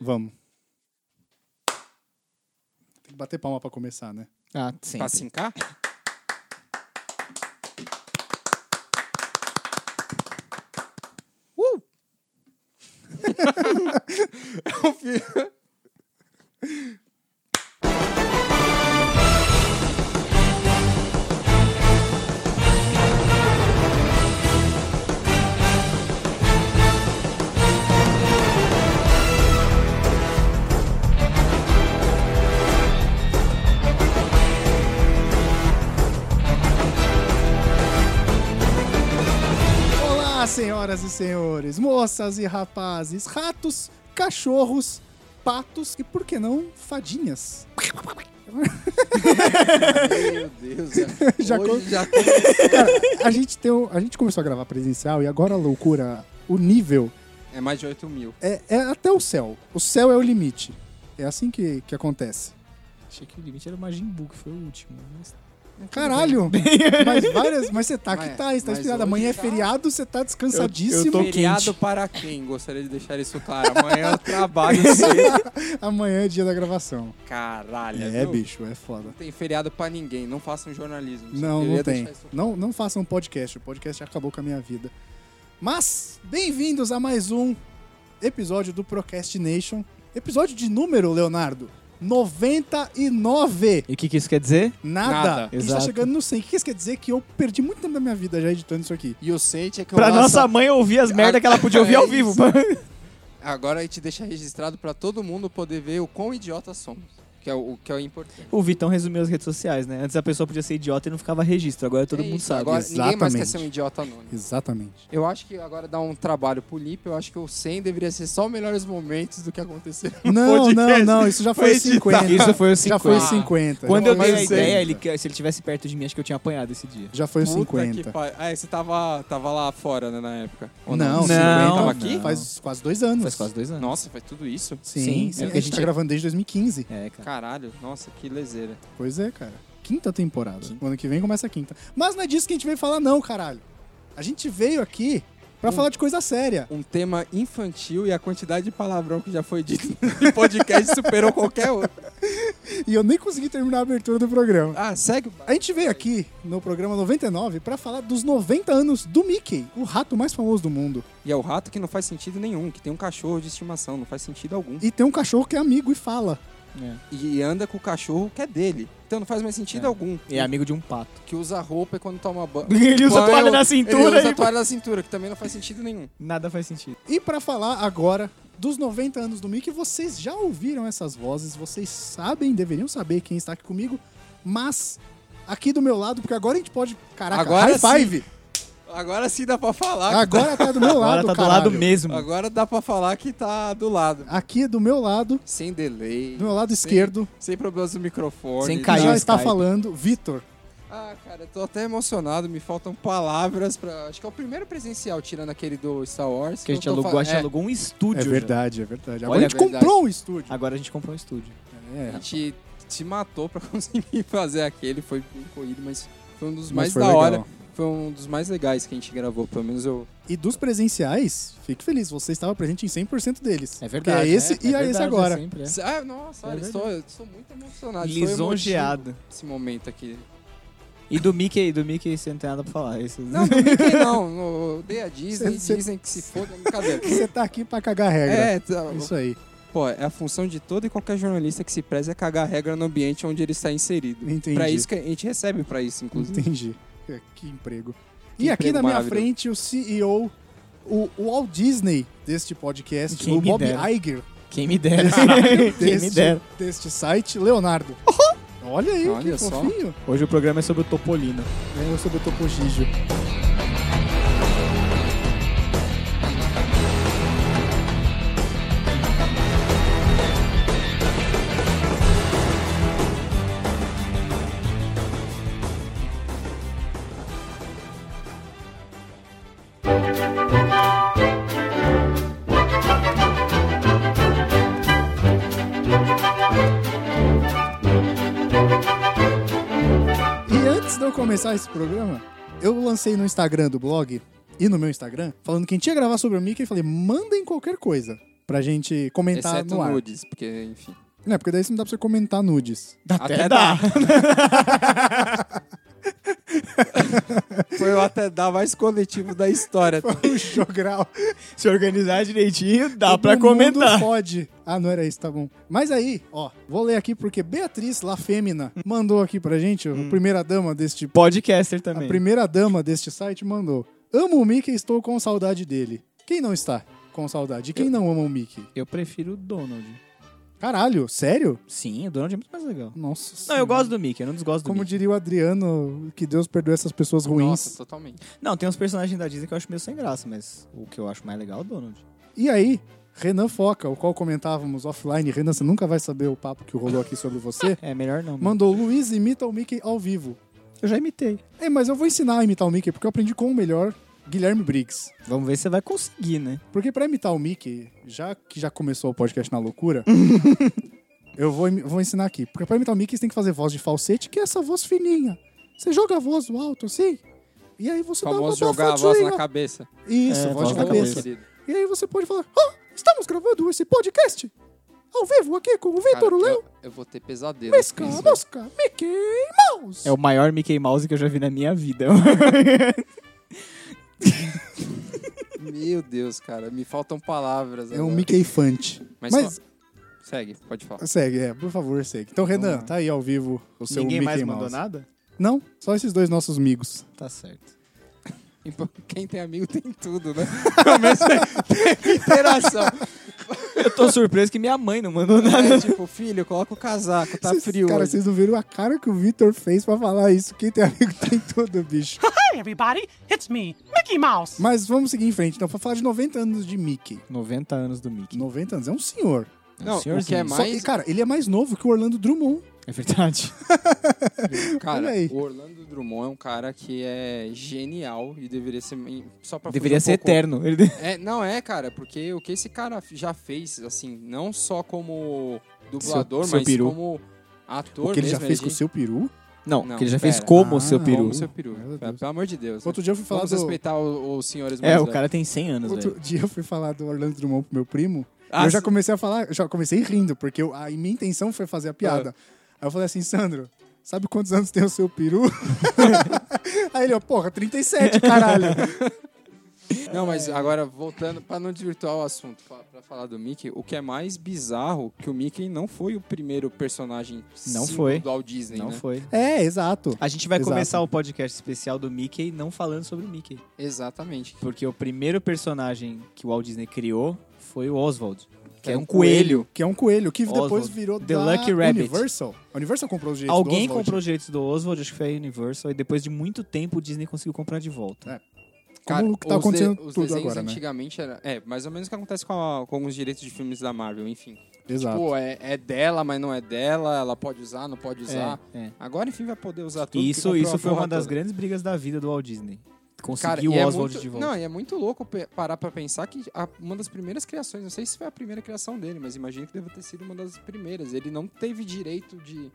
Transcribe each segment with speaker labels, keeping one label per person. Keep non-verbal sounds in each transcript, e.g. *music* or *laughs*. Speaker 1: Vamos. Tem que bater palma pra começar, né?
Speaker 2: Ah, sim.
Speaker 3: Pra cincar? Uh! é um filme...
Speaker 1: Olá, senhoras e senhores, moças e rapazes, ratos, cachorros, patos e, por que não, fadinhas.
Speaker 3: Meu Deus, é-
Speaker 1: *laughs* Já
Speaker 3: hoje
Speaker 1: con-
Speaker 3: já começou.
Speaker 1: Cara, a gente, tem um- a gente começou a gravar presencial e agora a loucura, o nível
Speaker 3: É mais de 8 mil.
Speaker 1: é, é até o céu. O céu é o limite. É assim que, que acontece.
Speaker 2: Achei que o limite era o Majin Buu, que foi o último. mas-
Speaker 1: Caralho! *laughs* Mas várias. Mas você tá que
Speaker 3: Mas-
Speaker 1: tá, você tá
Speaker 3: mas
Speaker 1: inspirado.
Speaker 3: hoje
Speaker 1: Amanhã é
Speaker 3: tá-
Speaker 1: feriado, você tá descansadíssimo.
Speaker 2: Tô
Speaker 3: Feriado
Speaker 2: quente.
Speaker 3: para quem? Gostaria de deixar isso claro. Amanhã eu trabalho *laughs* cedo.
Speaker 1: Amanhã é dia da gravação.
Speaker 3: Caralho.
Speaker 1: É,
Speaker 3: viu?
Speaker 1: bicho, é foda.
Speaker 3: Não tem feriado pra ninguém. Não façam jornalismo. Só
Speaker 1: Não,
Speaker 3: queria
Speaker 1: não tem.
Speaker 3: deixar isso
Speaker 1: Não, não façam podcast. O podcast já acabou com a minha vida. Mas, bem-vindos a mais um episódio do Procrastination. Episódio de número, Leonardo. 99.
Speaker 2: E o que, que isso quer dizer?
Speaker 1: Nada.
Speaker 3: Nada.
Speaker 1: A gente tá
Speaker 2: Exato.
Speaker 1: chegando no 100. O que isso quer dizer? Que eu perdi muito tempo da minha vida já editando isso aqui.
Speaker 3: E o Sente é que o
Speaker 2: Pra
Speaker 3: Laça-
Speaker 2: nossa mãe ouvir as merda que ela podia ouvir ao vivo.
Speaker 3: Agora a gente deixa registrado pra todo mundo poder ver o quão idiota somos. Que é o, o que é o importante.
Speaker 2: *laughs* o Vitão resumiu as redes sociais, né? Antes a pessoa podia ser idiota e não ficava registro. Agora todo
Speaker 3: É
Speaker 2: mundo
Speaker 3: isso,
Speaker 2: sabe.
Speaker 3: Agora ninguém mais quer
Speaker 1: Exatamente.
Speaker 3: ser um idiota anônimo. *laughs*
Speaker 1: Exatamente.
Speaker 3: Eu acho que agora dá um trabalho pro Lipe. Eu acho que o 100 deveria ser só melhores momentos do que aconteceu.
Speaker 1: Não, não,
Speaker 2: podcast
Speaker 1: não. Isso já foi,
Speaker 2: foi editado.
Speaker 1: 50.
Speaker 2: Isso foi o
Speaker 1: Já foi
Speaker 2: 50.
Speaker 1: 50.
Speaker 2: Quando
Speaker 1: já
Speaker 2: eu
Speaker 1: foi
Speaker 2: dei a
Speaker 1: 60.
Speaker 2: ideia, ele, que- se ele tivesse perto de mim, acho que eu tinha apanhado esse dia.
Speaker 1: Já foi o
Speaker 3: Puta que
Speaker 1: 50.
Speaker 3: pa- Ah, você tava, tava lá fora, né, na época?
Speaker 1: Não,
Speaker 3: Ou
Speaker 2: Não,
Speaker 1: 50
Speaker 3: tava aqui?
Speaker 1: Faz quase dois anos.
Speaker 2: Faz quase dois anos.
Speaker 3: Nossa, faz tudo isso?
Speaker 1: Sim,
Speaker 2: Sim,
Speaker 1: sim.
Speaker 2: é
Speaker 1: a
Speaker 2: porque
Speaker 1: gente tá
Speaker 2: tinha-
Speaker 1: gravando desde 2015.
Speaker 2: É, cara.
Speaker 3: Caralho, nossa, que lezeira.
Speaker 1: Pois é, cara. Quinta temporada. O ano que vem começa a quinta. Mas não é disso que a gente veio falar, não, caralho. A gente veio aqui pra falar de coisa séria.
Speaker 3: Um tema infantil e a quantidade de palavrão que já foi dito *laughs* no podcast superou qualquer outro.
Speaker 1: E eu nem consegui terminar a abertura do programa.
Speaker 3: Ah, segue o
Speaker 1: A gente veio aqui no programa 99 pra falar dos 90 anos do Mickey, o rato mais famoso do mundo.
Speaker 3: E é o rato que não faz sentido nenhum, que tem um cachorro de estimação, não faz sentido algum.
Speaker 1: E tem um cachorro que é amigo e fala.
Speaker 3: E anda com o cachorro que é dele. Então não faz mais sentido
Speaker 2: É.
Speaker 3: algum.
Speaker 2: E é amigo de um pato.
Speaker 3: Que usa roupa e quando toma banho.
Speaker 2: *laughs* Ele usa a
Speaker 3: Quando
Speaker 2: toalha
Speaker 3: eu-
Speaker 2: na
Speaker 3: Ele
Speaker 2: cintura
Speaker 3: usa
Speaker 2: e...
Speaker 3: a toalha na cintura, que também não faz sentido nenhum.
Speaker 2: Nada faz sentido.
Speaker 1: E pra falar agora dos 90 anos do Mickey, vocês já ouviram essas vozes, vocês sabem, deveriam saber quem está aqui comigo, mas aqui do meu lado, porque agora a gente pode. Caraca,
Speaker 3: Agora
Speaker 1: high five!
Speaker 3: Agora sim dá pra falar.
Speaker 2: Ah,
Speaker 3: que
Speaker 1: Agora tá do meu
Speaker 2: Agora
Speaker 1: lado,
Speaker 2: tá do
Speaker 1: caralho.
Speaker 2: lado mesmo.
Speaker 3: tá- Agora dá pra falar que tá do lado.
Speaker 1: Aqui do meu lado,
Speaker 3: Sem delay,
Speaker 1: do meu lado esquerdo,
Speaker 3: sem problemas do microfone.
Speaker 2: Sem caiu
Speaker 1: já
Speaker 2: o
Speaker 1: está
Speaker 2: Skype.
Speaker 1: falando Vitor.
Speaker 3: Ah, cara, eu tô até emocionado, me faltam palavras pra. Acho que é o primeiro presencial, tirando aquele do Star Wars.
Speaker 2: Que a gente
Speaker 3: eu tô
Speaker 2: alugou,
Speaker 3: fal-
Speaker 2: a gente
Speaker 3: é,
Speaker 2: alugou um estúdio.
Speaker 1: É
Speaker 2: já.
Speaker 1: verdade, é verdade. Agora
Speaker 2: Olha,
Speaker 1: a gente
Speaker 3: é verdade.
Speaker 1: comprou um estúdio.
Speaker 2: Agora a gente comprou um estúdio.
Speaker 3: A
Speaker 1: É,
Speaker 3: gente se matou pra *laughs* conseguir fazer aquele, foi bem corrido, mas foi um dos
Speaker 1: mas
Speaker 3: mais
Speaker 1: foi
Speaker 3: da
Speaker 1: legal.
Speaker 3: hora. Foi um dos mais legais que a gente gravou, pelo menos eu.
Speaker 1: E dos presenciais, fique feliz, você estava presente em 100% deles.
Speaker 2: É
Speaker 1: Que
Speaker 2: verdade.
Speaker 1: é esse
Speaker 2: né?
Speaker 1: e é,
Speaker 2: verdade,
Speaker 1: esse agora.
Speaker 2: sempre, é.
Speaker 3: Ah, nossa,
Speaker 2: É
Speaker 3: olha,
Speaker 2: verdade.
Speaker 3: estou, eu estou muito emocionado. estou emotivo
Speaker 2: Lisonjeado.
Speaker 3: Esse momento aqui.
Speaker 2: E do Mickey, do Mickey você não tem nada pra falar. Esse...
Speaker 3: Não, do Mickey não, no, eu dei a Disney,
Speaker 1: Cê- cê-
Speaker 3: dizem que se foda, é brincadeira.
Speaker 1: Você tá aqui pra cagar regra.
Speaker 3: É, tá-
Speaker 1: Isso aí.
Speaker 3: pô, é a função de todo e qualquer jornalista que se preze é cagar a regra no ambiente onde ele está inserido.
Speaker 1: Entendi.
Speaker 3: Pra isso que a gente recebe pra isso, inclusive.
Speaker 1: Entendi. É, Que emprego.
Speaker 3: Que
Speaker 1: e aqui
Speaker 3: emprego
Speaker 1: na minha
Speaker 3: maravilhoso.
Speaker 1: frente, o CEO, o, o Walt Disney deste podcast,
Speaker 2: Quem
Speaker 1: o
Speaker 2: me
Speaker 1: Bob
Speaker 2: dera.
Speaker 1: Iger
Speaker 2: Quem
Speaker 1: *laughs*
Speaker 2: me dera. Quem me
Speaker 1: deste,
Speaker 2: dera.
Speaker 1: deste site, Leonardo. Olha aí,
Speaker 3: Olha
Speaker 1: que
Speaker 3: só.
Speaker 1: fofinho.
Speaker 2: Hoje o programa é sobre o Topolino.
Speaker 1: É, Eu sou o Topo Gigio. E antes de eu começar esse programa, eu lancei no Instagram do blog e no meu Instagram, falando que a gente ia gravar sobre o Mickey, e falei, mandem qualquer coisa. pra gente comentar
Speaker 3: Exceto
Speaker 1: tá no ar.
Speaker 3: nudes, porque, enfim.
Speaker 1: É, porque daí você não dá pra você comentar *laughs* nudes.
Speaker 3: Até, dá. Foi o até dá mais coletivo da história.
Speaker 1: o jogral.
Speaker 2: Se organizar direitinho, dá
Speaker 1: Todo
Speaker 2: pra
Speaker 1: mundo
Speaker 2: comentar.
Speaker 1: pode. Ah, não era isso, tá bom. Mas aí, ó, vou ler aqui porque Beatriz La Fêmina mandou aqui pra gente,
Speaker 3: Hum.
Speaker 1: a primeira dama deste
Speaker 2: Podcaster também.
Speaker 1: A primeira dama deste site mandou: Amo o Mickey e estou com saudade dele. Quem não está com saudade? E quem não ama o Mickey?
Speaker 2: Eu prefiro o Donald.
Speaker 1: Caralho, sério?
Speaker 2: Sim, o Donald é muito mais legal.
Speaker 1: Nossa
Speaker 2: Não,
Speaker 1: senhora.
Speaker 2: eu gosto do Mickey, eu não desgosto do
Speaker 1: Como
Speaker 2: Mickey.
Speaker 1: diria o Adriano, que Deus perdoe essas pessoas ruins.
Speaker 3: Nossa, totalmente.
Speaker 2: Não, tem uns personagens da Disney que eu acho meio sem graça, mas o que eu acho mais legal é o Donald.
Speaker 1: E aí, Renan Foca, o qual comentávamos offline, Renan, você nunca vai saber o papo que rolou aqui sobre
Speaker 2: *laughs*
Speaker 1: você,
Speaker 2: É, melhor não.
Speaker 1: mandou Luiz imita o Mickey ao vivo.
Speaker 2: eu já imitei.
Speaker 1: É, mas eu vou ensinar a imitar o Mickey porque eu aprendi com o melhor Guilherme Briggs.
Speaker 2: Vamos ver se você vai conseguir, né?
Speaker 1: Porque pra imitar o Mickey, já que já começou o podcast na
Speaker 2: *laughs*
Speaker 1: loucura, eu vou, im- vou ensinar aqui. Porque pra imitar o Mickey, você tem que fazer voz de falsete, que é essa voz fininha. Você joga a voz no alto, assim, e aí você
Speaker 3: O
Speaker 1: dá uma
Speaker 3: famoso jogar a voz na
Speaker 1: abafadinha.
Speaker 3: cabeça.
Speaker 1: Isso,
Speaker 2: É,
Speaker 1: voz de
Speaker 2: voz na
Speaker 1: cabeça.
Speaker 2: cabeça.
Speaker 3: Querido.
Speaker 1: E aí você pode falar, ah, estamos gravando esse podcast ao vivo aqui com o
Speaker 3: Cara, é
Speaker 1: Vitor Léo,
Speaker 3: eu, eu vou ter pesadelo.
Speaker 1: Mesca,
Speaker 3: com isso.
Speaker 1: Mosca, Mickey Mouse.
Speaker 2: É o maior Mickey Mouse que eu já vi na minha *laughs* vida.
Speaker 3: Meu Deus, cara, me faltam palavras.
Speaker 1: É um
Speaker 3: agora.
Speaker 1: Mickey Fante.
Speaker 3: Mas,
Speaker 1: Mas-
Speaker 3: segue, pode falar.
Speaker 1: Segue, é, por favor, segue. Então, Renan, tá aí ao vivo o seu
Speaker 2: Ninguém
Speaker 1: Mickey
Speaker 2: mais
Speaker 1: Mouse.
Speaker 2: mandou nada?
Speaker 1: Não, só esses dois nossos amigos.
Speaker 2: Tá certo.
Speaker 3: Quem tem amigo tem tudo, né? *laughs* Pelo menos tem interação.
Speaker 2: Eu tô surpreso que minha mãe não mandou nada.
Speaker 3: É, tipo, filho, coloca o casaco, tá
Speaker 1: Vocês-
Speaker 3: frio
Speaker 1: Cara,
Speaker 3: hoje.
Speaker 1: vocês não viram a cara que o Vitor fez pra falar isso. Quem tem amigo *laughs* tem tudo, bicho.
Speaker 4: Hi, everybody! It's me, Mickey Mouse!
Speaker 1: Mas vamos seguir em frente. Então, pra falar de 90 anos de Mickey.
Speaker 2: 90 anos do Mickey.
Speaker 1: 90 anos, é um senhor.
Speaker 3: Não, o
Speaker 2: senhorzinho.
Speaker 3: que é
Speaker 1: Só que,
Speaker 3: mais...
Speaker 1: cara, ele é mais novo que o Orlando Drummond.
Speaker 2: É *laughs* verdade.
Speaker 3: Cara,
Speaker 1: olha aí.
Speaker 3: o Orlando Drummond é um cara que é genial e deveria ser... Só pra fugir
Speaker 2: Deveria
Speaker 3: um
Speaker 2: ser
Speaker 3: pouco-
Speaker 2: eterno. Ele...
Speaker 3: É, não é, cara, porque o que esse cara já fez, assim, não só como dublador,
Speaker 2: Seu- seu
Speaker 3: mas
Speaker 2: peru.
Speaker 3: como ator
Speaker 1: O que ele já
Speaker 3: mesmo,
Speaker 1: fez
Speaker 3: é
Speaker 1: com o
Speaker 3: gen-
Speaker 1: seu peru.
Speaker 2: Não,
Speaker 3: Não,
Speaker 2: que ele já fez
Speaker 3: pera.
Speaker 2: como
Speaker 1: Ah,
Speaker 2: o seu peru.
Speaker 3: Como seu peru.
Speaker 1: Meu Deus.
Speaker 3: Pelo amor de Deus.
Speaker 1: Outro dia eu fui falar
Speaker 3: Vamos
Speaker 1: do...
Speaker 3: respeitar o- os senhores mais
Speaker 2: É, o
Speaker 3: velhos.
Speaker 2: cara tem 100 anos,
Speaker 1: Outro
Speaker 2: velho.
Speaker 1: dia eu fui falar do Orlando Drummond pro meu primo.
Speaker 3: Ah,
Speaker 1: eu já
Speaker 3: sim.
Speaker 1: comecei a falar, eu já comecei rindo, porque eu- a minha intenção foi fazer a piada.
Speaker 3: Ah.
Speaker 1: Aí eu falei assim, Sandro, sabe quantos anos tem o seu
Speaker 3: *laughs*
Speaker 1: peru? *laughs* Aí ele, ó, porra, 37, caralho.
Speaker 3: *laughs* Não, mas agora, voltando, pra não desvirtuar o assunto, pra, pra falar do Mickey, o que é mais bizarro que o Mickey não foi o primeiro personagem
Speaker 2: Não
Speaker 3: símbolo
Speaker 2: foi.
Speaker 3: do Walt Disney,
Speaker 2: Não
Speaker 3: né?
Speaker 2: foi.
Speaker 1: é, exato.
Speaker 2: A gente vai
Speaker 1: Exato.
Speaker 2: começar o podcast especial do Mickey não falando sobre o Mickey.
Speaker 3: Exatamente.
Speaker 2: Porque o primeiro personagem que o Walt Disney criou foi o Oswald. Que
Speaker 3: É
Speaker 2: é
Speaker 3: um
Speaker 2: um coelho.
Speaker 1: Que é um coelho, que
Speaker 2: Oswald.
Speaker 1: depois virou
Speaker 2: The
Speaker 1: da
Speaker 2: Lucky Rabbit.
Speaker 1: Universal. A Universal comprou os direitos
Speaker 2: Alguém
Speaker 1: do Oswald.
Speaker 2: comprou os direitos do Oswald, acho que foi a Universal, e depois de muito tempo o Disney conseguiu comprar de volta.
Speaker 1: Como tá
Speaker 3: os
Speaker 1: acontecendo
Speaker 3: de- os
Speaker 1: tudo
Speaker 3: desenhos
Speaker 1: agora, né?
Speaker 3: antigamente era... É, mais ou menos o que acontece com, a- com os direitos de filmes da Marvel, enfim.
Speaker 1: Exato.
Speaker 2: tipo,
Speaker 3: Pô, é, é dela, mas não é dela, ela pode usar, não pode usar.
Speaker 2: É, é.
Speaker 3: Agora, enfim, vai poder usar tudo.
Speaker 2: E
Speaker 3: que
Speaker 2: isso,
Speaker 3: comprou
Speaker 2: isso
Speaker 3: a
Speaker 2: foi uma
Speaker 3: porra
Speaker 2: das
Speaker 3: toda.
Speaker 2: grandes brigas da vida do Walt Disney.
Speaker 3: Cara,
Speaker 2: Conseguir
Speaker 3: e
Speaker 2: o
Speaker 3: é
Speaker 2: Oswald
Speaker 3: muito-
Speaker 2: de volta.
Speaker 3: Não, e é muito louco pe- parar pra pensar que a- uma das primeiras criações, não sei se foi a primeira criação dele, mas imagino que deve ter sido uma das primeiras. Ele não teve direito de,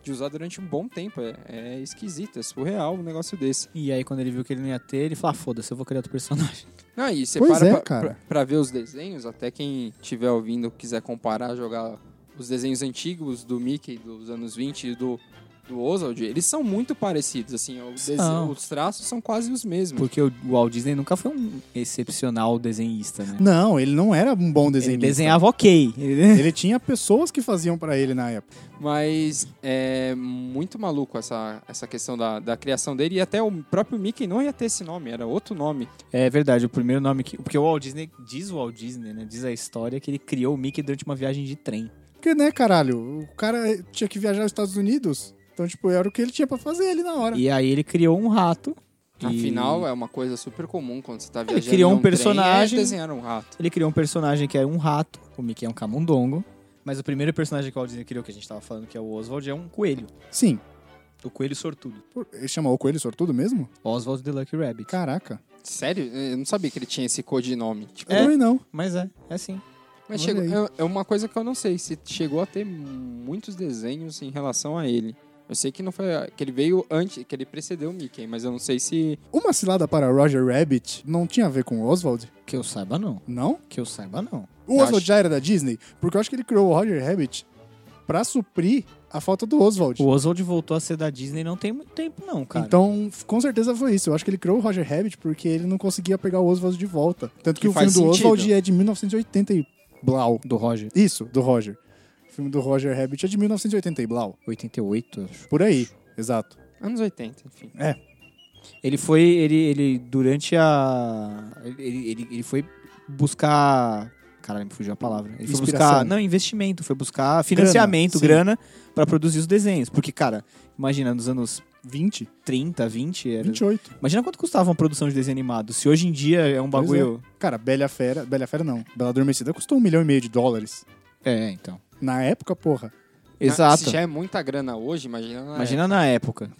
Speaker 3: de usar durante um bom tempo. É, é esquisito, é surreal um negócio desse.
Speaker 2: E aí, quando ele viu que ele não ia ter, ele falou: ah, foda-se, eu vou criar outro
Speaker 3: *laughs*
Speaker 2: personagem.
Speaker 3: Não, e você
Speaker 1: Pois
Speaker 3: para
Speaker 1: é,
Speaker 3: pra,
Speaker 1: cara.
Speaker 3: pra- pra ver os desenhos, até quem estiver ouvindo quiser comparar, jogar os desenhos antigos do Mickey dos anos 20 e do, do Oswald, eles são muito parecidos, assim, o
Speaker 2: São.
Speaker 3: desenho- os traços são quase os mesmos.
Speaker 2: Porque o Walt Disney nunca foi um excepcional desenhista, né?
Speaker 1: Não, ele não era um bom
Speaker 2: Ele
Speaker 1: desenhista.
Speaker 2: desenhava ok. Ele- *laughs*
Speaker 1: Ele tinha pessoas que faziam pra ele na época.
Speaker 3: Mas é muito maluco essa, essa questão da, da criação dele. E até o próprio Mickey não ia ter esse nome, era outro nome.
Speaker 2: É verdade, o primeiro nome que. Porque o Walt Disney. Diz o Walt Disney, né? Diz a história que ele criou o Mickey durante uma viagem de trem.
Speaker 1: Porque, né, caralho, o cara tinha que viajar aos Estados Unidos. Então, tipo, era o que ele tinha pra fazer ali na hora.
Speaker 2: E aí ele criou um rato. e-
Speaker 3: Afinal, é uma coisa super comum quando você tá viajando.
Speaker 2: criou um
Speaker 3: num trem, é
Speaker 2: personagem.
Speaker 3: desenhar um rato.
Speaker 2: Ele criou um personagem que era um rato. O Mickey é um camundongo. Mas o primeiro personagem que o Walt Disney criou, que a gente tava falando que é o Oswald, é um coelho.
Speaker 1: Sim.
Speaker 2: O coelho sortudo.
Speaker 1: Por- Ele chamou o coelho sortudo mesmo?
Speaker 2: Oswald the Lucky Rabbit.
Speaker 1: Caraca.
Speaker 3: Sério? Eu não sabia que ele tinha esse codinome. Tipo,
Speaker 1: Eu
Speaker 2: É.
Speaker 1: Também não.
Speaker 2: Mas é, é assim.
Speaker 3: Mas
Speaker 1: Olha
Speaker 3: chegou,
Speaker 1: aí.
Speaker 3: é- é uma coisa que eu não sei, se chegou a ter muitos desenhos em relação a ele. Eu sei que não foi. que ele veio antes, que ele precedeu o Mickey, mas eu não sei se.
Speaker 1: Uma cilada para Roger Rabbit não tinha a ver com o Oswald,
Speaker 2: Que eu saiba, não.
Speaker 1: não?
Speaker 2: Que eu saiba, não.
Speaker 1: O
Speaker 2: Eu
Speaker 1: Oswald
Speaker 2: acho-
Speaker 1: já era da Disney, porque eu acho que ele criou o Roger Rabbit pra suprir a falta do Oswald.
Speaker 2: O Oswald voltou a ser da Disney não tem muito tempo, não, cara.
Speaker 1: Então, f- com certeza foi isso. Eu acho que ele criou o Roger Rabbit porque ele não conseguia pegar o Oswald de volta. Tanto que,
Speaker 3: Que
Speaker 1: o filme
Speaker 3: faz
Speaker 1: do Oswald
Speaker 3: sentido.
Speaker 1: é de 1980 e blau.
Speaker 2: Do Roger.
Speaker 1: Isso, do Roger. O filme do Roger Rabbit é de 1980 e blau.
Speaker 2: 88, acho.
Speaker 1: Por aí, exato.
Speaker 3: Anos 80, enfim.
Speaker 2: Ele foi, ele, ele durante a... Ele, ele, ele foi buscar... Caralho, me fugiu a palavra. Ele foi
Speaker 1: Inspiração.
Speaker 2: buscar... Não, investimento. Foi buscar financiamento,
Speaker 1: sim.
Speaker 2: grana, pra produzir os desenhos. Porque, cara, imagina, nos anos
Speaker 1: 20?
Speaker 2: 30, 20... Era...
Speaker 1: 28.
Speaker 2: Imagina quanto custava uma produção de desenho animado. Se hoje em dia é um
Speaker 1: Pois
Speaker 2: bagulho...
Speaker 1: Cara, Bela e a Fera... Bela e a Fera não. Bela Adormecida custou um milhão e meio de dólares.
Speaker 2: É, Ah, então.
Speaker 1: Na época, porra.
Speaker 2: Exato.
Speaker 3: Se já é muita grana hoje, imagina. é. na
Speaker 2: Imagina na época.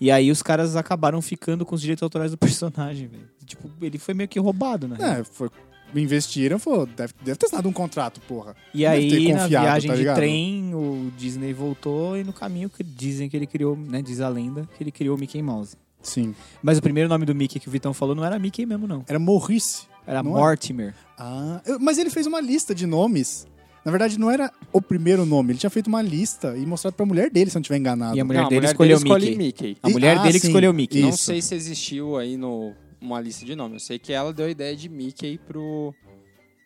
Speaker 2: E aí os caras acabaram ficando com os direitos autorais do personagem, *laughs* velho. Tipo, ele foi meio que roubado,
Speaker 3: Uhum.
Speaker 2: né?
Speaker 1: É, foi... Investiram, foi... Deve, deve ter assinado um contrato, porra.
Speaker 2: E
Speaker 1: Deve ter
Speaker 2: aí, na
Speaker 1: confiado,
Speaker 2: viagem
Speaker 1: tá
Speaker 2: de
Speaker 1: ligado?
Speaker 2: trem, o Disney voltou e no caminho que dizem que ele criou, né? Diz a lenda que ele criou o Mickey Mouse.
Speaker 1: Sim.
Speaker 2: Mas o primeiro nome do Mickey que o Vitão falou não era Mickey mesmo, não.
Speaker 1: Era Maurice.
Speaker 2: Era
Speaker 1: Não é?
Speaker 2: Mortimer.
Speaker 1: Ah, eu- mas ele fez uma lista de nomes. Na verdade, não era o primeiro nome. Ele tinha feito uma lista e mostrado pra mulher dele, se eu não tiver enganado.
Speaker 2: E a
Speaker 3: Ah, Não,
Speaker 2: mulher
Speaker 3: a
Speaker 2: dele
Speaker 3: mulher
Speaker 2: escolheu
Speaker 3: dele escolhe
Speaker 2: Mickey.
Speaker 3: Mickey.
Speaker 2: A
Speaker 1: E-
Speaker 2: mulher
Speaker 1: ah,
Speaker 2: dele que
Speaker 1: sim.
Speaker 2: escolheu o Mickey.
Speaker 3: Não
Speaker 1: Isso.
Speaker 3: sei se existiu aí no uma lista de nome. Eu sei que ela deu a ideia de Mickey pro,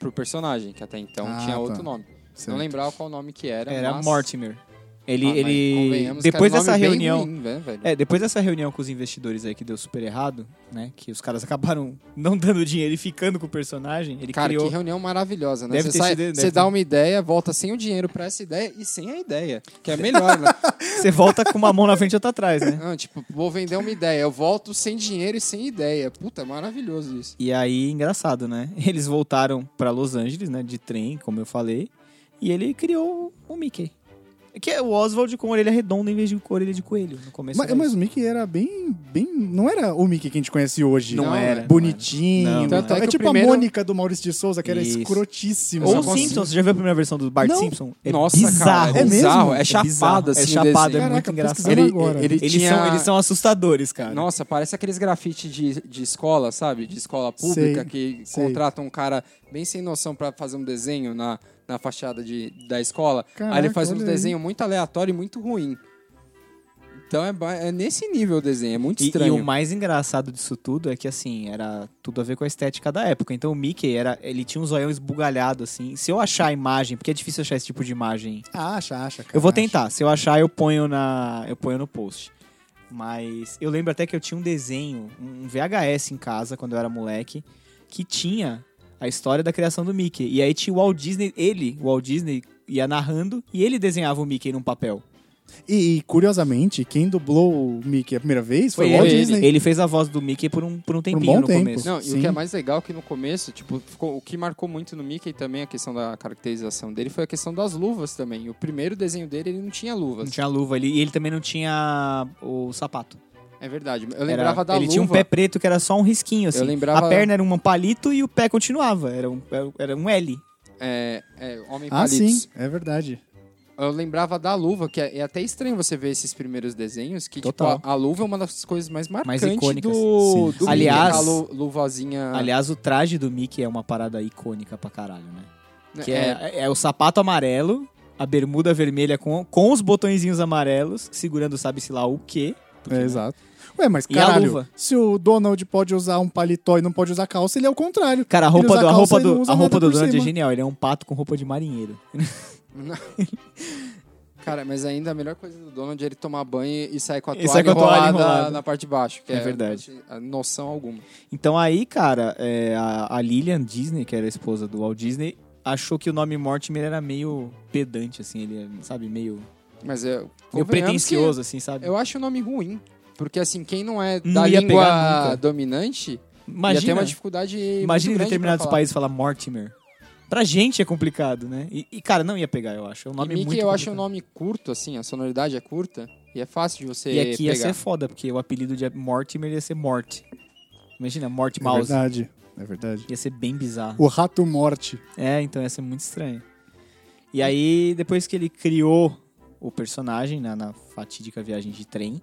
Speaker 3: pro personagem, que até então
Speaker 1: Ah,
Speaker 3: tinha
Speaker 1: tá.
Speaker 3: outro nome. Não lembrava qual nome que era.
Speaker 2: Era
Speaker 3: mas...
Speaker 2: Mortimer. Ele,
Speaker 3: Ah, mas
Speaker 2: ele...
Speaker 3: convenhamos que
Speaker 2: Depois
Speaker 3: era um
Speaker 2: dessa
Speaker 3: nome bem
Speaker 2: reunião...
Speaker 3: ruim, né, velho?
Speaker 2: É, depois dessa reunião com os investidores aí que deu super errado, né? Que os caras acabaram *laughs* não dando dinheiro e ficando com o personagem, ele
Speaker 3: Cara,
Speaker 2: criou.
Speaker 3: que reunião maravilhosa, né?
Speaker 2: Deve ter
Speaker 3: Você, sai-
Speaker 2: sido- deve
Speaker 3: você
Speaker 2: ter-
Speaker 3: dá uma ideia, volta sem o dinheiro pra essa ideia e sem a ideia. Que é melhor, *laughs* né?
Speaker 2: Você volta com uma mão na frente e outra atrás, né?
Speaker 3: Não, tipo, vou vender uma ideia. Eu volto sem dinheiro e sem ideia. Puta, maravilhoso isso.
Speaker 2: E aí, engraçado, né? Eles voltaram pra Los Angeles, né? De trem, como eu falei. E ele criou o Mickey. Que é o Oswald com orelha redonda em vez de com orelha de coelho. No começo
Speaker 1: Mas,
Speaker 2: era
Speaker 1: mas
Speaker 2: isso.
Speaker 1: o Mickey era bem, bem. Não era o Mickey que a gente conhece hoje.
Speaker 2: Não
Speaker 1: né?
Speaker 2: era, não
Speaker 1: Bonitinho.
Speaker 2: era. Não,
Speaker 1: tal.
Speaker 2: não
Speaker 1: é
Speaker 2: era.
Speaker 3: É que o
Speaker 1: tipo
Speaker 3: primeiro-
Speaker 1: a Mônica do Maurício de Souza, que era
Speaker 2: Isso.
Speaker 1: escrotíssima.
Speaker 2: Ou
Speaker 3: Não
Speaker 2: o
Speaker 3: consigo.
Speaker 2: Simpsons. Você já viu a primeira versão do Bart
Speaker 1: é Não.
Speaker 2: Simpson? É
Speaker 3: Nossa,
Speaker 2: bizarro.
Speaker 3: cara. É,
Speaker 1: É mesmo?
Speaker 3: bizarro.
Speaker 1: É
Speaker 3: É chapado,
Speaker 2: bizarro,
Speaker 3: assim.
Speaker 2: é
Speaker 3: o
Speaker 2: chapado,
Speaker 3: desenho.
Speaker 2: é muito
Speaker 1: Caraca,
Speaker 2: engraçado.
Speaker 1: pesquisando
Speaker 3: Ele-
Speaker 1: agora.
Speaker 3: ele-
Speaker 2: Eles,
Speaker 3: tinha-
Speaker 2: são, eles são assustadores, cara.
Speaker 3: Nossa, parece aqueles grafites de, de escola, sabe? De escola pública
Speaker 1: Sei,
Speaker 3: que
Speaker 1: sei.
Speaker 3: contrata um cara bem sem noção pra fazer um desenho na, na fachada de, da escola.
Speaker 1: Caraca,
Speaker 3: aí ele faz um
Speaker 1: olha aí.
Speaker 3: desenho muito aleatório e muito ruim. Então é, ba- é nesse nível o desenho, é muito
Speaker 2: E- E,
Speaker 3: estranho.
Speaker 2: o mais engraçado disso tudo é que, assim, era tudo a ver com a estética da época. Então o Mickey, era, ele tinha um zoião esbugalhado, assim. Se eu achar a imagem, porque é difícil achar esse tipo de imagem.
Speaker 1: Acha, acha, cara.
Speaker 2: Eu vou
Speaker 1: acha.
Speaker 2: tentar. Se eu achar, eu ponho, na, eu ponho no post. Mas eu lembro até que eu tinha um desenho, um VHS em casa, quando eu era moleque, que tinha a história da criação do Mickey. E aí tinha o Walt Disney, ele, o Walt Disney, ia narrando e ele desenhava o Mickey num papel.
Speaker 1: E, e, curiosamente, quem dublou o Mickey a primeira vez foi, o Walt
Speaker 2: ele.
Speaker 1: Disney.
Speaker 2: Ele fez a voz do Mickey por um, por um tempinho
Speaker 1: bom
Speaker 2: no
Speaker 1: tempo.
Speaker 2: começo.
Speaker 3: Não, e
Speaker 1: Sim.
Speaker 3: o que é mais legal é que no começo, tipo, ficou- o que marcou muito no Mickey também, a questão da caracterização dele, foi a questão das luvas também. O primeiro desenho dele, ele não tinha luvas.
Speaker 2: Não tinha luva ali. E ele também não tinha o sapato.
Speaker 3: É verdade. Eu
Speaker 2: Era-
Speaker 3: lembrava da
Speaker 2: Ele
Speaker 3: luva.
Speaker 2: tinha um pé preto que era só um risquinho, assim.
Speaker 3: Eu lembrava-
Speaker 2: A perna era um palito e o pé continuava. Era um, era um L.
Speaker 3: É, é, homem
Speaker 1: Ah,
Speaker 3: palitos.
Speaker 1: sim, é verdade.
Speaker 3: Eu lembrava da luva, que é, é até estranho você ver esses primeiros desenhos, que tipo,
Speaker 2: Total.
Speaker 3: a, a luva é uma das coisas mais marcantes
Speaker 2: icônicas.
Speaker 3: do,
Speaker 1: Sim.
Speaker 3: do
Speaker 2: Aliás-
Speaker 3: Mickey, aquela lu- luvazinha...
Speaker 2: Aliás, o traje do Mickey é uma parada icônica pra caralho, né?
Speaker 3: né,
Speaker 2: Que é, é o sapato amarelo, a bermuda vermelha com, com os botõezinhos amarelos, segurando sabe-se lá o quê.
Speaker 1: É, exato. Ué, mas
Speaker 2: E a
Speaker 1: caralho,
Speaker 2: luva?
Speaker 1: se o Donald pode usar um paletó e não pode usar calça, ele é o contrário.
Speaker 2: Cara, a
Speaker 1: Ele
Speaker 2: roupa
Speaker 1: usa
Speaker 2: do, a
Speaker 1: calça
Speaker 2: roupa
Speaker 1: e não
Speaker 2: do,
Speaker 1: usa
Speaker 2: a roupa
Speaker 1: nada
Speaker 2: do
Speaker 1: por
Speaker 2: Donald é
Speaker 1: cima.
Speaker 2: genial. Ele é um pato com roupa de marinheiro.
Speaker 3: Cara, mas ainda a melhor coisa do Donald é ele tomar banho e sair com a
Speaker 2: E
Speaker 3: toalha,
Speaker 2: sai com a toalha
Speaker 3: enrolada
Speaker 2: enrolada.
Speaker 3: na parte de baixo. Que
Speaker 2: É
Speaker 3: é,
Speaker 2: verdade.
Speaker 3: a Noção alguma.
Speaker 2: Então aí, cara, é, a, a Lillian Disney, que era a esposa do Walt Disney, achou que o nome Mortimer era meio pedante, assim, ele, sabe, meio,
Speaker 3: Mas eu...
Speaker 2: meio
Speaker 3: convenhamos que
Speaker 2: pretencioso, assim, sabe?
Speaker 3: Eu acho o nome ruim. Porque assim, quem não é
Speaker 2: Não
Speaker 3: da
Speaker 2: ia pegar nunca.
Speaker 3: língua dominante, ia ter
Speaker 2: Imagina,
Speaker 3: uma dificuldade
Speaker 2: imagina
Speaker 3: muito
Speaker 2: em
Speaker 3: grande
Speaker 2: determinados
Speaker 3: pra falar.
Speaker 2: países falar Mortimer. Pra gente é complicado, né? E, e, cara, não ia pegar, eu acho. É um
Speaker 3: E
Speaker 2: nome
Speaker 3: Mickey
Speaker 2: muito
Speaker 3: eu acho um
Speaker 2: complicado.
Speaker 3: nome curto, assim, a sonoridade é curta. E é fácil de você
Speaker 2: E aqui ia
Speaker 3: pegar.
Speaker 2: ser foda, porque o apelido de Mortimer ia ser Mort. Imagina, Mort
Speaker 1: É
Speaker 2: Mouse.
Speaker 1: verdade, é verdade.
Speaker 2: Ia ser bem bizarro.
Speaker 1: O Rato Morte.
Speaker 2: É, então ia ser muito estranho. E aí, depois que ele criou o- o personagem na, na fatídica viagem de trem,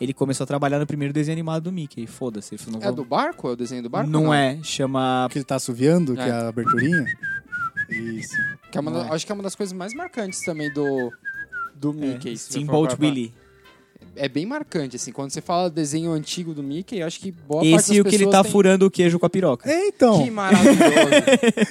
Speaker 2: ele começou a trabalhar no primeiro desenho animado do Mickey. Foda-se. Ele falou, não
Speaker 3: É
Speaker 2: vou...
Speaker 3: do barco? É o desenho do barco?
Speaker 2: não, é. Chama.
Speaker 1: Que ele tá assoviando, que
Speaker 3: É.
Speaker 1: é a aberturinha. Isso.
Speaker 3: Que é uma
Speaker 2: Não
Speaker 3: da-
Speaker 2: é.
Speaker 3: Acho que é uma das coisas mais marcantes também do, do Mickey.
Speaker 2: é,
Speaker 3: se você for
Speaker 2: Steamboat
Speaker 3: parar pra-
Speaker 2: Willie.
Speaker 3: É bem marcante, assim. Quando você fala desenho antigo do Mickey, eu acho que boa parte
Speaker 2: Esse
Speaker 3: das
Speaker 2: e o que ele
Speaker 3: pessoas
Speaker 2: tá
Speaker 3: tem-
Speaker 2: furando o queijo com a piroca.
Speaker 1: É, então,
Speaker 2: *laughs*
Speaker 3: Que maravilhoso.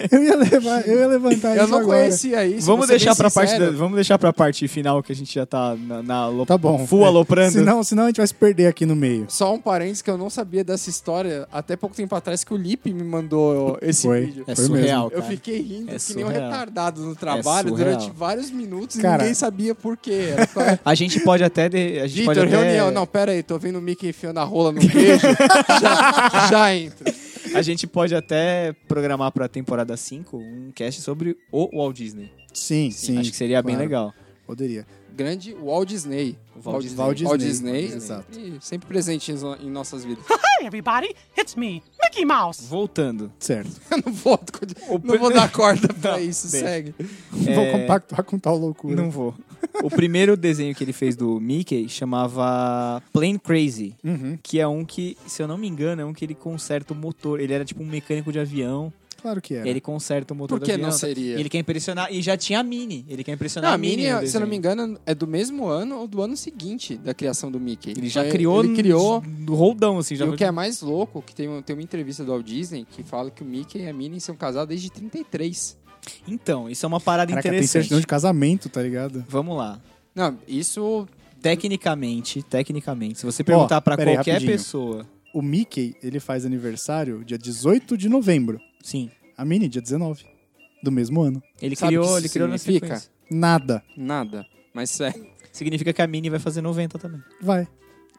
Speaker 1: eu, ia levar, eu ia levantar
Speaker 3: eu
Speaker 1: isso
Speaker 3: não
Speaker 1: agora.
Speaker 3: conhecia isso.
Speaker 2: Vamos deixar, pra parte da-
Speaker 3: do.
Speaker 2: vamos deixar pra parte final que a gente já tá na, na lo-
Speaker 1: Tá bom.
Speaker 2: full
Speaker 1: É,
Speaker 2: aloprando.
Speaker 1: Senão, senão a gente vai se perder aqui no meio.
Speaker 3: Só um parênteses que eu não sabia dessa história até pouco tempo atrás que o Lipe me mandou esse
Speaker 1: Foi.
Speaker 3: vídeo.
Speaker 2: É
Speaker 1: Foi
Speaker 2: surreal,
Speaker 3: Eu
Speaker 2: cara.
Speaker 3: fiquei rindo
Speaker 2: É
Speaker 3: que nem um
Speaker 2: surreal. É
Speaker 3: retardado no trabalho
Speaker 2: surreal.
Speaker 3: durante vários minutos e
Speaker 1: Cara.
Speaker 3: ninguém sabia por quê.
Speaker 2: *laughs*
Speaker 3: Era só-
Speaker 2: A gente pode até. de- A gente pode
Speaker 3: Vitor,
Speaker 2: até...
Speaker 3: reunião. né? Não, pera aí, tô vendo o Mickey enfiando a rola no queijo. *laughs* já, já entra.
Speaker 2: A gente pode até programar pra temporada 5 um cast sobre o Walt Disney.
Speaker 1: Sim, sim.
Speaker 2: Acho que seria bem
Speaker 1: claro.
Speaker 2: legal.
Speaker 1: Poderia.
Speaker 3: Grande Walt Disney.
Speaker 2: Walt Disney.
Speaker 1: Walt Disney.
Speaker 3: Walt Disney.
Speaker 1: Exato.
Speaker 3: E sempre presente em- em nossas vidas.
Speaker 4: Hi, everybody. It's me, Mickey Mouse.
Speaker 2: Voltando.
Speaker 1: Certo.
Speaker 3: *laughs* Eu não vou, não *laughs* vou dar corda pra isso,
Speaker 2: deixa.
Speaker 3: segue.
Speaker 1: Vou compactuar com tal loucura.
Speaker 2: É. Não vou. *laughs* O primeiro desenho que ele fez do Mickey chamava Plane Crazy,
Speaker 1: Uhum.
Speaker 2: que é um que, se eu não me engano, é um que ele conserta o motor. Ele era tipo um mecânico de avião,
Speaker 1: Claro que é.
Speaker 2: ele conserta o motor
Speaker 3: Por que
Speaker 2: do avião.
Speaker 3: não seria?
Speaker 2: E ele quer impressionar. E já tinha a Mini. Ele quer impressionar
Speaker 3: Não,
Speaker 2: a Mini. no
Speaker 3: se eu não me
Speaker 2: desenho.
Speaker 3: engano, é do mesmo ano ou do ano seguinte da criação do Mickey.
Speaker 2: Ele já
Speaker 3: Então,
Speaker 2: criou.
Speaker 3: Ele criou.
Speaker 2: no- no roldão, assim. Já
Speaker 3: e o que é mais louco, que tem, um- tem uma entrevista do Walt Disney que fala que o Mickey e a Minnie são casados desde 33.
Speaker 2: Então, isso é uma parada
Speaker 1: Caraca, tem
Speaker 2: interessante.
Speaker 1: certidão de casamento, tá ligado?
Speaker 2: Vamos lá.
Speaker 3: Não, isso
Speaker 2: Tecnicamente, tecnicamente, se você perguntar pra
Speaker 1: pera aí,
Speaker 2: qualquer
Speaker 1: rapidinho.
Speaker 2: pessoa.
Speaker 1: O Mickey, ele faz aniversário dia 18 de novembro.
Speaker 2: Sim.
Speaker 1: A Minnie, dia 19. Do mesmo ano.
Speaker 2: Ele
Speaker 3: Sabe o que
Speaker 2: criou,
Speaker 3: isso
Speaker 2: ele criou na
Speaker 3: significa?
Speaker 2: sequência.
Speaker 1: Nada.
Speaker 3: nada. Mas é. sério.
Speaker 2: Significa que a Mini vai fazer 90 também.
Speaker 1: Vai.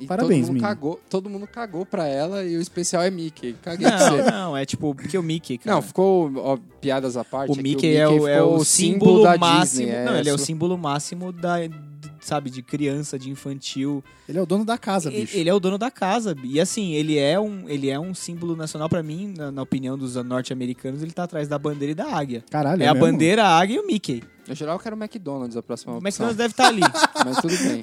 Speaker 3: E
Speaker 1: Parabéns,
Speaker 3: todo mundo
Speaker 1: Minnie.
Speaker 3: cagou, todo mundo cagou pra ela e o especial é Mickey. Caguei pra
Speaker 2: Não,
Speaker 3: você.
Speaker 2: não, é tipo, porque o Mickey, cara.
Speaker 3: Não, ficou ó, piadas à parte.
Speaker 2: o
Speaker 3: aqui,
Speaker 2: Mickey, é, o, é
Speaker 3: ficou
Speaker 2: o símbolo
Speaker 3: da
Speaker 2: máximo.
Speaker 3: Disney,
Speaker 2: não, ele é o
Speaker 3: su-
Speaker 2: símbolo máximo da, sabe, de criança, de infantil.
Speaker 1: Ele é o dono da casa,
Speaker 2: Ele,
Speaker 1: bicho.
Speaker 2: ele é o dono da casa. E assim, ele é um, ele é um símbolo nacional pra mim, na, na opinião dos norte-americanos, ele tá atrás da bandeira e da águia.
Speaker 1: Caralho,
Speaker 2: é a
Speaker 1: mesmo?
Speaker 2: bandeira, a águia e o Mickey.
Speaker 3: No geral, eu quero McDonald's a próxima
Speaker 2: O
Speaker 3: opção.
Speaker 2: McDonald's deve estar ali.
Speaker 3: Mas tudo bem.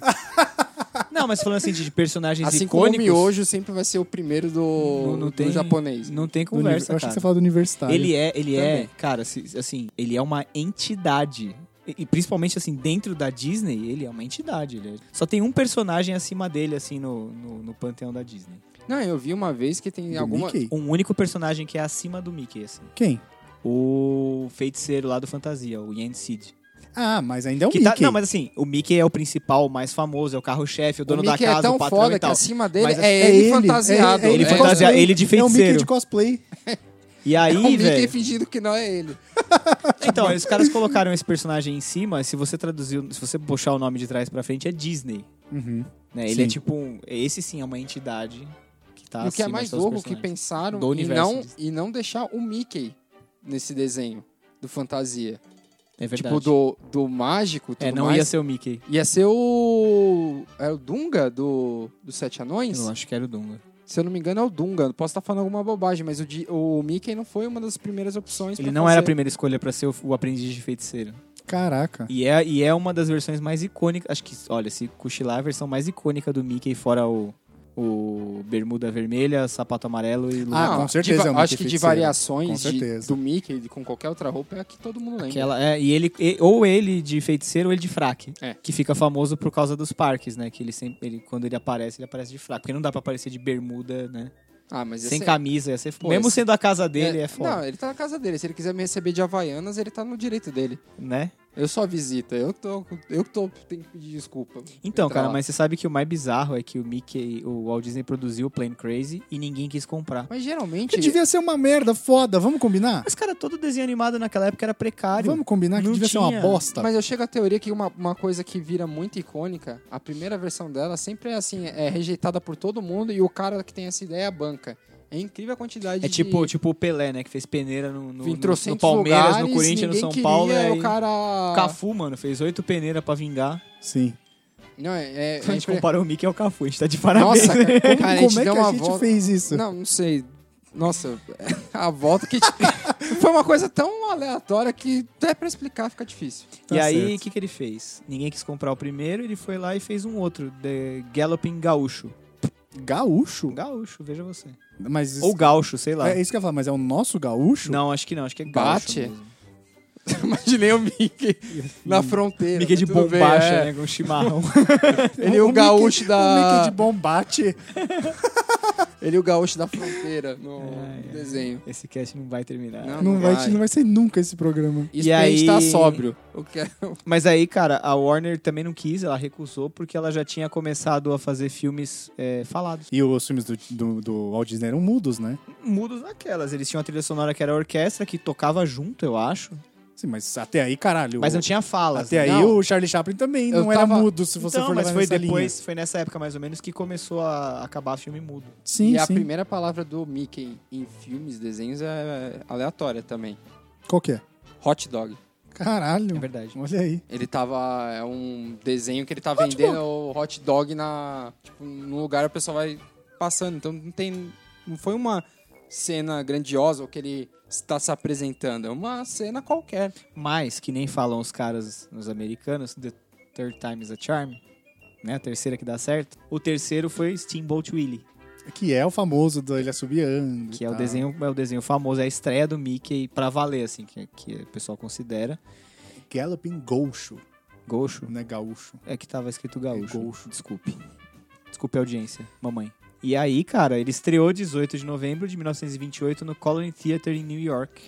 Speaker 2: Não, mas falando assim de de personagens
Speaker 3: Assim como o
Speaker 2: icônicos.
Speaker 3: miojo sempre vai ser o primeiro do,
Speaker 2: Não- não
Speaker 3: do
Speaker 2: tem-
Speaker 3: japonês.
Speaker 2: Não tem
Speaker 1: Do univer-
Speaker 2: conversa,
Speaker 1: Eu achei que você
Speaker 2: cara.
Speaker 1: falou do universitário.
Speaker 2: Ele é, ele é,
Speaker 3: Também.
Speaker 2: cara, se- assim, ele é uma entidade. E, e principalmente, assim, dentro da Disney, ele é uma entidade. ele é- Só tem um personagem acima dele, assim, no, no, no panteão da Disney.
Speaker 3: Não, eu vi uma vez que tem
Speaker 1: Do
Speaker 3: alguma...
Speaker 1: Mickey?
Speaker 2: Um único personagem que é acima do Mickey, assim.
Speaker 1: Quem?
Speaker 2: O feiticeiro lá do Fantasia, o Yen Sid.
Speaker 1: Ah, mas ainda é o
Speaker 2: que
Speaker 1: Mickey.
Speaker 2: tá- não, mas assim, o Mickey é o principal, o mais famoso, é o carro-chefe, o dono
Speaker 3: o
Speaker 2: da
Speaker 3: Mickey
Speaker 2: casa,
Speaker 3: é tão
Speaker 2: o patrão
Speaker 3: foda
Speaker 2: e tal.
Speaker 3: que acima dele
Speaker 2: Mas
Speaker 3: é,
Speaker 1: É
Speaker 3: ele fantasiado.
Speaker 1: é
Speaker 2: ele
Speaker 3: é,
Speaker 2: fantasiado.
Speaker 1: cosplay.
Speaker 2: ele de
Speaker 1: É o Mickey
Speaker 2: feiticeiro.
Speaker 1: de cosplay.
Speaker 2: E
Speaker 3: É
Speaker 2: aí,
Speaker 3: o Mickey *laughs*
Speaker 2: velho.
Speaker 3: fingindo que não é ele.
Speaker 2: Então, os caras colocaram esse personagem em cima, se você traduzir, se você puxar o nome de trás pra frente, é Disney.
Speaker 1: Uhum.
Speaker 2: né? Ele
Speaker 1: Sim.
Speaker 2: é tipo um, esse sim é uma entidade que tá
Speaker 3: e o que é
Speaker 2: acima
Speaker 3: mais
Speaker 2: de todos
Speaker 3: louco
Speaker 2: os
Speaker 3: que
Speaker 2: personagens.
Speaker 3: pensaram
Speaker 2: Do
Speaker 3: e
Speaker 2: universo
Speaker 3: não,
Speaker 2: Disney.
Speaker 3: e não deixar o Mickey nesse desenho do fantasia.
Speaker 2: é verdade.
Speaker 3: Tipo, do, do mágico e tudo
Speaker 2: é, não
Speaker 3: mais.
Speaker 2: ia ser o Mickey.
Speaker 3: Ia ser o... É o Dunga do, do Sete Anões?
Speaker 2: Eu acho que era o Dunga.
Speaker 3: Se eu não me engano, é o Dunga. Posso estar falando alguma bobagem, mas o, Di- o Mickey não foi uma das primeiras opções.
Speaker 2: Ele
Speaker 3: pra
Speaker 2: não
Speaker 3: fazer.
Speaker 2: era a primeira escolha pra ser o, o aprendiz de feiticeiro.
Speaker 1: Caraca.
Speaker 2: E é, e é uma das versões mais icônicas. Acho que, olha, se cochilar, é a versão mais icônica do Mickey, fora o, o Bermuda Vermelha, Sapato Amarelo e Lua.
Speaker 1: Ah,
Speaker 3: Não,
Speaker 1: com certeza
Speaker 3: de
Speaker 1: é
Speaker 3: va-
Speaker 1: o Mickey
Speaker 3: Acho que de
Speaker 2: né?
Speaker 1: feiticeiro. Com
Speaker 3: variações de-
Speaker 1: certeza.
Speaker 3: do Mickey de- com qualquer outra roupa é a que todo mundo lembra.
Speaker 2: Aquela, é, e ele, e- ou ele de feiticeiro ou ele de fraque.
Speaker 3: É.
Speaker 2: Que fica famoso por causa dos parques, né? Que ele sempre. ele- quando ele aparece, ele aparece de fraque. Porque não dá pra aparecer de bermuda, né?
Speaker 3: Ah, mas
Speaker 2: Sem
Speaker 3: esse-
Speaker 2: camisa, ia ser
Speaker 3: Pô,
Speaker 2: Mesmo
Speaker 3: esse-
Speaker 2: sendo a casa dele, é, foda,
Speaker 3: Não, ele tá na casa dele. Se ele quiser me receber de Havaianas, ele tá no direito dele.
Speaker 2: né?
Speaker 3: Eu só visita. Eu tô. Eu tô. Tenho que pedir desculpa.
Speaker 2: Então,
Speaker 3: Entra
Speaker 2: cara,
Speaker 3: lá.
Speaker 2: mas você sabe que o mais bizarro é que o Mickey, o Walt Disney produziu o Plane Crazy e ninguém quis comprar.
Speaker 3: Mas
Speaker 1: Que
Speaker 3: geralmente.
Speaker 1: devia ser uma merda foda. Vamos combinar?
Speaker 2: Mas, cara, todo desenho animado naquela época era precário.
Speaker 1: Vamos combinar que
Speaker 2: Não
Speaker 1: devia ser uma
Speaker 2: tinha.
Speaker 1: bosta.
Speaker 3: Mas eu chego à teoria que uma, uma coisa que vira muito icônica, a primeira versão dela sempre é assim, é rejeitada por todo mundo e o cara que tem essa ideia banca. É incrível a quantidade
Speaker 2: É
Speaker 3: de.
Speaker 2: tipo, tipo o Pelé, né? Que fez peneira no, no,
Speaker 3: Em
Speaker 2: no- no
Speaker 3: trocentos
Speaker 2: Palmeiras,
Speaker 3: lugares,
Speaker 2: no Corinthians, no
Speaker 3: ninguém
Speaker 2: São
Speaker 3: queria, é
Speaker 2: Paulo. E aí...
Speaker 3: o cara...
Speaker 2: Cafu, mano, fez oito peneiras pra vingar.
Speaker 1: Sim.
Speaker 3: Não, é... é-
Speaker 2: *laughs*
Speaker 3: é
Speaker 2: a gente
Speaker 3: impre-
Speaker 2: *laughs* comparou o Mickey ao Cafu, a gente tá de parabéns.
Speaker 3: Nossa,
Speaker 2: né?
Speaker 3: *laughs* cara, cara, a gente
Speaker 1: Como é
Speaker 3: deu
Speaker 1: que
Speaker 3: uma
Speaker 1: a gente
Speaker 3: volta...
Speaker 1: fez isso?
Speaker 3: Não, não sei. Nossa, *laughs* a volta que. te- *laughs* Foi uma coisa tão aleatória que até pra explicar fica difícil.
Speaker 1: Tá
Speaker 2: e aí,
Speaker 1: certo.
Speaker 2: o que, que ele fez? Ninguém quis comprar o primeiro, ele foi lá e fez um outro, The Galloping Gaúcho.
Speaker 1: Gaúcho?
Speaker 2: Gaúcho, veja você.
Speaker 1: Mas isso-
Speaker 2: Ou Gaúcho, sei lá.
Speaker 1: é isso que eu ia falar, mas é o nosso gaúcho?
Speaker 2: Não, acho que não, acho que é
Speaker 3: Bate?
Speaker 2: Gaúcho. mesmo.
Speaker 3: *laughs* Imaginei o Mickey na fronteira.
Speaker 2: Mickey de
Speaker 3: mas tudo bem,
Speaker 2: bombacha,
Speaker 3: é.
Speaker 2: né? Com chimarrão.
Speaker 3: Ele é o,
Speaker 1: Mickey-
Speaker 3: gaúcho
Speaker 1: O
Speaker 3: da.
Speaker 1: Mickey de Bombate.
Speaker 3: Ele é o gaúcho da fronteira no
Speaker 2: É, é.
Speaker 3: desenho.
Speaker 2: *laughs* Esse cast não vai terminar.
Speaker 3: Não.
Speaker 1: Não vai,
Speaker 3: vai.
Speaker 1: não vai ser nunca esse programa.
Speaker 3: Isso
Speaker 2: E
Speaker 3: porque a gente tá
Speaker 2: aí-
Speaker 3: sóbrio. O que é-
Speaker 2: Mas aí, cara, a Warner também não quis, ela recusou porque ela já tinha começado a fazer filmes é, falados.
Speaker 1: E os filmes do, do, do Walt Disney eram mudos, né?
Speaker 2: Mudos naquelas. Eles tinham a trilha sonora que era a orquestra, que tocava junto, eu acho.
Speaker 1: Sim, mas até aí, caralho.
Speaker 2: Mas não tinha falas. assim,
Speaker 1: Até aí
Speaker 3: Não.
Speaker 1: o Charlie Chaplin também
Speaker 3: Eu
Speaker 1: não era
Speaker 3: tava-
Speaker 1: mudo, se você
Speaker 2: então,
Speaker 1: for levar
Speaker 2: mas foi
Speaker 1: nessa
Speaker 2: depois,
Speaker 1: linha.
Speaker 2: foi nessa época mais ou menos que começou a acabar filme mudo.
Speaker 1: Sim,
Speaker 3: e a
Speaker 1: sim.
Speaker 3: primeira palavra do Mickey em filmes, desenhos é aleatória também.
Speaker 1: Qual que é?
Speaker 3: Hot dog.
Speaker 1: Caralho.
Speaker 2: É verdade.
Speaker 1: Olha aí.
Speaker 3: Ele tava. É um desenho que ele tá vendendo o hot dog na. Tipo, num lugar o pessoal vai passando. Então não tem. Não foi uma cena grandiosa ou que ele está se apresentando. É uma cena qualquer.
Speaker 2: Mas, que nem falam os caras, os americanos, The Third Time is a Charm, né? A terceira que dá certo. O terceiro foi Steamboat Willie,
Speaker 1: Que é o famoso da Ilha Subiando. e
Speaker 2: que é o,
Speaker 1: tal.
Speaker 2: desenho, é o desenho famoso, é a estreia do Mickey pra valer, assim, que, que o pessoal considera.
Speaker 1: Galloping Gaucho,
Speaker 2: Gaucho.
Speaker 1: né? Gaúcho.
Speaker 2: É que tava escrito gaúcho.
Speaker 1: É
Speaker 2: gaúcho. Desculpe. Desculpe a audiência, mamãe. E aí, cara, ele estreou 18 de novembro de 1928 no Colony Theatre em New York.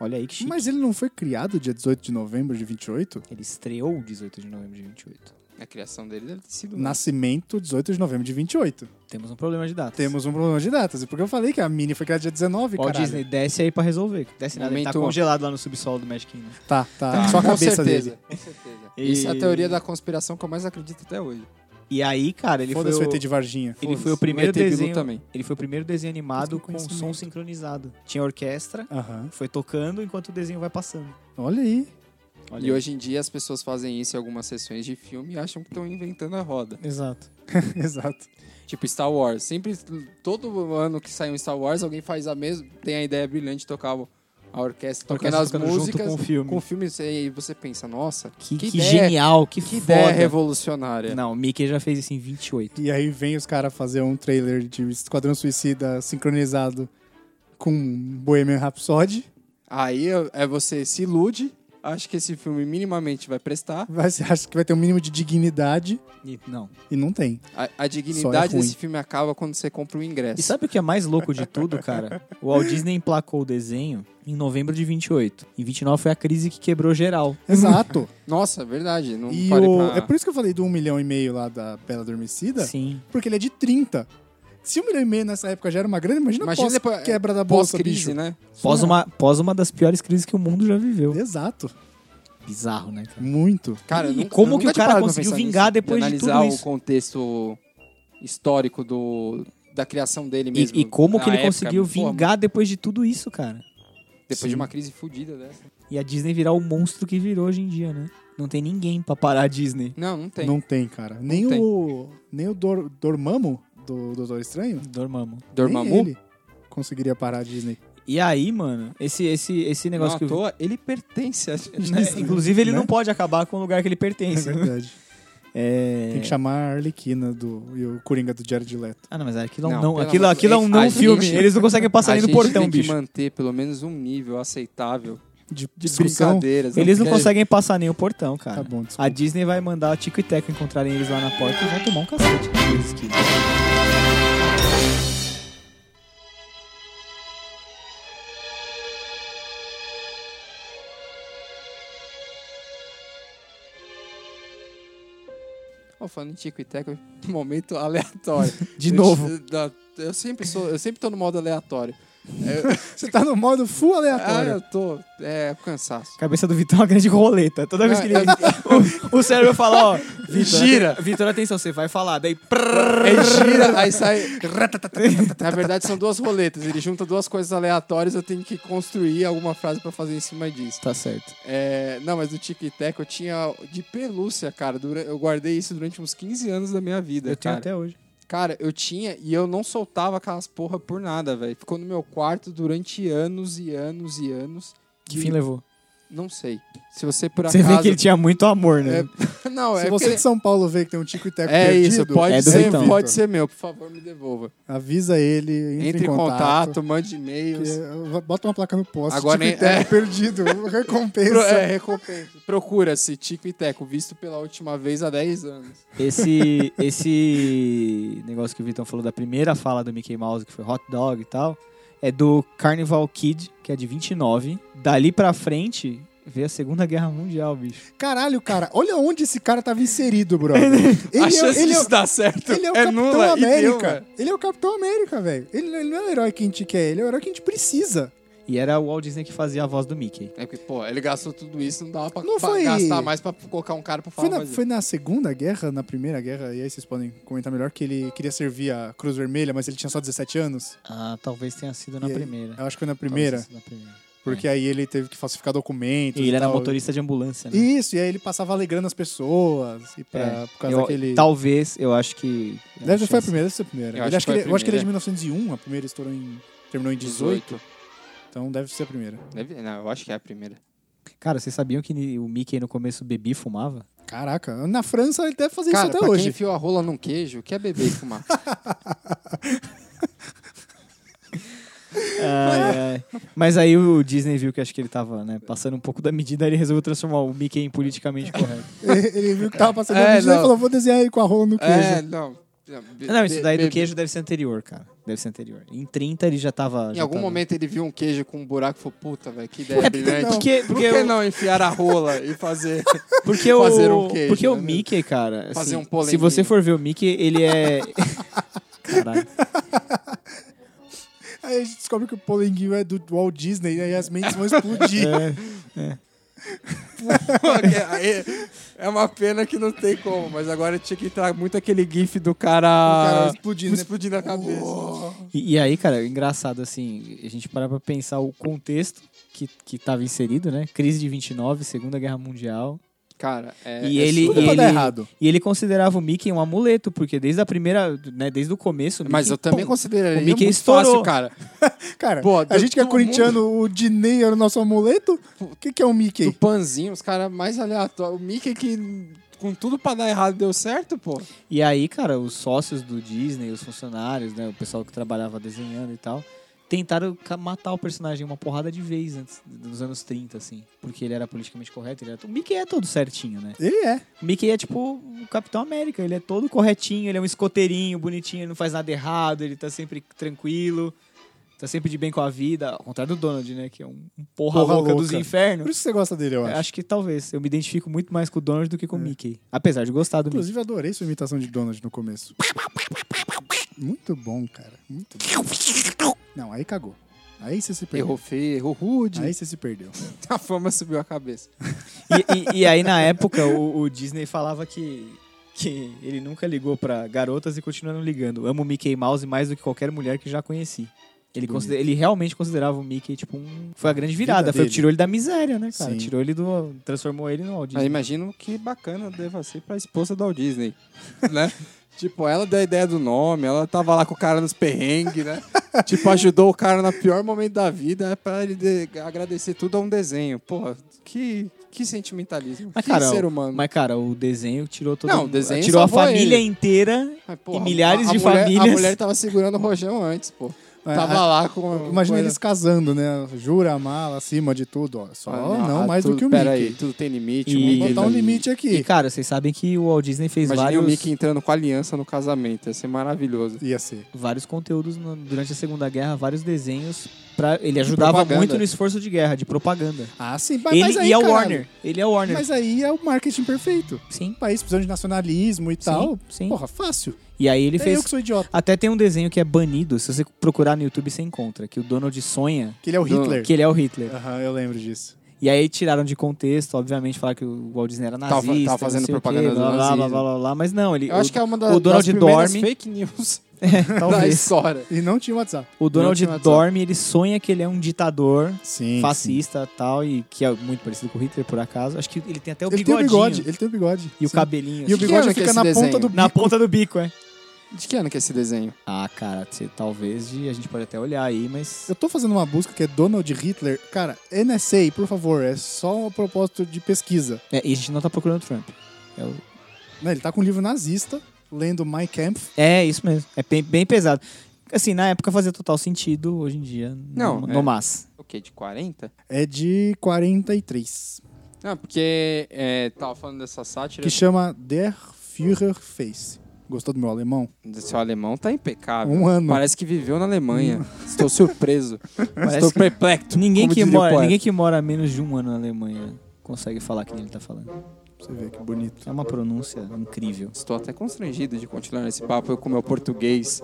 Speaker 2: Olha aí que chique.
Speaker 1: Mas ele não foi criado dia 18 de novembro de 28?
Speaker 2: Ele estreou 18 de novembro de 28.
Speaker 3: A criação dele deve ter sido.
Speaker 1: Nascimento 18 de novembro de 28.
Speaker 2: Temos um problema de datas.
Speaker 1: Temos um problema de datas. E Porque eu falei que a Mini foi criada dia 19,
Speaker 2: Walt
Speaker 1: cara.
Speaker 2: Disney, desce aí pra resolver. Desce nada, ele tá
Speaker 3: Momento-
Speaker 2: congelado lá no subsolo do Magic Kingdom.
Speaker 1: Tá, tá.
Speaker 3: Ah,
Speaker 1: Só a
Speaker 3: com
Speaker 1: cabeça
Speaker 3: certeza,
Speaker 1: dele.
Speaker 3: Com certeza.
Speaker 2: E-
Speaker 3: Essa é a teoria da conspiração que eu mais acredito até hoje.
Speaker 2: E aí, cara, ele foi,
Speaker 1: Foda-se o ET
Speaker 2: o...
Speaker 1: de Varginha.
Speaker 2: ele
Speaker 3: Foda-se.
Speaker 2: foi o primeiro
Speaker 3: ET Bilu
Speaker 2: desenho...
Speaker 3: também.
Speaker 2: Ele foi o primeiro desenho animado
Speaker 1: Busca
Speaker 2: com som
Speaker 1: conhecimento.
Speaker 2: sincronizado. Tinha orquestra,
Speaker 1: Aham.
Speaker 2: foi tocando enquanto o desenho vai passando.
Speaker 1: Olha aí.
Speaker 2: Olha
Speaker 3: E
Speaker 2: aí.
Speaker 3: hoje em dia as pessoas fazem isso em algumas sessões de filme e acham que estão inventando a roda.
Speaker 2: Exato.
Speaker 1: *laughs* Exato.
Speaker 3: Tipo Star Wars. Sempre, todo ano que sai um Star Wars, alguém faz a mesma. Tem a ideia brilhante de tocar o- a orquestra tá tocando
Speaker 2: Orquestra
Speaker 3: as
Speaker 2: tocando junto
Speaker 3: músicas.
Speaker 2: com o filme.
Speaker 3: Com o filme, você- e aí você pensa, nossa,
Speaker 2: Que, que
Speaker 3: ideia,
Speaker 2: genial, que,
Speaker 3: que
Speaker 2: foda.
Speaker 3: ideia revolucionária.
Speaker 2: Não, o Mickey já fez isso em 28.
Speaker 1: E aí vem os caras fazer um trailer de Esquadrão Suicida sincronizado com Bohemian Rhapsody.
Speaker 3: Aí é você se ilude, acha que esse filme minimamente vai prestar.
Speaker 1: Vai, ser- acho que vai ter um mínimo de dignidade
Speaker 2: E- não.
Speaker 1: e não
Speaker 3: *laughs*
Speaker 1: tem.
Speaker 3: A, a dignidade
Speaker 1: ruim.
Speaker 3: desse filme acaba quando você compra o ingresso.
Speaker 2: E sabe o que é mais louco de tudo, cara? O Walt Disney emplacou o desenho em novembro de 28. Em 29 foi a crise que quebrou geral.
Speaker 1: Exato.
Speaker 3: Nossa, é verdade. Não
Speaker 1: e
Speaker 3: parei
Speaker 1: o-
Speaker 3: pra...
Speaker 1: é por isso que eu falei do 1 milhão e meio lá da Bela Adormecida,
Speaker 2: Sim.
Speaker 1: porque ele é de 30. Se 1 milhão e meio nessa época já era uma grande, imagina,
Speaker 3: Imagina
Speaker 1: pós
Speaker 3: depois-
Speaker 1: quebra da bolsa,
Speaker 3: Pós-crise,
Speaker 1: bicho.
Speaker 3: né?
Speaker 2: Pós uma, pós uma das piores crises que o mundo já viveu.
Speaker 1: Exato.
Speaker 2: Bizarro, né, cara?
Speaker 1: Muito.
Speaker 3: Cara, eu
Speaker 2: E
Speaker 3: nunca-
Speaker 2: como
Speaker 3: eu
Speaker 2: que
Speaker 3: nunca
Speaker 2: o
Speaker 3: tinha
Speaker 2: cara
Speaker 3: parado pra
Speaker 2: conseguiu
Speaker 3: pensar
Speaker 2: vingar
Speaker 3: nisso,
Speaker 2: depois de
Speaker 3: analisar
Speaker 2: tudo isso?
Speaker 3: o contexto histórico do, da criação dele
Speaker 2: E,
Speaker 3: mesmo.
Speaker 2: e como que
Speaker 3: na
Speaker 2: ele
Speaker 3: época,
Speaker 2: conseguiu
Speaker 3: pô,
Speaker 2: vingar depois de tudo isso, cara?
Speaker 3: Depois
Speaker 1: Sim.
Speaker 3: de uma crise fodida dessa.
Speaker 2: E a Disney virar o monstro que virou hoje em dia, né? Não tem ninguém pra parar a Disney.
Speaker 3: Não, não tem.
Speaker 1: Não tem, cara. Nem
Speaker 3: tem.
Speaker 1: o. Nem o Dor- Dormammu do Doutor Estranho.
Speaker 2: Dormamos.
Speaker 1: Nem
Speaker 3: Dormammu?
Speaker 1: ele conseguiria parar a Disney.
Speaker 2: E aí, mano, esse, esse, esse
Speaker 3: Não,
Speaker 2: negócio
Speaker 3: à
Speaker 2: que eu vi-
Speaker 3: toa, ele pertence a
Speaker 2: *laughs*
Speaker 3: gente. *laughs*
Speaker 2: Né? Inclusive, ele
Speaker 1: né?
Speaker 2: não pode acabar com o lugar que ele
Speaker 1: É
Speaker 2: pertence. né?
Speaker 1: verdade.
Speaker 2: É...
Speaker 1: Tem que chamar a Arlequina do, e o Coringa do Jared Leto.
Speaker 2: Ah, não, mas aquilo é um
Speaker 3: Não,
Speaker 2: não.
Speaker 3: pelo
Speaker 2: Aquilo,
Speaker 3: amor de
Speaker 2: aquilo é um
Speaker 3: Deus.
Speaker 2: não
Speaker 3: A
Speaker 2: filme.
Speaker 3: gente-
Speaker 2: Eles não conseguem passar
Speaker 3: a
Speaker 2: nem do
Speaker 3: gente
Speaker 2: portão,
Speaker 3: tem que
Speaker 2: bicho.
Speaker 3: manter pelo menos um nível aceitável
Speaker 1: De,
Speaker 3: de
Speaker 1: discussão.
Speaker 3: brincadeiras.
Speaker 2: Eles não
Speaker 3: porque-
Speaker 2: conseguem passar nem o portão,
Speaker 1: Tá
Speaker 2: cara.
Speaker 1: bom,
Speaker 2: A
Speaker 1: desculpa.
Speaker 2: Disney vai mandar Tico e Teco encontrarem eles lá na porta e vão tomar um cacete. Eles que-
Speaker 3: Ó, falando em Tico e Teco, momento aleatório.
Speaker 2: *laughs* De
Speaker 3: Eu-
Speaker 2: novo.
Speaker 3: da- Eu, sempre sou, eu sempre tô no modo aleatório.
Speaker 1: Você tá no modo full
Speaker 3: Ah,
Speaker 1: aleatório.
Speaker 3: eu tô. É, cansaço.
Speaker 2: Cabeça do Vitor é uma grande roleta. Toda vez que ele. *laughs* o, o cérebro fala, ó. Vitor,
Speaker 3: é Gira.
Speaker 2: Vitor, atenção, você vai falar. Daí. prrr,
Speaker 3: Aí É gira, aí sai.
Speaker 2: *laughs*
Speaker 3: Na verdade, são duas roletas. Ele junta duas coisas aleatórias. Eu tenho que construir alguma frase pra fazer em cima disso.
Speaker 2: Tá certo.
Speaker 3: É, não, mas do Tic e Teco eu tinha de pelúcia, cara. dura- Eu guardei isso durante uns 15 anos da minha vida.
Speaker 2: Eu tenho
Speaker 3: cara.
Speaker 2: até hoje.
Speaker 3: Cara, eu tinha e eu não soltava aquelas porra por nada, velho. Ficou no meu quarto durante anos e anos e anos.
Speaker 2: Que fim levou?
Speaker 3: Não sei. Se você por
Speaker 2: Você
Speaker 3: acaso.
Speaker 2: vê que ele tinha muito amor, né?
Speaker 3: *laughs* Não,
Speaker 1: Se
Speaker 3: é
Speaker 1: você
Speaker 3: porque-
Speaker 1: de São Paulo vê que tem um Tico e Teco
Speaker 3: É
Speaker 1: perdido,
Speaker 3: isso, pode
Speaker 2: É do
Speaker 3: ser,
Speaker 2: Vitão.
Speaker 1: Vitor.
Speaker 3: pode ser meu. Por favor, me devolva.
Speaker 1: Avisa ele, entra,
Speaker 3: Entre em contato, mande e-mails.
Speaker 1: que- bota uma placa no poste,
Speaker 3: Agora
Speaker 1: Tico e
Speaker 3: nem- é.
Speaker 1: Teco
Speaker 3: *laughs*
Speaker 1: perdido, recompensa.
Speaker 3: Pro- é, recompensa. Procura-se Tico e Teco, visto pela última vez há 10 anos.
Speaker 2: Esse, esse negócio que o Vitão falou da primeira fala do Mickey Mouse, que foi hot dog e tal, é do Carnival Kid, que é de 29. Dali pra frente, vê a Segunda Guerra Mundial, bicho.
Speaker 1: Caralho, cara, olha onde esse cara tava inserido,
Speaker 3: *laughs*
Speaker 1: brother. Ele,
Speaker 3: a chance
Speaker 1: é, ele, é-
Speaker 3: disso dar certo
Speaker 1: ele é o
Speaker 3: é
Speaker 1: Capitão
Speaker 3: nula e deu,
Speaker 1: América.
Speaker 3: velho.
Speaker 1: ele é o Capitão América, velho. Ele, ele não é o herói que a gente quer, ele é o herói que a gente precisa.
Speaker 2: E era o Walt Disney que fazia a voz do Mickey.
Speaker 3: É porque, pô, ele gastou tudo isso, não dava pra,
Speaker 1: Não
Speaker 3: pra
Speaker 1: foi-
Speaker 3: gastar mais pra colocar um cara pra falar
Speaker 1: Foi na,
Speaker 3: mais.
Speaker 1: foi na Segunda Guerra, na Primeira Guerra, e aí vocês podem comentar melhor, que ele queria servir a Cruz Vermelha, mas ele tinha só 17 anos.
Speaker 2: Ah, talvez tenha sido na
Speaker 1: E aí?
Speaker 2: primeira.
Speaker 1: Eu acho que foi na primeira,
Speaker 2: Talvez tenha sido na primeira.
Speaker 1: porque aí ele teve que falsificar documentos.
Speaker 2: E ele era
Speaker 1: tal.
Speaker 2: motorista de ambulância, né?
Speaker 1: Isso, e aí ele passava alegrando as pessoas, e pra,
Speaker 2: É,
Speaker 1: por causa
Speaker 2: Eu-
Speaker 1: daquele...
Speaker 2: Talvez, eu acho que.
Speaker 1: Deve
Speaker 2: Não,
Speaker 1: ser foi a
Speaker 2: chance.
Speaker 1: primeira, deve ser a primeira.
Speaker 3: Eu
Speaker 1: Ele
Speaker 3: acho
Speaker 1: acho que
Speaker 3: que foi
Speaker 1: ele-
Speaker 3: a
Speaker 1: eu acho que ele é de
Speaker 3: primeira.
Speaker 1: 1901, a primeira estourou em... Terminou em 18, então deve ser a primeira.
Speaker 3: Deve- Não, eu acho que é a primeira.
Speaker 2: Cara, vocês sabiam que o Mickey no começo bebia e fumava?
Speaker 1: Caraca, na França ele deve fazer
Speaker 3: Cara,
Speaker 1: isso
Speaker 3: pra
Speaker 1: até
Speaker 3: quem
Speaker 1: hoje.
Speaker 3: enfiou a rola num queijo, quer beber e fumar. *laughs*
Speaker 2: Ai, ai. Mas aí o Disney viu que acho que ele tava, né, passando um pouco da medida, ele resolveu transformar o Mickey em politicamente correto.
Speaker 1: *laughs* ele viu que tava passando
Speaker 3: *laughs* É,
Speaker 1: a medida e
Speaker 3: não.
Speaker 1: falou, vou desenhar ele com a rola no queijo.
Speaker 3: é, não. Be-
Speaker 2: *laughs* Ah, Não, isso daí
Speaker 3: be-
Speaker 2: do queijo deve ser anterior, cara. Deve ser anterior. Em 30 ele já tava.
Speaker 3: Em
Speaker 2: já
Speaker 3: algum
Speaker 2: tava-
Speaker 3: momento ele viu um queijo com um buraco e falou, puta, velho,
Speaker 1: *laughs*
Speaker 3: que ideia
Speaker 2: É
Speaker 3: brilhante.
Speaker 2: porque,
Speaker 3: Por
Speaker 2: porque,
Speaker 3: que
Speaker 2: o-
Speaker 3: não enfiar a rola
Speaker 1: *laughs*
Speaker 3: e fazer...
Speaker 2: porque o,
Speaker 3: Fazer um queijo,
Speaker 2: porque o
Speaker 3: né?
Speaker 2: Mickey, cara. assim,
Speaker 3: Fazer um polenguinho.
Speaker 2: se você for ver o Mickey, ele
Speaker 3: *laughs*
Speaker 2: é. Caralho.
Speaker 1: Aí a gente descobre que o polenguinho é do Walt Disney, né? E as mentes vão
Speaker 3: *laughs*
Speaker 1: explodir.
Speaker 3: É- é uma pena que não tem como, mas agora tinha que entrar muito aquele gif do cara,
Speaker 1: O cara
Speaker 2: Ah,
Speaker 1: explodindo, né?
Speaker 3: explodindo a cabeça.
Speaker 2: E, e aí, cara, engraçado assim, a gente parar pra pensar o contexto que, que tava inserido, né? Crise de 29, Segunda Guerra Mundial.
Speaker 3: Cara, é,
Speaker 2: E
Speaker 3: é
Speaker 2: ele-
Speaker 1: Tudo
Speaker 3: surreal.
Speaker 1: pra
Speaker 2: ele-
Speaker 1: dar errado.
Speaker 2: E ele considerava o Mickey um amuleto, porque desde a primeira, né, desde o começo... o
Speaker 3: Mas
Speaker 2: Mickey,
Speaker 3: eu também
Speaker 2: pum,
Speaker 3: consideraria
Speaker 2: o Mickey
Speaker 3: muito
Speaker 2: estourou.
Speaker 3: fácil, cara.
Speaker 1: Cara,
Speaker 3: Pô,
Speaker 1: a
Speaker 3: deu
Speaker 1: gente que é
Speaker 3: todo
Speaker 1: corintiano, o Diney era o nosso amuleto? O que, que é o
Speaker 3: Do
Speaker 1: Mickey?
Speaker 3: Panzinho, os caras mais aleatórios. O Mickey que com tudo pra dar errado deu certo, pô.
Speaker 2: E aí, cara, os sócios do Disney, os funcionários, né, o pessoal que trabalhava desenhando e tal, tentaram ca- matar o personagem uma porrada de vez antes, nos anos 30, assim. Porque ele era politicamente correto, ele era... O Mickey é todo certinho, né?
Speaker 1: Ele é.
Speaker 2: O Mickey é tipo o Capitão América, ele é todo corretinho, ele é um escoteirinho, bonitinho, ele não faz nada errado, ele tá sempre tranquilo, tá sempre de bem com a vida, ao contrário do Donald, né, que é um um porra,
Speaker 1: Porra
Speaker 2: louca, dos
Speaker 1: louca.
Speaker 2: infernos.
Speaker 1: Por isso que você gosta dele, eu
Speaker 3: É,
Speaker 1: acho.
Speaker 2: Acho. que talvez. Eu me identifico muito mais com o Donald do que com o Mickey. Apesar de gostar do Mickey.
Speaker 1: Inclusive, adorei sua imitação de Donald no começo. Muito bom, cara. Muito bom. Não, aí cagou. Aí você se perdeu.
Speaker 3: Errou feio, errou rude.
Speaker 1: Aí você se perdeu.
Speaker 3: *laughs* A fama subiu a cabeça.
Speaker 2: E, e- e aí, na época, o, o Disney falava que, que ele nunca ligou pra garotas e continua não ligando. Amo o Mickey Mouse mais do que qualquer mulher que já conheci. Ele,
Speaker 1: Bonito.
Speaker 2: considera- ele realmente considerava o Mickey, tipo, um. Foi a grande
Speaker 1: Vida
Speaker 2: virada. foi o que
Speaker 1: dele.
Speaker 2: tirou ele da miséria, né, cara?
Speaker 1: Sim.
Speaker 2: Tirou ele do. Transformou ele no Walt
Speaker 3: Aí
Speaker 2: Disney.
Speaker 3: imagino que bacana deva ser pra esposa do
Speaker 1: *laughs*
Speaker 3: Walt Disney, né? *laughs* tipo, ela deu a ideia do nome, ela tava lá com o cara nos
Speaker 1: *laughs*
Speaker 3: perrengues, né? tipo, ajudou o cara no pior momento da vida né, pra ele de- agradecer tudo a um desenho. Porra, que, que sentimentalismo.
Speaker 2: Mas,
Speaker 3: que
Speaker 2: cara,
Speaker 3: ser
Speaker 2: o-
Speaker 3: humano.
Speaker 2: Mas, cara, o desenho tirou todo
Speaker 3: Não, o
Speaker 2: mundo-
Speaker 3: desenho
Speaker 2: Tirou a
Speaker 3: salvou
Speaker 2: família
Speaker 3: ele.
Speaker 2: inteira.
Speaker 3: Mas, porra,
Speaker 2: e milhares de
Speaker 3: mulher-
Speaker 2: famílias.
Speaker 3: A mulher tava segurando o rojão antes, pô.
Speaker 1: É,
Speaker 3: Tava
Speaker 1: a-
Speaker 3: lá com.
Speaker 1: Imagina
Speaker 3: com
Speaker 1: eles casando, né? Jura, mala, acima de tudo. Ó. Só
Speaker 3: Ah,
Speaker 1: não,
Speaker 3: ah,
Speaker 1: mais
Speaker 3: tudo-
Speaker 1: do que o Mickey.
Speaker 3: pera aí, tudo tem limite.
Speaker 2: E-
Speaker 3: o
Speaker 1: Vamos
Speaker 3: Mickey
Speaker 1: botar
Speaker 3: tá-
Speaker 1: um limite aqui.
Speaker 2: E, cara, vocês sabem que o Walt Disney fez
Speaker 3: Imagina
Speaker 2: vários.
Speaker 3: o Mickey entrando com a aliança no casamento. Ia ser maravilhoso.
Speaker 1: Ia ser.
Speaker 2: vários conteúdos no- durante a Segunda Guerra, vários desenhos. Pra, ele ajudava
Speaker 3: propaganda.
Speaker 2: muito no esforço de guerra, de propaganda.
Speaker 1: Ah, sim. Mas,
Speaker 2: ele
Speaker 1: mas aí,
Speaker 2: e a
Speaker 1: caralho,
Speaker 2: Warner. Ele é a Warner.
Speaker 1: Mas aí é o marketing perfeito.
Speaker 2: Sim,
Speaker 1: Um país precisando de nacionalismo e tal.
Speaker 2: sim.
Speaker 1: tá, Porra, fácil.
Speaker 2: E aí ele
Speaker 1: É
Speaker 2: fez.
Speaker 1: eu que sou idiota.
Speaker 2: Até tem um desenho que é banido. Se você procurar no YouTube, você encontra. Que o Donald sonha
Speaker 1: Que ele é o
Speaker 3: Não,
Speaker 1: Hitler.
Speaker 2: que ele é o Hitler.
Speaker 1: Aham, eu lembro disso.
Speaker 2: E aí tiraram de contexto, obviamente, falar que o Walt Disney era
Speaker 3: Tava-
Speaker 2: nazista.
Speaker 3: tava fazendo
Speaker 2: não sei o quê,
Speaker 3: propaganda do
Speaker 2: blá, blá, blá,
Speaker 3: nazismo.
Speaker 2: blá, blá, blá. Mas não, ele.
Speaker 3: Eu acho que é uma da-
Speaker 2: o Donald
Speaker 3: das primeiras
Speaker 2: dorme.
Speaker 3: fake news *laughs* da
Speaker 2: talvez.
Speaker 3: história.
Speaker 1: E não tinha WhatsApp.
Speaker 2: O Donald
Speaker 3: tinha WhatsApp.
Speaker 2: dorme, ele sonha que ele é um ditador.
Speaker 1: é Sim.
Speaker 2: fascista e tal, e que é muito parecido com o Hitler, por acaso. Acho que ele tem até o
Speaker 1: Ele tem o
Speaker 2: bigodinho.
Speaker 1: bigode. Ele tem o bigode.
Speaker 2: E o
Speaker 1: Sim. E
Speaker 2: cabelinho.
Speaker 1: o
Speaker 2: assim,
Speaker 3: Que
Speaker 1: bigode
Speaker 3: ano que
Speaker 1: fica
Speaker 3: esse
Speaker 1: na
Speaker 3: desenho?
Speaker 1: ponta do
Speaker 2: Na ponta do bico, é.
Speaker 3: De que ano que é esse desenho?
Speaker 2: Ah, cara, você- talvez de- a gente pode até olhar aí, mas.
Speaker 1: Eu tô fazendo uma busca que é Donald Hitler. Cara, NSA, por favor, é só um propósito de pesquisa.
Speaker 2: É, e a gente não tá procurando Trump. É, o-
Speaker 1: Né, Ele tá com um livro nazista, lendo My Kampf.
Speaker 2: É, isso mesmo. É bem, bem pesado. Assim, na época fazia total sentido, hoje em dia.
Speaker 3: Não,
Speaker 2: No,
Speaker 3: é.
Speaker 2: no mas.
Speaker 3: O quê? De 40?
Speaker 1: É de 43.
Speaker 3: Não, porque é, tava falando dessa sátira.
Speaker 1: Que chama Der Führer Face. Gostou do meu alemão?
Speaker 3: Seu alemão tá impecável.
Speaker 1: Um ano.
Speaker 3: Parece que viveu na Alemanha. *laughs* Estou surpreso. Estou
Speaker 2: Parece que
Speaker 3: perplexo.
Speaker 2: ninguém,
Speaker 3: como
Speaker 2: que
Speaker 3: diria o
Speaker 2: mora,
Speaker 3: poeta.
Speaker 2: ninguém que mora há menos de um ano na Alemanha consegue falar que nem ele tá falando.
Speaker 1: Você vê que bonito.
Speaker 2: É uma pronúncia incrível.
Speaker 3: Estou até constrangido de continuar nesse papo eu com meu português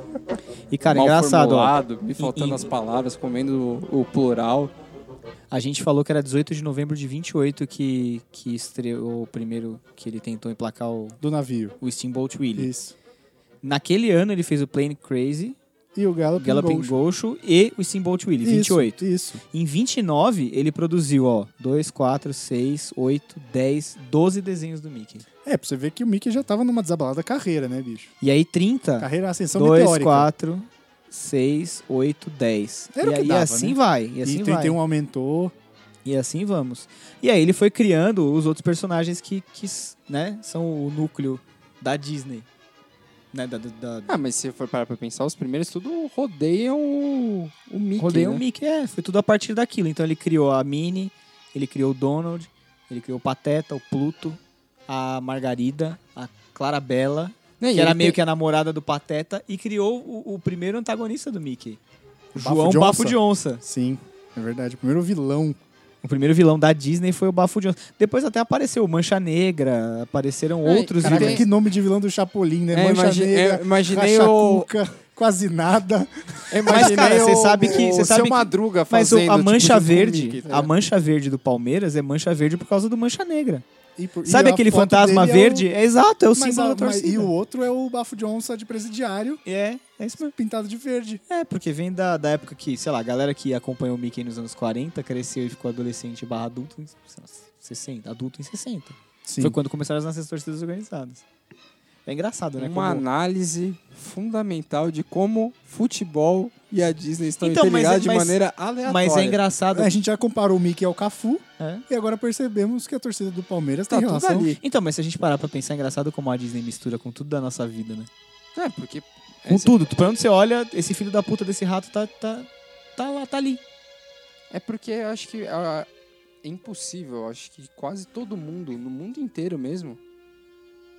Speaker 2: E, cara,
Speaker 3: mal
Speaker 2: engraçado, ó,
Speaker 3: formulado, me faltando
Speaker 2: E- e-
Speaker 3: as palavras, comendo o, o plural.
Speaker 2: a gente falou que era 18 de novembro de 28 que, que estreou o primeiro que ele tentou emplacar o,
Speaker 1: Do navio.
Speaker 2: o Steamboat Willie.
Speaker 1: Isso.
Speaker 2: Naquele ano ele fez o Plane Crazy,
Speaker 1: E o
Speaker 2: o
Speaker 1: Galloping,
Speaker 2: Galloping
Speaker 1: Gaucho.
Speaker 2: Gaucho e o Steamboat Willie,
Speaker 1: Isso,
Speaker 2: 28.
Speaker 1: Isso.
Speaker 2: Em 29, ele produziu, ó, 2, 4, 6, 8, 10, 12 desenhos do Mickey.
Speaker 1: É, pra você ver que o Mickey já tava numa desabalada carreira, né, bicho?
Speaker 2: E aí 30,
Speaker 1: Carreira ascensão
Speaker 2: 2,
Speaker 1: meteórica.
Speaker 2: 4, 6, 8, 10.
Speaker 1: Era o
Speaker 2: e
Speaker 1: que
Speaker 2: aí
Speaker 1: dava,
Speaker 2: assim
Speaker 1: né?
Speaker 2: vai, e assim
Speaker 1: e
Speaker 2: vai.
Speaker 1: 31 aumentou.
Speaker 2: E assim vamos. E aí ele foi criando os outros personagens que, que s- né, são o núcleo da Disney. Né, da, da, da...
Speaker 3: Ah, mas se for parar pra pensar, os primeiros tudo rodeiam o, o Mickey,
Speaker 2: Rodeiam
Speaker 3: né?
Speaker 2: o Mickey, é, foi tudo a partir daquilo. Então ele criou a Minnie, ele criou o Donald, ele criou o Pateta, o Pluto, a Margarida, a Clarabella,
Speaker 3: Né, e
Speaker 2: que era
Speaker 3: ele
Speaker 2: meio
Speaker 3: tem-
Speaker 2: que a namorada do Pateta, e criou o, o primeiro antagonista do Mickey.
Speaker 1: O Bafo
Speaker 2: João
Speaker 1: de
Speaker 2: Bafo
Speaker 1: Onça.
Speaker 2: de Onça.
Speaker 1: Sim, é verdade. O primeiro vilão.
Speaker 2: O primeiro vilão da Disney foi o Bafo de Onça. Depois até apareceu o Mancha Negra, apareceram
Speaker 3: É,
Speaker 2: outros
Speaker 3: caraca,
Speaker 1: Caraca,
Speaker 2: vilões.
Speaker 1: que nome de vilão do Chapolin, né?
Speaker 3: É,
Speaker 1: Mancha
Speaker 3: imagi-
Speaker 1: Negra,
Speaker 3: eu imaginei
Speaker 1: Racha
Speaker 3: o-
Speaker 1: Cuca, quase nada.
Speaker 2: *laughs*
Speaker 3: Eu
Speaker 2: Mas,
Speaker 3: imaginei
Speaker 2: cara, você
Speaker 3: o-
Speaker 2: sabe que-
Speaker 3: É
Speaker 2: você
Speaker 3: o seu
Speaker 2: sabe que-
Speaker 3: Madruga
Speaker 2: Mas o-
Speaker 3: fazendo,
Speaker 2: a
Speaker 3: tipo,
Speaker 2: mancha
Speaker 3: junto com o
Speaker 2: verde,
Speaker 3: Mickey, tá
Speaker 2: a
Speaker 3: ligado?
Speaker 2: mancha verde do Palmeiras é mancha verde por causa do mancha negra.
Speaker 1: E por- e
Speaker 2: Sabe
Speaker 1: a
Speaker 2: aquele
Speaker 1: foto
Speaker 2: fantasma
Speaker 1: dele é o-
Speaker 2: verde? É exato, é o
Speaker 1: Mas,
Speaker 2: símbolo
Speaker 1: a-
Speaker 2: da
Speaker 1: mas- e
Speaker 2: torcida.
Speaker 1: o outro é o bafo de onça de presidiário
Speaker 2: É, é isso mesmo.
Speaker 1: pintado de verde.
Speaker 2: É, porque vem da, da época que, sei lá, a galera que acompanhou o Mickey nos anos 40 cresceu e ficou adolescente barra adulto em sei lá, 60. Adulto em 60.
Speaker 1: Sim.
Speaker 2: Foi quando começaram as nossas torcidas organizadas. É engraçado, né?
Speaker 3: Uma
Speaker 2: como-
Speaker 3: análise fundamental de como futebol e a Disney estão
Speaker 2: Então, mas é-
Speaker 3: interligadas de
Speaker 2: mas-
Speaker 3: maneira aleatória.
Speaker 2: Mas é engraçado.
Speaker 1: A gente já comparou o Mickey ao Cafu
Speaker 2: É.
Speaker 1: e agora percebemos que a torcida do Palmeiras
Speaker 3: Tá
Speaker 1: tem
Speaker 3: tudo
Speaker 1: relação.
Speaker 3: ali.
Speaker 2: Então, mas se a gente parar pra pensar, é engraçado como a Disney mistura com tudo da nossa vida, né?
Speaker 3: É, porque...
Speaker 2: Com
Speaker 3: esse-
Speaker 2: tudo. Pra onde você olha, esse filho da puta desse rato tá, tá, tá lá, tá ali.
Speaker 3: É porque eu acho que ah, é impossível. eu Acho que quase todo mundo, no mundo inteiro mesmo,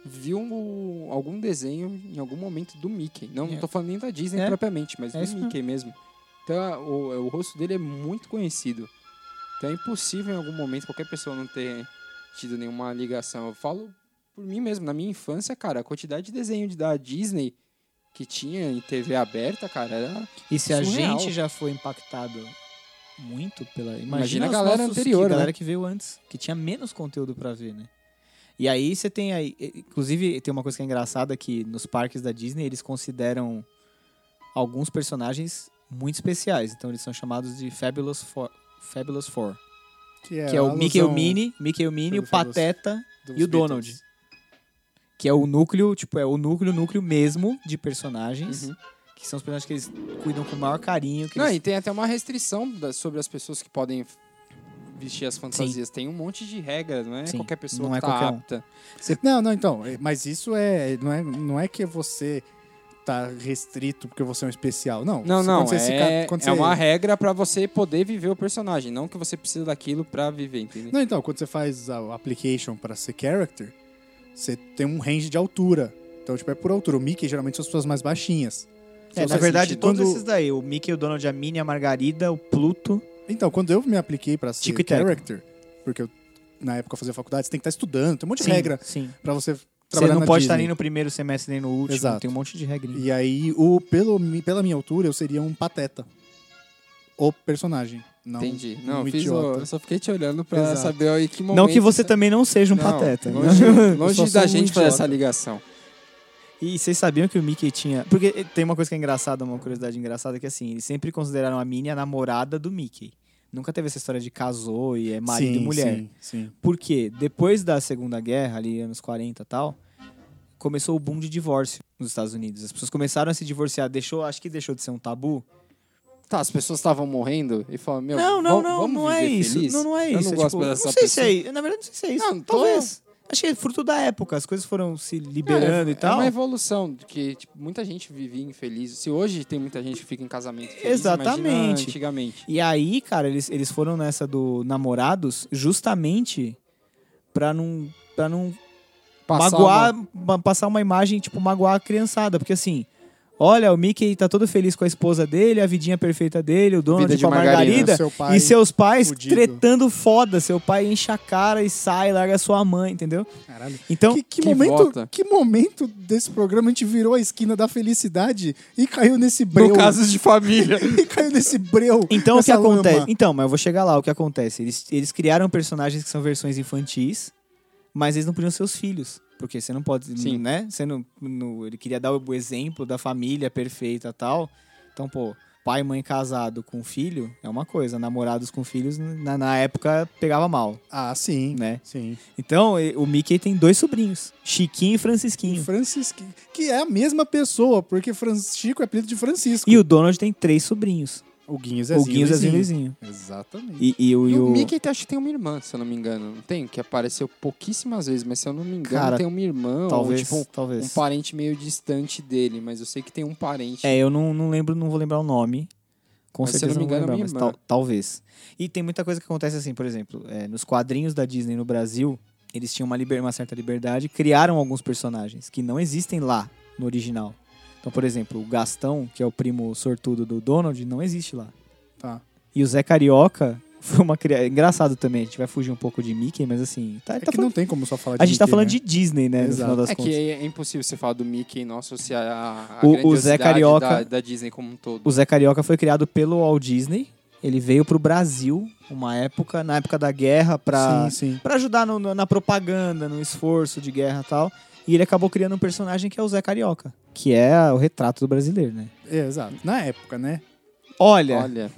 Speaker 3: viu um- algum desenho em algum momento do Mickey. Não,
Speaker 2: É.
Speaker 3: não tô falando nem da Disney
Speaker 2: É.
Speaker 3: propriamente, mas
Speaker 2: É isso
Speaker 3: do Mickey mesmo. Então a- o, o rosto dele é muito conhecido. Então é impossível em algum momento qualquer pessoa não ter tido nenhuma ligação. Eu falo por mim mesmo, na minha infância, cara, a quantidade de desenho de- da Disney que tinha em TV aberta, cara, era
Speaker 2: E se a
Speaker 3: Surreal.
Speaker 2: gente já foi impactado muito pela. Imagina,
Speaker 3: Imagina a
Speaker 2: os
Speaker 3: galera
Speaker 2: nossos- que-
Speaker 3: anterior, né?
Speaker 2: galera que veio antes, que tinha menos conteúdo pra ver, né? E aí você tem aí. e- Inclusive, tem uma coisa que é engraçada que nos parques da Disney eles consideram alguns personagens muito especiais. Então eles são chamados de Fabulous Four. Fabulous Four. que é
Speaker 1: a
Speaker 2: o Mickey e o
Speaker 1: alusão
Speaker 2: Minnie, Mickey e o Minnie, o
Speaker 1: pelo Fabulous.
Speaker 2: Pateta,
Speaker 1: dos
Speaker 2: e o Donald.
Speaker 1: Beatles.
Speaker 2: que é o núcleo, tipo, é o núcleo, núcleo mesmo de personagens.
Speaker 3: Uhum.
Speaker 2: Que são os personagens que eles cuidam com o maior carinho. Que
Speaker 3: Não,
Speaker 2: eles
Speaker 3: e tem até uma restrição da- sobre as pessoas que podem vestir as fantasias. Tem um monte de regra, não é
Speaker 2: Sim,
Speaker 3: qualquer pessoa
Speaker 2: não é
Speaker 3: que tá
Speaker 2: qualquer um.
Speaker 3: apta.
Speaker 1: Não, não, então. é- Mas isso é não, é. não é que você tá restrito porque você é um especial. Não,
Speaker 3: Não,
Speaker 1: se-
Speaker 3: não,
Speaker 1: quando você se ca-
Speaker 3: é,
Speaker 1: quando
Speaker 3: é
Speaker 1: você-
Speaker 3: uma regra pra você poder viver o personagem, não que você precisa daquilo pra viver, entendeu?
Speaker 1: Não, então, quando você faz a application para ser character, você tem um range de altura. Então, tipo, é por altura. O Mickey geralmente são as pessoas mais baixinhas.
Speaker 2: É,
Speaker 1: Se
Speaker 2: na
Speaker 1: você
Speaker 2: verdade,
Speaker 1: sentir-
Speaker 2: todos
Speaker 1: quando-
Speaker 2: esses daí. O Mickey, o Donald, a Minnie, a Margarida, o Pluto.
Speaker 1: Então, quando eu me apliquei para ser
Speaker 2: Tico e teco.
Speaker 1: character, porque eu, na época eu fazia faculdade, você tem que estar estudando, tem um monte de regra
Speaker 2: Sim.
Speaker 1: para você
Speaker 2: Você
Speaker 1: trabalhar
Speaker 2: não
Speaker 1: na
Speaker 2: pode
Speaker 1: Disney.
Speaker 2: estar nem no primeiro semestre, nem no último.
Speaker 1: Exato.
Speaker 2: Tem um monte de regrinha.
Speaker 1: E aí, o, pelo, mi- pela minha altura, eu seria um pateta. O personagem. Não
Speaker 3: Entendi.
Speaker 1: um
Speaker 3: Não, fiz o-
Speaker 1: idiota.
Speaker 3: eu só fiquei te olhando pra
Speaker 1: Exato.
Speaker 3: saber em que momento.
Speaker 2: Não que você
Speaker 1: né?
Speaker 2: também não seja um
Speaker 3: Não,
Speaker 2: pateta. né? *laughs*
Speaker 3: Longe,
Speaker 1: Eu
Speaker 3: longe
Speaker 1: só sou
Speaker 3: da
Speaker 1: um
Speaker 3: gente fazer
Speaker 1: idiota.
Speaker 3: essa ligação.
Speaker 2: E vocês sabiam que o Mickey tinha... Porque tem uma coisa que é engraçada, uma curiosidade engraçada, que assim, eles sempre consideraram a Minnie a namorada do Mickey. Nunca teve essa história de casou e é marido
Speaker 1: sim,
Speaker 2: e mulher.
Speaker 1: Sim, sim.
Speaker 2: Porque depois da Segunda Guerra, ali anos 40 e tal, começou o boom de divórcio nos Estados Unidos. As pessoas começaram a se divorciar, deixou, acho que deixou de ser um tabu.
Speaker 3: Tá, as pessoas estavam morrendo e falavam, meu,
Speaker 2: não, não,
Speaker 3: vamos,
Speaker 2: não,
Speaker 3: vamos
Speaker 2: não é
Speaker 3: viver
Speaker 2: isso.
Speaker 3: feliz?
Speaker 2: Não, não é
Speaker 3: Eu
Speaker 2: isso.
Speaker 3: não
Speaker 2: é,
Speaker 3: gosto
Speaker 2: tipo,
Speaker 3: dessa
Speaker 2: não sei se é
Speaker 3: pessoa.
Speaker 2: isso. Na verdade, não sei se é isso.
Speaker 3: Não, tô-
Speaker 2: Talvez. Acho que é fruto da época. As coisas foram se
Speaker 3: É,
Speaker 2: liberando e
Speaker 3: É
Speaker 2: tal.
Speaker 3: uma evolução, de que tipo, muita gente vivia infeliz. Se hoje tem muita gente que fica em casamento feliz, imagina
Speaker 2: Exatamente.
Speaker 3: antigamente.
Speaker 2: E aí, cara, eles, eles foram nessa do namorados justamente pra não, pra não
Speaker 3: Passar
Speaker 2: magoar, ma- passar uma imagem, tipo, magoar a criançada. Porque assim, olha, o Mickey tá todo feliz com a esposa dele, a vidinha perfeita dele, o dono
Speaker 3: Vida de
Speaker 2: com a
Speaker 3: margarina,
Speaker 2: Margarida.
Speaker 1: seu pai
Speaker 2: e seus pais
Speaker 1: fudido.
Speaker 2: tretando foda. Seu pai enche a cara e sai, larga sua mãe, entendeu?
Speaker 1: Caralho.
Speaker 2: Então,
Speaker 1: que, que
Speaker 3: que
Speaker 1: momento,
Speaker 3: volta.
Speaker 1: que momento desse programa a gente virou a esquina da felicidade e caiu nesse
Speaker 3: No
Speaker 1: breu.
Speaker 3: casos de família.
Speaker 1: *laughs* E caiu nesse breu.
Speaker 2: Então o que
Speaker 1: nessa lama.
Speaker 2: acontece? Então, mas eu vou chegar lá, o que acontece? Eles, eles criaram personagens que são versões infantis, mas eles não podiam ser os filhos. Porque você não pode,
Speaker 3: Sim.
Speaker 2: né? Você não, não- ele queria dar o exemplo da família perfeita e tal. Então, pô, pai e mãe casado com filho é uma coisa. Namorados com filhos, na, na época, pegava mal,
Speaker 1: Ah, sim.
Speaker 2: né?
Speaker 1: Sim.
Speaker 2: Então, e- o Mickey tem dois sobrinhos, Chiquinho e Francisquinho.
Speaker 1: Francisco, que é a mesma pessoa, porque Francisco Chico é apelido de Francisco.
Speaker 2: E o Donald tem três sobrinhos.
Speaker 1: o Guinho,
Speaker 2: o Guinho, Zezinho e Luizinho.
Speaker 1: Exatamente.
Speaker 2: E, e o, e
Speaker 3: *laughs* E
Speaker 2: *laughs*
Speaker 3: o
Speaker 2: o-
Speaker 3: Mickey acho que tem uma irmã, se eu não me engano. Não tem? Que apareceu pouquíssimas vezes, mas se eu não me engano,
Speaker 2: Cara,
Speaker 3: tem uma irmã
Speaker 2: Talvez,
Speaker 3: ou tipo um- um,
Speaker 2: talvez.
Speaker 3: parente meio distante dele, mas eu sei que tem um parente.
Speaker 2: É, eu não, não lembro, não vou lembrar o nome. Com
Speaker 3: Mas se
Speaker 2: certeza
Speaker 3: eu não me
Speaker 2: vou
Speaker 3: engano, é
Speaker 2: lembrar, mas
Speaker 3: minha
Speaker 2: tal-
Speaker 3: irmã.
Speaker 2: talvez. E tem muita coisa que acontece assim, por exemplo, é, nos quadrinhos da Disney no Brasil, eles tinham uma, liber- uma certa liberdade, criaram alguns personagens que não existem lá no original. Então, por exemplo, o Gastão, que é o primo sortudo do Donald, não existe lá.
Speaker 1: Tá.
Speaker 2: E o Zé Carioca *laughs* foi uma criação. Engraçado também, a gente vai fugir um pouco de Mickey, mas assim. tá-
Speaker 1: É
Speaker 2: tá
Speaker 1: que
Speaker 2: falando-
Speaker 1: não tem como só falar de
Speaker 2: A gente tá
Speaker 1: Mickey,
Speaker 2: falando
Speaker 1: né?
Speaker 2: de Disney, né? No
Speaker 1: Exato.
Speaker 2: final das
Speaker 3: É que
Speaker 2: contas.
Speaker 3: é, é impossível você falar do Mickey e não associar a, a
Speaker 2: O- o Zé
Speaker 3: grandiosidade
Speaker 2: Carioca-
Speaker 3: da, da Disney como um todo.
Speaker 2: O Zé Carioca foi criado pelo Walt Disney. Ele veio pro Brasil uma época, na época da guerra, pra,
Speaker 1: Sim, sim.
Speaker 2: pra ajudar no- no- na propaganda, no esforço de guerra e tal. E ele acabou criando um personagem que é o Zé Carioca, que é o retrato do brasileiro, né?
Speaker 1: É, exato. Na época, né?
Speaker 2: Olha,
Speaker 3: Olha,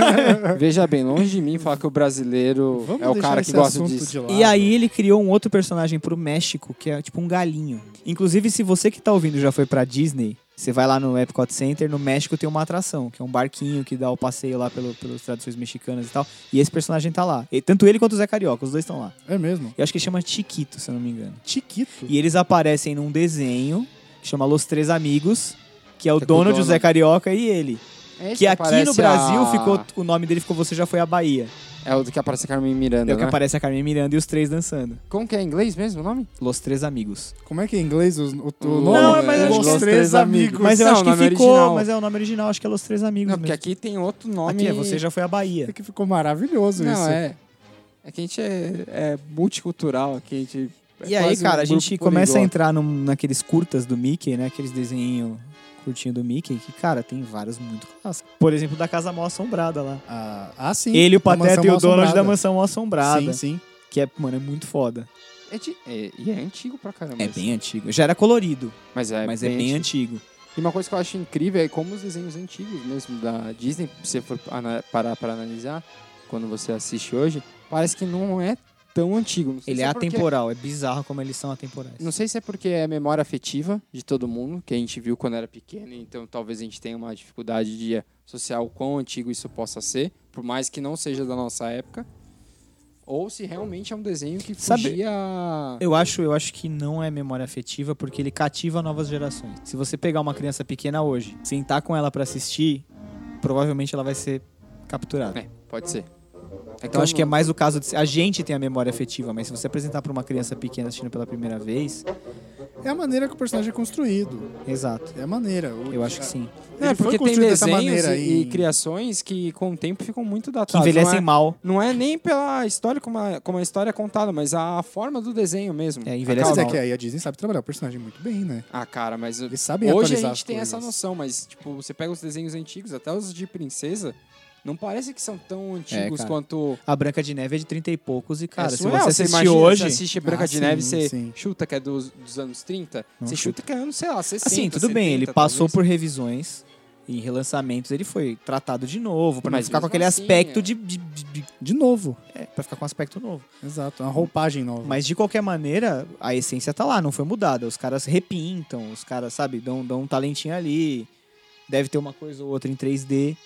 Speaker 3: *laughs* veja bem, longe de mim falar que o brasileiro
Speaker 1: Vamos
Speaker 3: é o
Speaker 1: deixar
Speaker 3: cara
Speaker 1: esse
Speaker 3: que gosta
Speaker 1: assunto
Speaker 3: disso.
Speaker 1: de lado.
Speaker 2: e aí ele criou um outro personagem pro México, que é tipo um galinho. Inclusive, se você que tá ouvindo já foi pra Disney, você vai lá no Epcot Center, no México tem uma atração, que é um barquinho que dá o passeio lá pelo- pelas tradições mexicanas e tal. E esse personagem tá lá. E tanto ele quanto o Zé Carioca, os dois estão lá.
Speaker 1: É mesmo.
Speaker 2: Eu acho que chama Chiquito, se eu não me engano.
Speaker 1: Chiquito.
Speaker 2: E eles aparecem num desenho que chama Los Três Amigos, que é o
Speaker 3: Que é com o
Speaker 2: Donald, o Zé
Speaker 3: Donald.
Speaker 2: Carioca e ele.
Speaker 3: É esse
Speaker 2: Que aqui no
Speaker 3: aparece
Speaker 2: Brasil
Speaker 3: a-
Speaker 2: ficou o nome dele ficou Você Já Foi à Bahia.
Speaker 3: É o do que aparece a Carmen
Speaker 2: É
Speaker 3: Miranda,
Speaker 2: o que
Speaker 3: né?
Speaker 2: aparece a Carmen Miranda e os três dançando.
Speaker 3: Como que é em inglês mesmo o nome?
Speaker 2: Los Três Amigos.
Speaker 1: Como é que é em inglês o, o, o
Speaker 3: Não,
Speaker 1: nome?
Speaker 2: é, mas eu acho
Speaker 1: Os
Speaker 2: que-
Speaker 1: três amigos.
Speaker 2: Mas eu
Speaker 3: Não,
Speaker 2: acho que
Speaker 3: o nome
Speaker 2: ficou,
Speaker 3: original.
Speaker 2: mas é o nome original, acho que é Los Três Amigos.
Speaker 3: Não, porque
Speaker 2: mesmo.
Speaker 3: aqui tem outro nome.
Speaker 2: Aqui é Você Já Foi à Bahia.
Speaker 1: que ficou maravilhoso
Speaker 3: Não,
Speaker 1: isso.
Speaker 3: é. É que a gente é, é multicultural aqui, a gente. é
Speaker 2: E aí,
Speaker 3: quase um
Speaker 2: cara, a
Speaker 3: grupo
Speaker 2: gente começa a
Speaker 3: poliglota.
Speaker 2: entrar num- naqueles curtas do Mickey, né? Aqueles desenhos curtinhos do Mickey, que, cara, tem vários muito clássicos. Por exemplo, da Casa Mal Assombrada lá.
Speaker 1: Ah, ah, sim.
Speaker 2: Ele, o
Speaker 1: Da
Speaker 2: Pateta e
Speaker 1: Mansão
Speaker 2: o Donald
Speaker 1: Mal-Assombrada.
Speaker 2: da Mansão Mal Assombrada.
Speaker 1: Sim, sim.
Speaker 2: Que é, mano, é muito foda.
Speaker 3: É de- é- e é antigo pra caramba.
Speaker 2: É
Speaker 3: isso.
Speaker 2: bem antigo. Já era colorido,
Speaker 3: Mas é,
Speaker 2: mas é bem
Speaker 3: antigo.
Speaker 2: antigo.
Speaker 3: E uma coisa que eu acho incrível é como os desenhos antigos mesmo da Disney, se você for ana- parar para analisar, quando você assiste hoje, parece que não é tão antigo. Não sei
Speaker 2: Ele
Speaker 3: se
Speaker 2: é
Speaker 3: porque-
Speaker 2: atemporal. É bizarro como eles são atemporais.
Speaker 3: Não sei se é porque é a memória afetiva de todo mundo, que a gente viu quando era pequeno, então talvez a gente tenha uma dificuldade de associar o quão antigo isso possa ser, por mais que não seja da nossa época. Ou se realmente é um desenho que
Speaker 2: Sabe-
Speaker 3: fugia...
Speaker 2: Eu acho, eu acho que não é memória afetiva porque ele cativa novas gerações. Se você pegar uma criança pequena hoje, sentar com ela pra assistir, provavelmente ela vai ser capturada.
Speaker 3: É, pode ser. É
Speaker 2: Então acho que é mais o caso de a gente tem a memória afetiva, mas se você apresentar pra uma criança pequena assistindo pela primeira vez,
Speaker 1: É a maneira que o personagem é construído.
Speaker 2: exato.
Speaker 1: É a maneira. O-
Speaker 2: Eu acho que sim.
Speaker 1: Ele
Speaker 3: É,
Speaker 1: foi
Speaker 3: porque tem
Speaker 1: construído dessa
Speaker 3: desenhos
Speaker 1: maneira
Speaker 3: e, e
Speaker 1: em-
Speaker 3: criações que com o tempo ficam muito
Speaker 2: Que
Speaker 3: datadas.
Speaker 2: envelhecem
Speaker 3: não,
Speaker 2: mal.
Speaker 3: é, não é nem pela história como a, como a história é contada, mas a forma do desenho mesmo.
Speaker 2: É,
Speaker 1: Mas
Speaker 2: envelhece
Speaker 3: envelhecem.
Speaker 1: é
Speaker 2: mal.
Speaker 1: que aí a Disney sabe trabalhar o personagem muito bem, né?
Speaker 3: Ah, cara, mas
Speaker 1: Eles sabem
Speaker 3: hoje a
Speaker 1: atualizar as
Speaker 3: gente tem essa
Speaker 1: coisas.
Speaker 3: noção, mas tipo, você pega os desenhos antigos, até os de princesa, não parece que são tão antigos
Speaker 2: É, cara.
Speaker 3: quanto
Speaker 2: A Branca de Neve é de 30 e poucos e, cara,
Speaker 3: é
Speaker 2: se
Speaker 3: surreal.
Speaker 2: você assistir
Speaker 3: imagina,
Speaker 2: hoje...
Speaker 3: você assiste Branca
Speaker 1: Ah,
Speaker 3: de Neve,
Speaker 1: sim,
Speaker 3: você
Speaker 1: sim.
Speaker 3: chuta que é dos, dos anos 30,
Speaker 2: Não
Speaker 3: você chuta que é anos, sei lá, 60,
Speaker 2: Assim, tudo bem, ele
Speaker 3: 70,
Speaker 2: passou
Speaker 3: talvez.
Speaker 2: por revisões. Em relançamentos ele foi tratado de novo, pra não
Speaker 3: Mas
Speaker 2: ficar com
Speaker 3: mesmo
Speaker 2: aquele
Speaker 3: assim,
Speaker 2: aspecto
Speaker 3: é.
Speaker 2: de, de- de- de-
Speaker 1: De novo.
Speaker 2: é, pra ficar com um aspecto novo.
Speaker 1: Exato, uma roupagem nova.
Speaker 2: Mas de qualquer maneira, a essência tá lá, não foi mudada. Os caras repintam, os caras, sabe, dão, dão um talentinho ali. Deve ter uma coisa ou outra em 3D.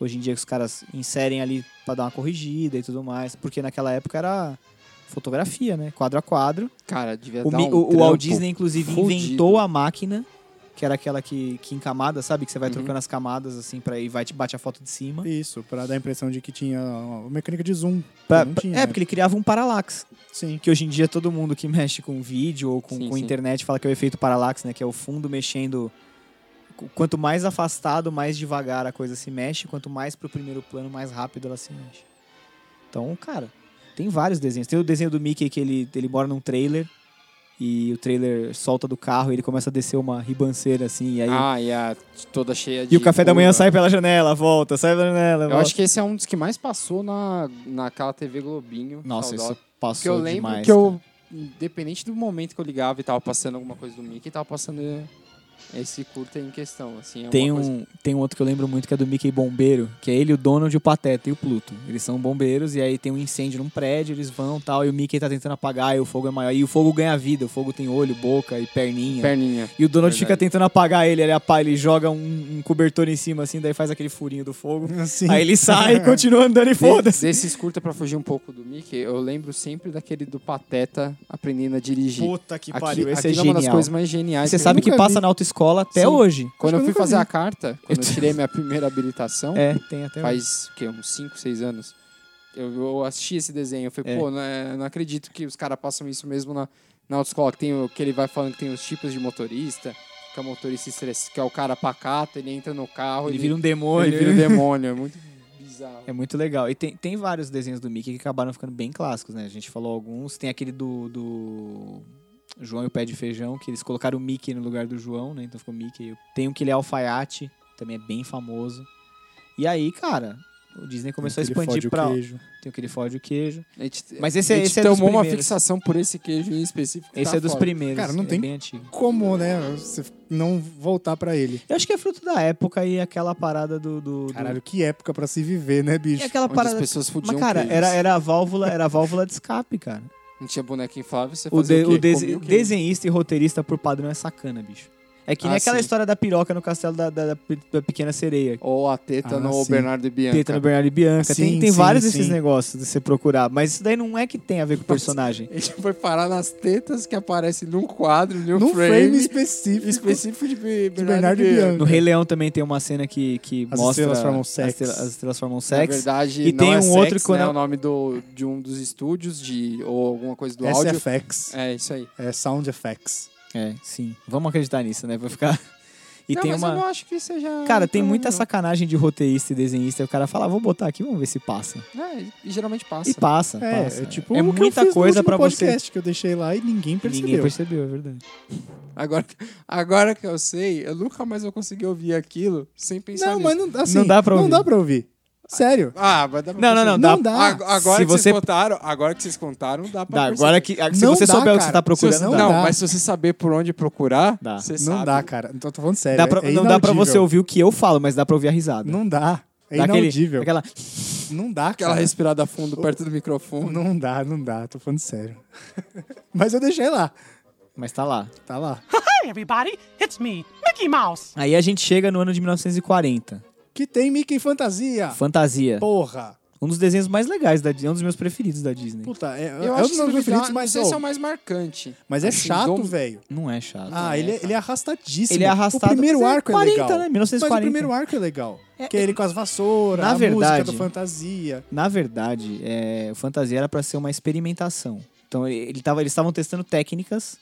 Speaker 2: Hoje em dia que os caras inserem ali pra dar uma corrigida e tudo mais. Porque naquela época era fotografia, né? Quadro a quadro.
Speaker 3: Cara, devia
Speaker 2: O,
Speaker 3: dar
Speaker 2: Mi-
Speaker 3: um
Speaker 2: o- o
Speaker 3: trampo.
Speaker 2: Walt Disney, inclusive,
Speaker 3: fudido.
Speaker 2: inventou a máquina, que era aquela que, que em camadas, sabe? Que você vai
Speaker 3: Uhum.
Speaker 2: trocando as camadas assim pra e vai te bate a foto de cima.
Speaker 1: Isso, pra dar a impressão de que tinha uma mecânica de zoom.
Speaker 2: Pra-
Speaker 1: não
Speaker 2: pra-
Speaker 1: tinha,
Speaker 2: é,
Speaker 1: né?
Speaker 2: porque ele criava um paralax.
Speaker 1: Sim.
Speaker 2: que hoje em dia todo mundo que mexe com vídeo ou com,
Speaker 3: Sim,
Speaker 2: com
Speaker 3: sim.
Speaker 2: internet fala que é o efeito paralaxe, né? Que é o fundo mexendo. Qu- Quanto mais afastado, mais devagar a coisa se mexe. Quanto mais pro primeiro plano, mais rápido ela se mexe. Então, cara, tem vários desenhos. Tem o desenho do Mickey que ele, ele mora num trailer. E o trailer solta do carro e ele começa a descer uma ribanceira assim. E aí.
Speaker 3: Ah, e a toda cheia de...
Speaker 2: e o café da manhã
Speaker 3: curva.
Speaker 2: sai pela janela, volta, sai pela janela.
Speaker 3: Eu
Speaker 2: volta.
Speaker 3: acho que esse é um dos que mais passou na, naquela TV Globinho.
Speaker 2: Nossa,
Speaker 3: saudosa.
Speaker 2: isso passou
Speaker 3: Porque eu lembro
Speaker 2: demais.
Speaker 3: que
Speaker 2: cara.
Speaker 3: eu, independente do momento que eu ligava e tava passando alguma coisa do Mickey, tava passando esse curta em questão, assim. é
Speaker 2: Tem
Speaker 3: uma coisa-
Speaker 2: um, tem um outro que eu lembro muito que é do Mickey Bombeiro, que é ele, o Donald, o Pateta e o Pluto. Eles são bombeiros e aí tem um incêndio num prédio, eles vão tal, e o Mickey tá tentando apagar, e o fogo é maior. E o fogo ganha vida, o fogo tem olho, boca e perninha.
Speaker 3: Perninha.
Speaker 2: e o Donald fica
Speaker 3: Verdade.
Speaker 2: tentando apagar ele, ele apaga, ele joga um, um cobertor em cima assim, daí faz aquele furinho do
Speaker 3: *laughs*
Speaker 2: fogo.
Speaker 1: Assim.
Speaker 2: Aí ele sai e continua andando e
Speaker 3: Des-
Speaker 2: foda-se.
Speaker 3: Desses curta pra fugir um pouco do Mickey, eu lembro sempre daquele do Pateta aprendendo a dirigir.
Speaker 2: Puta que
Speaker 3: Aqui-
Speaker 2: pariu, esse é
Speaker 3: aquilo é uma das
Speaker 2: genial.
Speaker 3: coisas mais geniais.
Speaker 2: Você
Speaker 3: que eu
Speaker 2: sabe que
Speaker 1: nunca
Speaker 2: passa
Speaker 1: vi.
Speaker 2: na autoescola até
Speaker 3: Sim.
Speaker 2: hoje.
Speaker 3: Quando
Speaker 1: Acho
Speaker 3: eu
Speaker 1: que eu nunca
Speaker 3: fui fazer
Speaker 1: vi.
Speaker 3: a carta, quando eu tirei minha primeira habilitação,
Speaker 2: É, tem até hoje.
Speaker 3: faz o quê? Uns 5, 6 anos. Eu, eu assisti esse desenho, eu falei,
Speaker 2: É.
Speaker 3: pô, não, é- não acredito que os caras passam isso mesmo na, na autoescola, que, tem, o- que ele vai falando que tem os tipos de motorista, que é o motorista estresse, que é o cara pacato, ele entra no carro,
Speaker 2: Ele
Speaker 3: ele,
Speaker 2: vira um demônio.
Speaker 3: ele vira o demônio, é muito bizarro.
Speaker 2: É muito legal. E tem, tem vários desenhos do Mickey que acabaram ficando bem clássicos, né? A gente falou alguns. Tem aquele do, do João e o Pé de Feijão, que eles colocaram o Mickey no lugar do João, né? Então ficou Mickey. Tem um que ele é alfaiate, também é bem famoso. E aí, cara, o Disney começou a
Speaker 1: Ele fode
Speaker 2: expandir
Speaker 1: o
Speaker 2: pra.
Speaker 1: queijo.
Speaker 2: Tem o que ele fode o queijo.
Speaker 3: A gente-
Speaker 2: Mas esse é-
Speaker 3: a gente
Speaker 2: esse é dos
Speaker 3: tomou uma
Speaker 2: primeiros.
Speaker 3: fixação por esse queijo em específico. que
Speaker 2: Esse
Speaker 3: tá
Speaker 2: é dos
Speaker 3: foda.
Speaker 2: primeiros.
Speaker 1: Cara, não
Speaker 2: é
Speaker 1: tem-
Speaker 2: bem antigo.
Speaker 1: Como, né? Você não voltar pra ele.
Speaker 2: Eu acho que é fruto da época e aquela parada do. do, do-
Speaker 1: Caralho, que época pra se viver, né,
Speaker 2: E
Speaker 1: bicho?
Speaker 2: aquela
Speaker 3: Onde
Speaker 2: parada.
Speaker 3: as pessoas fudiam
Speaker 2: Mas, cara,
Speaker 3: queijos.
Speaker 2: era, era a válvula, era a válvula de escape, cara.
Speaker 3: Não tinha boneco inflável, você
Speaker 2: O,
Speaker 3: fazia
Speaker 2: de-
Speaker 3: o quê?
Speaker 2: o dese-
Speaker 3: Comia o quê?
Speaker 2: desenhista e roteirista por padrão é sacana, bicho. É que nem
Speaker 3: Ah,
Speaker 2: aquela
Speaker 3: sim.
Speaker 2: história da piroca no castelo da, da, da- da pequena sereia.
Speaker 3: Ou a teta
Speaker 1: Ah,
Speaker 3: no
Speaker 1: sim.
Speaker 3: Bernardo e Bianca.
Speaker 2: Teta no Bernardo e Bianca. tem
Speaker 1: Sim,
Speaker 2: tem
Speaker 1: sim,
Speaker 2: vários
Speaker 1: sim.
Speaker 2: desses negócios de você procurar. Mas isso daí não é que tem a ver com o personagem.
Speaker 3: A gente foi parar nas tetas que aparecem num quadro, num,
Speaker 1: Num frame,
Speaker 3: frame,
Speaker 1: específico.
Speaker 3: específico de Be-
Speaker 1: de
Speaker 3: Bernardo,
Speaker 1: Bernardo e Bianca.
Speaker 2: No Rei Leão também tem uma cena que, que
Speaker 1: As
Speaker 2: mostra...
Speaker 1: estrelas formam
Speaker 2: as
Speaker 1: sexo.
Speaker 2: estrela- As estrelas formam
Speaker 3: Na
Speaker 2: sexo.
Speaker 3: verdade,
Speaker 2: E
Speaker 3: não
Speaker 2: tem
Speaker 3: é
Speaker 2: um
Speaker 3: sex,
Speaker 2: outro quando
Speaker 3: né?
Speaker 2: eu-
Speaker 3: É o nome do, de um dos estúdios de, ou alguma coisa do áudio.
Speaker 1: SFX.
Speaker 3: É isso aí.
Speaker 1: É Sound Effects.
Speaker 2: É, sim. Vamos acreditar nisso, né? Pra ficar... *laughs* E
Speaker 3: não,
Speaker 2: tem
Speaker 3: mas
Speaker 2: uma...
Speaker 3: eu não acho que seja... um
Speaker 2: Cara, tem
Speaker 3: problema,
Speaker 2: muita
Speaker 3: não.
Speaker 2: sacanagem de roteirista e desenhista. E o cara fala, ah, vou botar aqui, vamos ver se passa.
Speaker 3: É, e- e geralmente passa.
Speaker 2: E passa,
Speaker 1: É,
Speaker 2: passa.
Speaker 1: é tipo
Speaker 2: é
Speaker 1: o que eu
Speaker 2: muita
Speaker 1: fiz no
Speaker 2: coisa
Speaker 1: último
Speaker 2: pra você...
Speaker 1: podcast que eu deixei lá e ninguém percebeu.
Speaker 2: Ninguém percebeu, é verdade.
Speaker 3: Agora, agora que eu sei, eu nunca mais vou conseguir ouvir aquilo sem pensar
Speaker 1: Não,
Speaker 3: nisso.
Speaker 1: mas não, assim,
Speaker 2: Não dá pra
Speaker 1: Não
Speaker 2: ouvir.
Speaker 1: dá pra ouvir. Sério.
Speaker 3: Ah, mas dá pra
Speaker 2: Não, não,
Speaker 3: perceber.
Speaker 2: não,
Speaker 1: Não
Speaker 2: dá.
Speaker 1: dá.
Speaker 3: Ag- agora
Speaker 2: se você
Speaker 3: que vocês contaram, agora que vocês contaram, dá pra
Speaker 2: dá,
Speaker 3: perceber.
Speaker 2: agora que se
Speaker 1: Não
Speaker 2: você
Speaker 1: dá,
Speaker 2: souber o que
Speaker 1: cara.
Speaker 2: você tá
Speaker 1: Se você
Speaker 2: procurando,
Speaker 1: não
Speaker 2: dá.
Speaker 3: Não,
Speaker 1: dá.
Speaker 3: mas se você saber por onde procurar,
Speaker 2: Dá.
Speaker 3: você
Speaker 1: Não
Speaker 3: sabe.
Speaker 1: dá, cara. Não tô tô falando sério.
Speaker 2: Dá pra-
Speaker 1: é
Speaker 2: não dá pra
Speaker 1: inaudível.
Speaker 2: você ouvir o que eu falo, mas dá pra ouvir a risada.
Speaker 1: Não dá. É
Speaker 2: Dá aquele-
Speaker 1: inaudível.
Speaker 2: aquela-
Speaker 1: Não dá,
Speaker 3: Aquela
Speaker 1: cara.
Speaker 3: respirada fundo perto do microfone.
Speaker 1: Não dá, não dá. Tô falando sério. *laughs* mas eu deixei lá.
Speaker 2: Mas tá lá.
Speaker 1: Tá lá.
Speaker 4: Hi, everybody. It's me, Mickey Mouse.
Speaker 2: Aí a gente chega no ano de 1940.
Speaker 1: Que tem Mickey Fantasia.
Speaker 2: Fantasia.
Speaker 1: Porra.
Speaker 2: Um dos desenhos mais legais da Disney. Um dos meus preferidos da Disney.
Speaker 1: Puta, é,
Speaker 3: Eu
Speaker 1: é um
Speaker 3: acho
Speaker 1: dos
Speaker 3: que
Speaker 1: meus preferidos, mas,
Speaker 3: esse é
Speaker 1: oh,
Speaker 3: o mais marcante.
Speaker 1: mas é
Speaker 3: Assim,
Speaker 1: chato,
Speaker 3: dom-
Speaker 1: velho.
Speaker 2: Não é chato.
Speaker 1: Ah, ele, é- ele é arrastadíssimo.
Speaker 2: Ele é arrastado,
Speaker 1: O primeiro
Speaker 2: mas é
Speaker 1: arco
Speaker 2: 40,
Speaker 1: é legal.
Speaker 2: né?
Speaker 1: Mas
Speaker 2: 1940.
Speaker 1: o primeiro arco é legal. que é ele com as vassouras,
Speaker 2: Na
Speaker 1: a
Speaker 2: verdade-
Speaker 1: música da fantasia.
Speaker 2: Na verdade, é, o Fantasia era pra ser uma experimentação. Então ele tava, eles estavam testando técnicas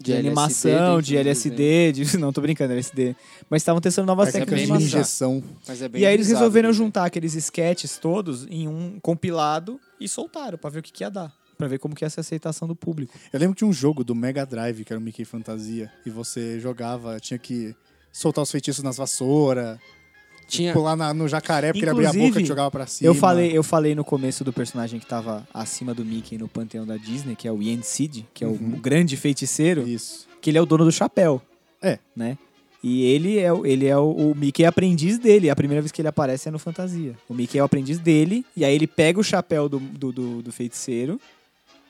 Speaker 2: de,
Speaker 3: LSD
Speaker 2: animação,
Speaker 3: dentro
Speaker 2: de
Speaker 3: do
Speaker 2: LSD, de... *laughs* não tô brincando, LSD, mas estavam testando novas
Speaker 1: Mas é
Speaker 2: técnicas
Speaker 1: bem
Speaker 2: de
Speaker 1: uma
Speaker 3: massa.
Speaker 2: animação.
Speaker 1: injeção.
Speaker 3: desenho. Mas é bem
Speaker 2: E aí eles
Speaker 3: bizarro,
Speaker 2: resolveram
Speaker 3: né?
Speaker 2: juntar aqueles sketches todos em um compilado e soltaram pra ver o que, que ia dar. Pra ver como que ia ser a aceitação do público.
Speaker 1: Eu lembro de um jogo do Mega Drive, que era o Mickey Fantasia, e você jogava, tinha que soltar os feitiços nas vassouras,
Speaker 3: Tinha...
Speaker 1: pular na- no jacaré, porque ele abria a boca
Speaker 2: Inclusive,
Speaker 1: e jogava pra cima.
Speaker 2: eu, falei, eu falei no começo do personagem que tava acima do Mickey no panteão da Disney, que é o Yen Sid, que é o grande feiticeiro,
Speaker 1: Isso.
Speaker 2: que ele é o dono do chapéu.
Speaker 1: É.
Speaker 2: Né? E ele é, o- ele é o, o Mickey é aprendiz dele. A primeira vez que ele aparece é no Fantasia. O Mickey é o aprendiz dele, e aí ele pega o chapéu do, do, do- do feiticeiro,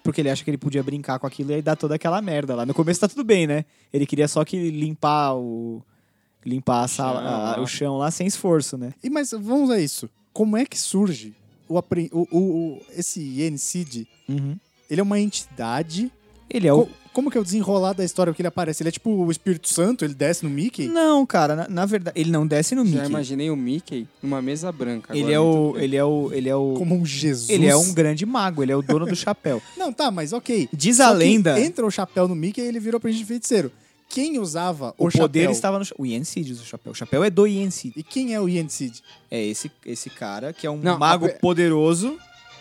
Speaker 2: porque ele acha que ele podia brincar com aquilo e aí dá toda aquela merda lá. No começo tá tudo bem, né? Ele queria só que limpar o. limpar a sala,
Speaker 3: Chão,
Speaker 2: a-
Speaker 3: lá.
Speaker 2: o chão lá sem esforço, né?
Speaker 1: E mas vamos a isso. Como é que surge o, apre- o, o- o- esse Yen Seed? Ele é uma entidade.
Speaker 2: Ele é o.
Speaker 1: Co- como que é o desenrolar da história que ele aparece? Ele é tipo o Espírito Santo, ele desce no Mickey?
Speaker 2: Não, cara, na, na verdade, ele não desce no
Speaker 3: Já
Speaker 2: Mickey.
Speaker 3: imaginei o Mickey numa mesa branca.
Speaker 2: Ele
Speaker 3: agora
Speaker 2: é,
Speaker 3: eu
Speaker 2: o,
Speaker 3: entendi.
Speaker 2: ele é o. Ele é o.
Speaker 1: Como um Jesus.
Speaker 2: Ele é um grande mago, ele é o
Speaker 1: *laughs*
Speaker 2: dono do chapéu.
Speaker 1: Não, tá, mas ok.
Speaker 2: Diz
Speaker 1: Só
Speaker 2: a
Speaker 1: que
Speaker 2: lenda.
Speaker 1: Entra o chapéu no Mickey e ele virou aprendiz de feiticeiro. Quem usava o,
Speaker 2: O, poder
Speaker 1: chapéu?
Speaker 2: estava no cha- o Yensid, o chapéu. O chapéu é do Yensid.
Speaker 1: E quem é o Yen Seed?
Speaker 2: É esse esse cara que é um
Speaker 3: Não, a
Speaker 2: mago
Speaker 3: pe-
Speaker 2: poderoso,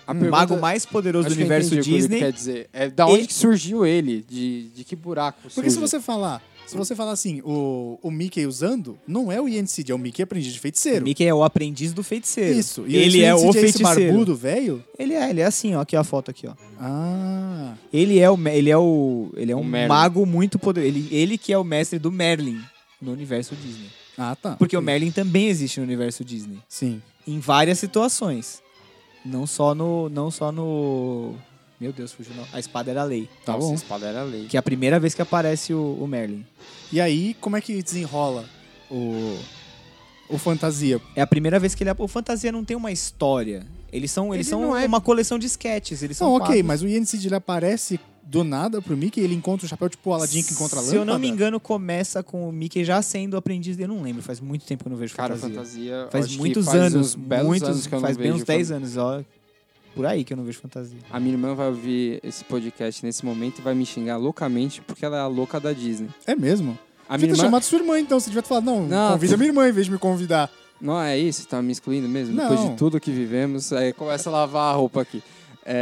Speaker 3: A
Speaker 2: um
Speaker 3: pergunta-
Speaker 2: mago mais poderoso
Speaker 3: Acho
Speaker 2: do
Speaker 3: que eu
Speaker 2: universo
Speaker 3: entendi o que ele
Speaker 2: Disney.
Speaker 3: Quer dizer, é da onde
Speaker 2: E-
Speaker 3: que surgiu ele? De, de que buraco?
Speaker 1: Porque se
Speaker 3: surge?
Speaker 1: você falar, se você falar assim, o, o Mickey usando, não é o Yen Seed, é o Mickey aprendiz de feiticeiro.
Speaker 2: Mickey é o aprendiz do feiticeiro.
Speaker 1: Isso. E
Speaker 2: ele
Speaker 1: esse
Speaker 2: é o
Speaker 1: Yen Seed esse
Speaker 2: feiticeiro.
Speaker 1: barbudo, velho?
Speaker 2: Ele é, ele é assim, ó, aqui ó, a foto aqui, ó.
Speaker 1: Ah.
Speaker 2: Ele é o me- ele é o ele é
Speaker 3: O
Speaker 2: um
Speaker 3: Merlin.
Speaker 2: mago muito poderoso. Ele ele que é o mestre do Merlin no universo Disney.
Speaker 1: Ah, tá.
Speaker 2: Porque o Merlin também existe no universo Disney.
Speaker 1: Sim.
Speaker 2: em várias situações. Não só no. Não só no. Meu Deus, fugiu. Não. A espada era a lei.
Speaker 1: Tá
Speaker 3: Nossa,
Speaker 1: bom.
Speaker 3: a espada era lei.
Speaker 2: Que é a primeira vez que aparece o, o Merlin.
Speaker 1: E aí, como é que desenrola o, o fantasia?
Speaker 2: É a primeira vez que ele. O Fantasia não tem uma história. Eles são, eles
Speaker 3: Ele
Speaker 2: são
Speaker 3: não é-
Speaker 2: uma coleção de sketches. Eles são
Speaker 1: Não, ok,
Speaker 2: quadros.
Speaker 1: mas o Yen Seed, ele aparece do nada pro Mickey, ele encontra o chapéu tipo o Aladdin que encontra a
Speaker 2: Se
Speaker 1: lâmpada.
Speaker 2: eu não me engano, começa com o Mickey já sendo aprendiz dele. Eu não lembro, faz muito tempo que eu não vejo
Speaker 3: Cara,
Speaker 2: fantasia.
Speaker 3: fantasia.
Speaker 2: Faz
Speaker 3: acho que
Speaker 2: muitos
Speaker 3: faz
Speaker 2: anos,
Speaker 3: uns belos
Speaker 2: muitos,
Speaker 3: anos que eu não
Speaker 2: faz bem
Speaker 3: vejo
Speaker 2: uns 10 anos, ó. Por aí que eu não vejo fantasia.
Speaker 3: A minha irmã vai ouvir esse podcast nesse momento e vai me xingar loucamente porque ela é a louca da Disney.
Speaker 1: É mesmo?
Speaker 3: A
Speaker 1: Você ter
Speaker 3: minha
Speaker 2: tá
Speaker 3: irmã.
Speaker 1: chamado sua irmã, então. Você devia ter falado, não,
Speaker 3: Não.
Speaker 1: convida minha irmã em vez de me convidar. *laughs*
Speaker 3: Não é isso? Tá me excluindo mesmo?
Speaker 1: Não.
Speaker 3: Depois de tudo que vivemos, aí começa a lavar a roupa aqui.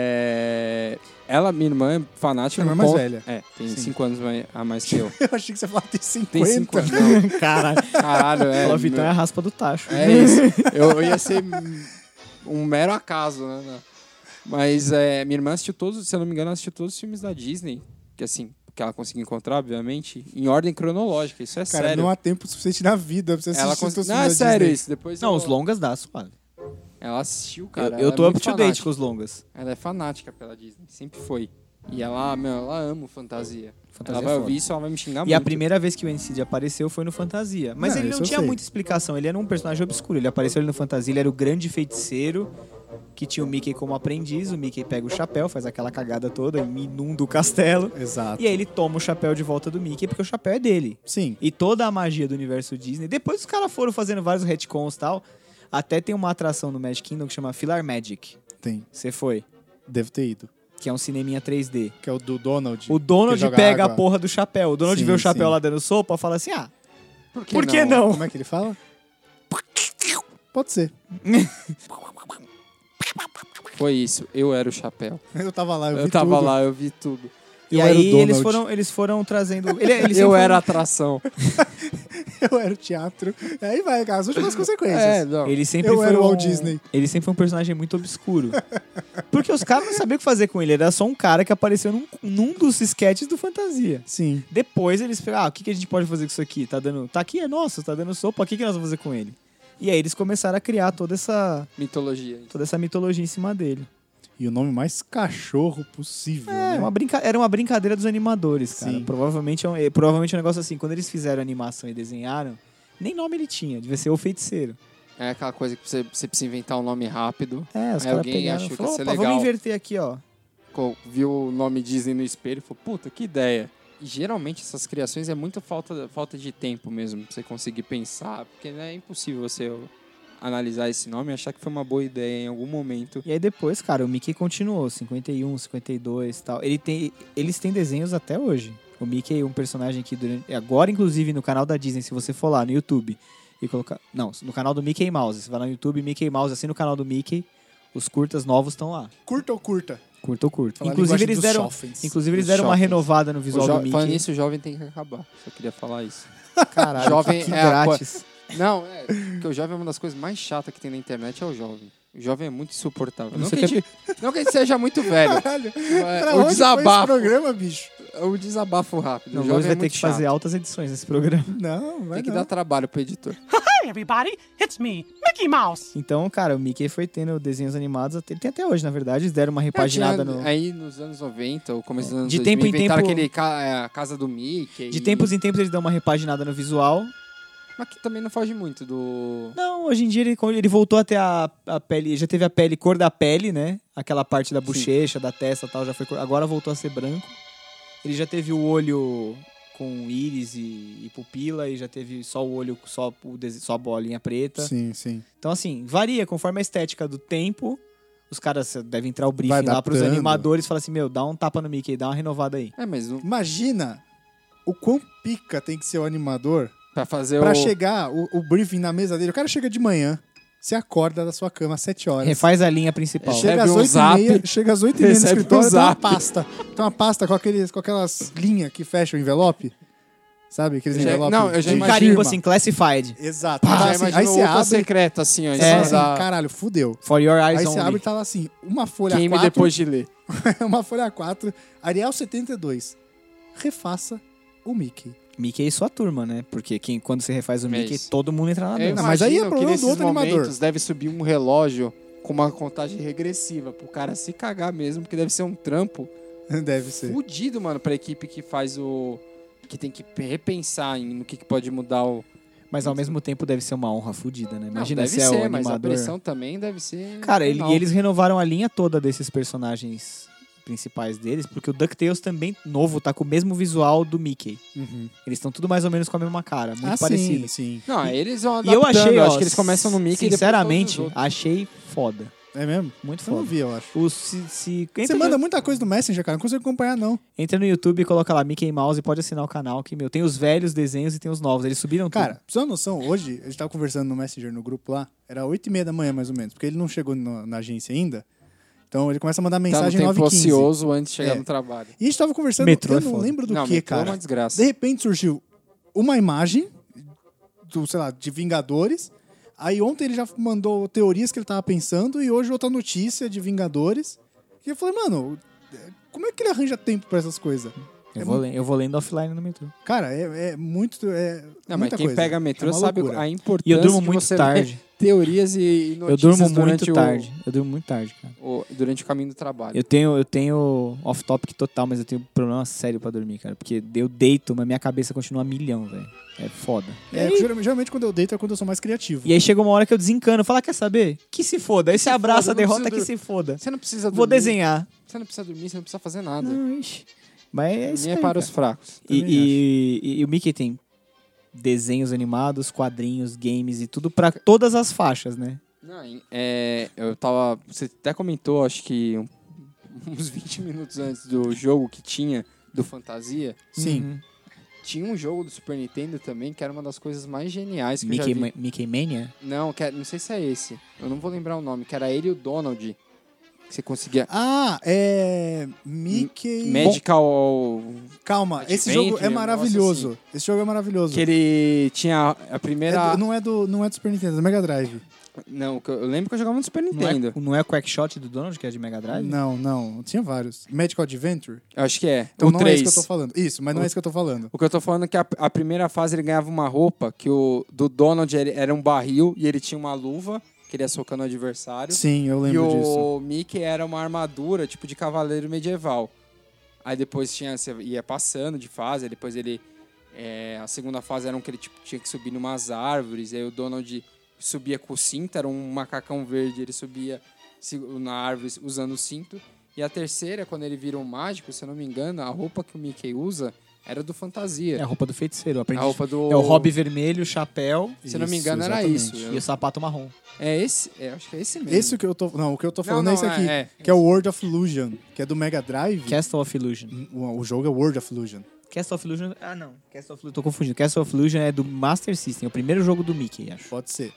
Speaker 3: É... Ela, minha irmã, é fanática.
Speaker 1: Minha
Speaker 3: no
Speaker 1: irmã é mais
Speaker 3: ponto-
Speaker 1: velha.
Speaker 3: É, tem
Speaker 1: Sim.
Speaker 3: 5 anos mais- a mais que eu.
Speaker 1: Eu achei que você falava *laughs* tem 50.
Speaker 3: Tem 5 anos. Não,
Speaker 2: *laughs* Caralho.
Speaker 3: Caralho, é.
Speaker 2: Fala, Vitão é
Speaker 3: meu-
Speaker 2: a raspa do tacho.
Speaker 3: É isso. Eu, eu ia ser um mero acaso, né? né? Mas é, minha irmã assistiu todos, se eu não me engano, ela assistiu todos os filmes da Disney, que assim, que ela conseguiu encontrar, obviamente, em ordem cronológica. Isso é
Speaker 1: Cara,
Speaker 3: sério.
Speaker 1: não há tempo suficiente na vida pra você assistir
Speaker 3: ela
Speaker 1: todos os
Speaker 3: conseguiu. Não, é
Speaker 1: filmes da
Speaker 3: sério
Speaker 1: Disney.
Speaker 3: isso. Depois
Speaker 2: Não,
Speaker 3: eu-
Speaker 2: os longas dá, suave.
Speaker 3: Ela assistiu,
Speaker 2: Eu-
Speaker 3: cara.
Speaker 2: eu
Speaker 3: ela
Speaker 2: tô
Speaker 3: é
Speaker 2: up
Speaker 3: muito
Speaker 2: to date
Speaker 3: fanática.
Speaker 2: com os longas.
Speaker 3: Ela é fanática pela Disney, sempre foi. E ela, meu, ela ama o fantasia.
Speaker 2: Fantasia
Speaker 3: ela vai
Speaker 2: é
Speaker 3: ouvir
Speaker 2: foda.
Speaker 3: isso, ela vai me xingar
Speaker 2: E
Speaker 3: muito.
Speaker 2: a primeira vez que o Encid apareceu foi no Fantasia. Mas
Speaker 1: Não,
Speaker 2: ele não
Speaker 1: isso eu
Speaker 2: tinha
Speaker 1: sei.
Speaker 2: muita explicação, ele era um personagem obscuro. Ele apareceu ali no Fantasia, ele era o grande feiticeiro que tinha o Mickey como aprendiz. O Mickey pega o chapéu, faz aquela cagada toda e inunda o castelo.
Speaker 1: Exato.
Speaker 2: E aí ele toma o chapéu de volta do Mickey porque o chapéu é dele.
Speaker 1: Sim.
Speaker 2: E toda a magia do universo Disney. Depois os caras foram fazendo vários retcons e tal. Até tem uma atração no Magic Kingdom que chama Filar Magic.
Speaker 1: Tem.
Speaker 2: Você foi?
Speaker 1: Deve ter ido.
Speaker 2: Que é um cineminha 3D.
Speaker 1: Que é o do Donald.
Speaker 2: O Donald
Speaker 1: joga
Speaker 2: pega
Speaker 1: água.
Speaker 2: a porra do chapéu. O Donald
Speaker 1: Sim,
Speaker 2: vê o chapéu
Speaker 1: sim.
Speaker 2: lá dando sopa fala assim: ah,
Speaker 3: Por
Speaker 2: por que não?
Speaker 1: Como é que ele fala? Pode ser. *laughs*
Speaker 3: Foi isso. Eu era o chapéu.
Speaker 1: Eu tava lá, eu,
Speaker 3: Eu
Speaker 1: vi
Speaker 3: tava
Speaker 1: tudo.
Speaker 3: lá, eu vi tudo.
Speaker 1: *laughs*
Speaker 2: E
Speaker 1: Eu era o
Speaker 2: aí eles
Speaker 1: Donald.
Speaker 2: foram, eles foram trazendo. Ele,
Speaker 3: *laughs*
Speaker 2: eles sempre
Speaker 3: eu
Speaker 2: um *laughs*
Speaker 3: era a atração.
Speaker 1: *laughs* Eu era o teatro. Aí vai, cara, as
Speaker 3: *laughs*
Speaker 1: últimas consequências.
Speaker 3: É, não.
Speaker 2: Foram, ele sempre
Speaker 1: Eu
Speaker 2: foi
Speaker 1: era o
Speaker 2: um-
Speaker 1: Walt Disney.
Speaker 2: Ele sempre foi um personagem muito obscuro. *laughs* Porque os caras não sabiam o que fazer com ele. Era só um cara que apareceu num, num dos sketches do Fantasia.
Speaker 1: Sim.
Speaker 2: Depois eles pegaram, ah, o que, que a gente pode fazer com isso aqui? Tá dando. Tá aqui, é nosso, tá dando sopa, o que, que nós vamos fazer com ele? E aí eles começaram a criar toda essa,
Speaker 3: Mitologia.
Speaker 2: toda essa mitologia em cima dele.
Speaker 1: E o nome mais cachorro possível,
Speaker 2: É,
Speaker 1: né?
Speaker 2: uma brinca... Era uma brincadeira dos animadores, cara.
Speaker 1: Sim.
Speaker 2: Provavelmente é, um, é, provavelmente é um negócio assim. Quando eles fizeram a animação e desenharam, nem nome ele tinha. Devia ser o feiticeiro.
Speaker 3: É aquela coisa que você, você precisa inventar um nome rápido.
Speaker 2: É, os
Speaker 3: Aí
Speaker 2: caras
Speaker 3: alguém
Speaker 2: pegaram
Speaker 3: achou
Speaker 2: e
Speaker 3: que
Speaker 2: falou,
Speaker 3: ia ser
Speaker 2: opa,
Speaker 3: legal."
Speaker 2: vamos inverter aqui, ó.
Speaker 3: Co- Viu o nome Disney no espelho e falou, puta, que ideia. E geralmente essas criações é muita falta, falta de tempo mesmo, pra você conseguir pensar, porque né, é impossível você analisar esse nome e achar que foi uma boa ideia em algum momento.
Speaker 2: E aí depois, cara, o Mickey continuou, 51, 52 e tal. Ele tem, eles têm desenhos até hoje. O Mickey é um personagem que durante, agora inclusive no canal da Disney, se você for lá no YouTube e colocar, não, no canal do Mickey Mouse, você vai lá no YouTube Mickey Mouse, assim no canal do Mickey, os curtas novos estão lá.
Speaker 1: Curta ou curta?
Speaker 2: Curta ou curto.
Speaker 1: Falar a
Speaker 2: Inclusive
Speaker 1: linguagem
Speaker 2: eles
Speaker 1: dos
Speaker 2: deram,
Speaker 1: jovens.
Speaker 2: inclusive eles
Speaker 3: Dos
Speaker 2: deram uma
Speaker 3: jovens.
Speaker 2: renovada no
Speaker 3: O
Speaker 2: visual
Speaker 3: jo-
Speaker 2: do Mickey.
Speaker 3: Falando nisso, o jovem tem que acabar. Só queria falar isso.
Speaker 2: Caralho,
Speaker 3: jovem
Speaker 2: que
Speaker 3: é a
Speaker 2: grátis.
Speaker 3: *laughs* Não, é. Porque o jovem é uma das coisas mais chatas que tem na internet, é o jovem. O jovem é muito insuportável.
Speaker 2: Não
Speaker 3: Não,
Speaker 2: sei *laughs*
Speaker 3: que a
Speaker 2: que é
Speaker 1: *laughs*
Speaker 3: gente, não que a gente seja muito velho.
Speaker 1: Caralho.
Speaker 3: É,
Speaker 1: Pra onde
Speaker 3: o
Speaker 1: foi esse
Speaker 3: desabafo.
Speaker 1: programa, bicho?
Speaker 3: o desabafo rápido.
Speaker 2: Não,
Speaker 3: o
Speaker 2: o
Speaker 3: jovem
Speaker 2: Lois vai
Speaker 3: é
Speaker 2: ter
Speaker 3: muito
Speaker 2: que
Speaker 3: chato.
Speaker 2: fazer altas edições nesse programa.
Speaker 1: Não, vai
Speaker 3: Tem que
Speaker 1: não.
Speaker 3: dar trabalho pro editor.
Speaker 4: Hi, everybody. It's me, Mickey Mouse.
Speaker 2: *laughs* Então, cara, o Mickey foi tendo desenhos animados, até- ele tem até hoje, na verdade, eles deram uma repaginada
Speaker 3: Tinha
Speaker 2: no...
Speaker 3: Aí nos anos 90, ou começo dos anos
Speaker 2: De
Speaker 3: 2000,
Speaker 2: tempo em
Speaker 3: inventaram
Speaker 2: tempo-
Speaker 3: aquele ca- é, a casa do Mickey.
Speaker 2: De tempos em tempos eles dão uma repaginada no visual.
Speaker 3: Mas que também não foge muito do...
Speaker 2: Não, hoje em dia ele, ele voltou até a, a pele, já teve a pele, cor da pele, né? Aquela parte da bochecha, da testa e tal, já foi cor- agora voltou a ser branco. Ele já teve o olho com íris e, e pupila, e já teve só o olho, só, o, dese- só a bolinha preta.
Speaker 1: Sim, sim.
Speaker 2: Então, assim, varia conforme a estética do tempo. Os caras eh, devem entrar o
Speaker 1: Vai
Speaker 2: briefing lá pros
Speaker 1: adaptando.
Speaker 2: animadores e falar assim: meu, dá um tapa no Mickey, dá uma renovada aí.
Speaker 3: É, mas não-
Speaker 1: Imagina o quão pica tem que ser o animador
Speaker 3: pra fazer
Speaker 1: pra
Speaker 3: o...
Speaker 1: chegar o, o briefing na mesa dele. O cara chega de manhã, você acorda da sua cama às 7 horas.
Speaker 2: Refaz a linha principal.
Speaker 3: Che-
Speaker 1: Chega às,
Speaker 3: Recebe um
Speaker 1: 8
Speaker 3: zap,
Speaker 1: e meia, chega às 8 e meia no
Speaker 3: recebe um
Speaker 1: escritório, tem uma
Speaker 3: zap.
Speaker 1: pasta. Tem uma pasta com, aqueles, com aquelas linhas que fecham o envelope. Sabe? Aqueles
Speaker 3: Eu já-
Speaker 1: envelopes.
Speaker 3: não, eu
Speaker 1: de
Speaker 3: já
Speaker 2: Um
Speaker 3: imagino-
Speaker 2: carimbo
Speaker 1: firma.
Speaker 2: assim, classified.
Speaker 1: Exato.
Speaker 3: Já
Speaker 1: Tá assim,
Speaker 3: imagina
Speaker 1: aí
Speaker 3: o
Speaker 1: você
Speaker 3: outro
Speaker 1: abre,
Speaker 3: secreto, assim, ó. em
Speaker 1: você fala
Speaker 3: cima da-
Speaker 1: assim, caralho, fudeu.
Speaker 2: For your eyes
Speaker 1: Aí você
Speaker 2: only.
Speaker 1: abre e tava assim, uma folha
Speaker 3: Game
Speaker 1: 4,
Speaker 3: depois de ler.
Speaker 1: *laughs* uma folha 4, Arial 72. Refaça o Mickey. *laughs*
Speaker 2: Mickey e sua turma, né? Porque quem, quando você refaz o
Speaker 3: É
Speaker 2: Mickey,
Speaker 3: isso.
Speaker 2: todo mundo entra na
Speaker 3: Eu
Speaker 2: dança.
Speaker 1: mas aí é
Speaker 3: imagino
Speaker 1: problema
Speaker 3: que
Speaker 1: do
Speaker 3: nesses
Speaker 1: outro animador.
Speaker 3: momentos deve subir um relógio com uma contagem regressiva pro cara se cagar mesmo, porque deve ser um trampo
Speaker 1: Deve ser.
Speaker 3: fudido, mano, pra equipe que faz o... Que tem que repensar em, no que, que pode mudar o...
Speaker 2: Mas ao mesmo tempo deve ser uma honra fodida, né?
Speaker 3: Não,
Speaker 2: Imagina
Speaker 3: deve
Speaker 2: se é
Speaker 3: ser,
Speaker 2: o
Speaker 3: mas a
Speaker 2: animador.
Speaker 3: pressão é também deve ser...
Speaker 2: Cara, ele-
Speaker 3: não.
Speaker 2: e eles renovaram a linha toda desses personagens principais deles, porque o DuckTales também novo tá com o mesmo visual do Mickey.
Speaker 1: Uhum.
Speaker 2: Eles estão tudo mais ou menos com a mesma cara, muito
Speaker 1: Ah,
Speaker 2: parecido.
Speaker 1: sim, sim.
Speaker 3: Não, aí eles vão
Speaker 2: E eu
Speaker 3: adaptando.
Speaker 2: achei, ó,
Speaker 3: acho que eles começam no Mickey e depois
Speaker 2: sinceramente,
Speaker 3: todos os outros.
Speaker 2: achei foda,
Speaker 1: É mesmo?
Speaker 2: muito
Speaker 1: Eu não
Speaker 2: foda.
Speaker 1: vi, eu acho.
Speaker 2: O, se, se-
Speaker 1: Você
Speaker 2: entra,
Speaker 1: manda muita coisa no Messenger, cara. Não consigo acompanhar, não.
Speaker 2: entra no YouTube e coloca lá Mickey Mouse e pode assinar o canal que meu tem os velhos desenhos e tem os novos. Eles subiram tudo.
Speaker 1: Cara, pra você ter uma noção, hoje a gente tava conversando no Messenger, no grupo lá, era 8 e meia da manhã, mais ou menos, porque ele não chegou no- na agência ainda. Então ele começa a
Speaker 2: um
Speaker 1: mandar
Speaker 3: tá no
Speaker 1: mensagem
Speaker 3: tempo
Speaker 1: 9 h
Speaker 3: ocioso antes de chegar
Speaker 1: É.
Speaker 3: no trabalho.
Speaker 1: E a gente tava conversando,
Speaker 2: Metrô
Speaker 1: eu
Speaker 2: é
Speaker 1: não
Speaker 2: foda.
Speaker 1: lembro do
Speaker 3: não,
Speaker 1: que,
Speaker 3: metrô é
Speaker 1: cara.
Speaker 3: uma desgraça.
Speaker 1: De repente surgiu uma imagem do, sei lá, de Vingadores. Aí ontem ele já mandou teorias que ele tava pensando e hoje outra notícia de Vingadores. E eu falei, mano, como é que ele arranja tempo pra essas coisas?
Speaker 2: eu,
Speaker 1: é
Speaker 2: vou lendo, eu vou lendo offline no metrô.
Speaker 1: Cara, é, é muito. É
Speaker 3: Não, mas
Speaker 1: muita
Speaker 3: quem
Speaker 1: coisa.
Speaker 3: pega metrô
Speaker 1: É uma
Speaker 3: sabe
Speaker 1: loucura.
Speaker 3: a importância
Speaker 2: E eu durmo
Speaker 3: de
Speaker 2: muito
Speaker 3: você *laughs* ler
Speaker 2: tarde.
Speaker 3: teorias e e
Speaker 2: Eu
Speaker 3: notícias
Speaker 2: durmo
Speaker 3: durante
Speaker 2: muito
Speaker 3: o-
Speaker 2: tarde. Eu durmo muito tarde, cara.
Speaker 3: o- durante o caminho do trabalho.
Speaker 2: Eu tenho, eu tenho off-topic total, mas eu tenho problema sério pra dormir, cara. Porque eu deito, mas minha cabeça continua a milhão, velho. É foda.
Speaker 1: É, geralmente, geralmente quando eu deito é quando eu sou mais criativo.
Speaker 2: E aí chega uma hora que eu desencano. Fala, quer saber? Que se foda. Aí você abraça a
Speaker 3: foda, eu não
Speaker 2: derrota, que
Speaker 3: preciso
Speaker 2: se foda.
Speaker 3: Você não precisa dormir.
Speaker 2: Vou desenhar.
Speaker 3: Você não precisa dormir, você não precisa fazer nada.
Speaker 2: Não, ixi. Mas é isso
Speaker 3: Nem é
Speaker 2: aí,
Speaker 3: para
Speaker 2: cara.
Speaker 3: os fracos.
Speaker 2: E,
Speaker 1: Também
Speaker 2: e- e- e o Mickey tem desenhos animados, quadrinhos, games e tudo pra todas as faixas, né?
Speaker 3: Não, e- é, eu tava. Você até comentou, acho que um- *laughs* uns 20 minutos antes do jogo que tinha, do Fantasia.
Speaker 1: Sim.
Speaker 2: Uhum.
Speaker 3: Tinha um jogo do Super Nintendo também, que era uma das coisas mais geniais que eu
Speaker 2: Mickey,
Speaker 3: já vi.
Speaker 2: Ma- Mickey Mania?
Speaker 3: Não, que é- não sei se é esse. Eu não vou lembrar o nome, que era ele e o Donald. Que você conseguia.
Speaker 1: Ah, é. Mickey.
Speaker 3: Magical.
Speaker 1: Bom, calma, esse
Speaker 3: Adventure,
Speaker 1: jogo é
Speaker 3: um
Speaker 1: maravilhoso.
Speaker 3: negócio
Speaker 1: Esse jogo é maravilhoso.
Speaker 3: Que ele tinha a
Speaker 1: É
Speaker 3: primeira.
Speaker 1: do- não, é do, não é do Super Nintendo, é do Mega Drive.
Speaker 3: Não, que eu eu lembro que eu jogava no Super
Speaker 2: Não é,
Speaker 3: Nintendo.
Speaker 2: não é o Quackshot do Donald, que é de Mega Drive?
Speaker 1: Não, não. Tinha vários. Medical Adventure?
Speaker 3: Eu acho que é.
Speaker 1: Então
Speaker 3: o
Speaker 1: não
Speaker 3: 3.
Speaker 1: é isso que eu tô falando. Isso, mas não
Speaker 3: Um
Speaker 1: é isso que eu tô falando.
Speaker 3: O que eu tô falando é que a, a primeira fase ele ganhava uma roupa que o do Donald ele- era um barril e ele tinha uma luva que ele ia socando o adversário.
Speaker 1: Sim, eu
Speaker 3: e
Speaker 1: lembro disso.
Speaker 3: o Mickey era uma armadura tipo de cavaleiro medieval. Aí depois tinha você ia passando de fase, aí depois ele é, a segunda fase era um que ele tipo, tinha que subir numas árvores, aí o Donald subia com o cinto, era um macacão verde, ele subia se- na árvore usando o cinto. E a terceira, quando ele vira um mágico, se eu não me engano, a roupa que o Mickey usa era do Fantasia.
Speaker 2: É a roupa do feiticeiro, eu aprendi
Speaker 3: A roupa do.
Speaker 2: É o hobby vermelho, o chapéu
Speaker 3: Se não me
Speaker 1: Isso,
Speaker 3: engano, era
Speaker 1: exatamente.
Speaker 3: isso.
Speaker 2: e o sapato marrom.
Speaker 3: É esse? É, acho que é esse mesmo.
Speaker 1: Esse que eu tô. Não, o que eu tô
Speaker 3: Não,
Speaker 1: falando
Speaker 3: não,
Speaker 1: é esse aqui.
Speaker 3: é, é.
Speaker 1: Que é o World of Illusion, que é do Mega Drive.
Speaker 2: Castle of Illusion.
Speaker 1: O, o jogo é World of Illusion.
Speaker 2: Castle of Illusion. Ah, não. Castle of Illusion. Tô confundindo. Castle of Illusion é do Master System, o primeiro jogo do Mickey, acho.
Speaker 1: Pode ser.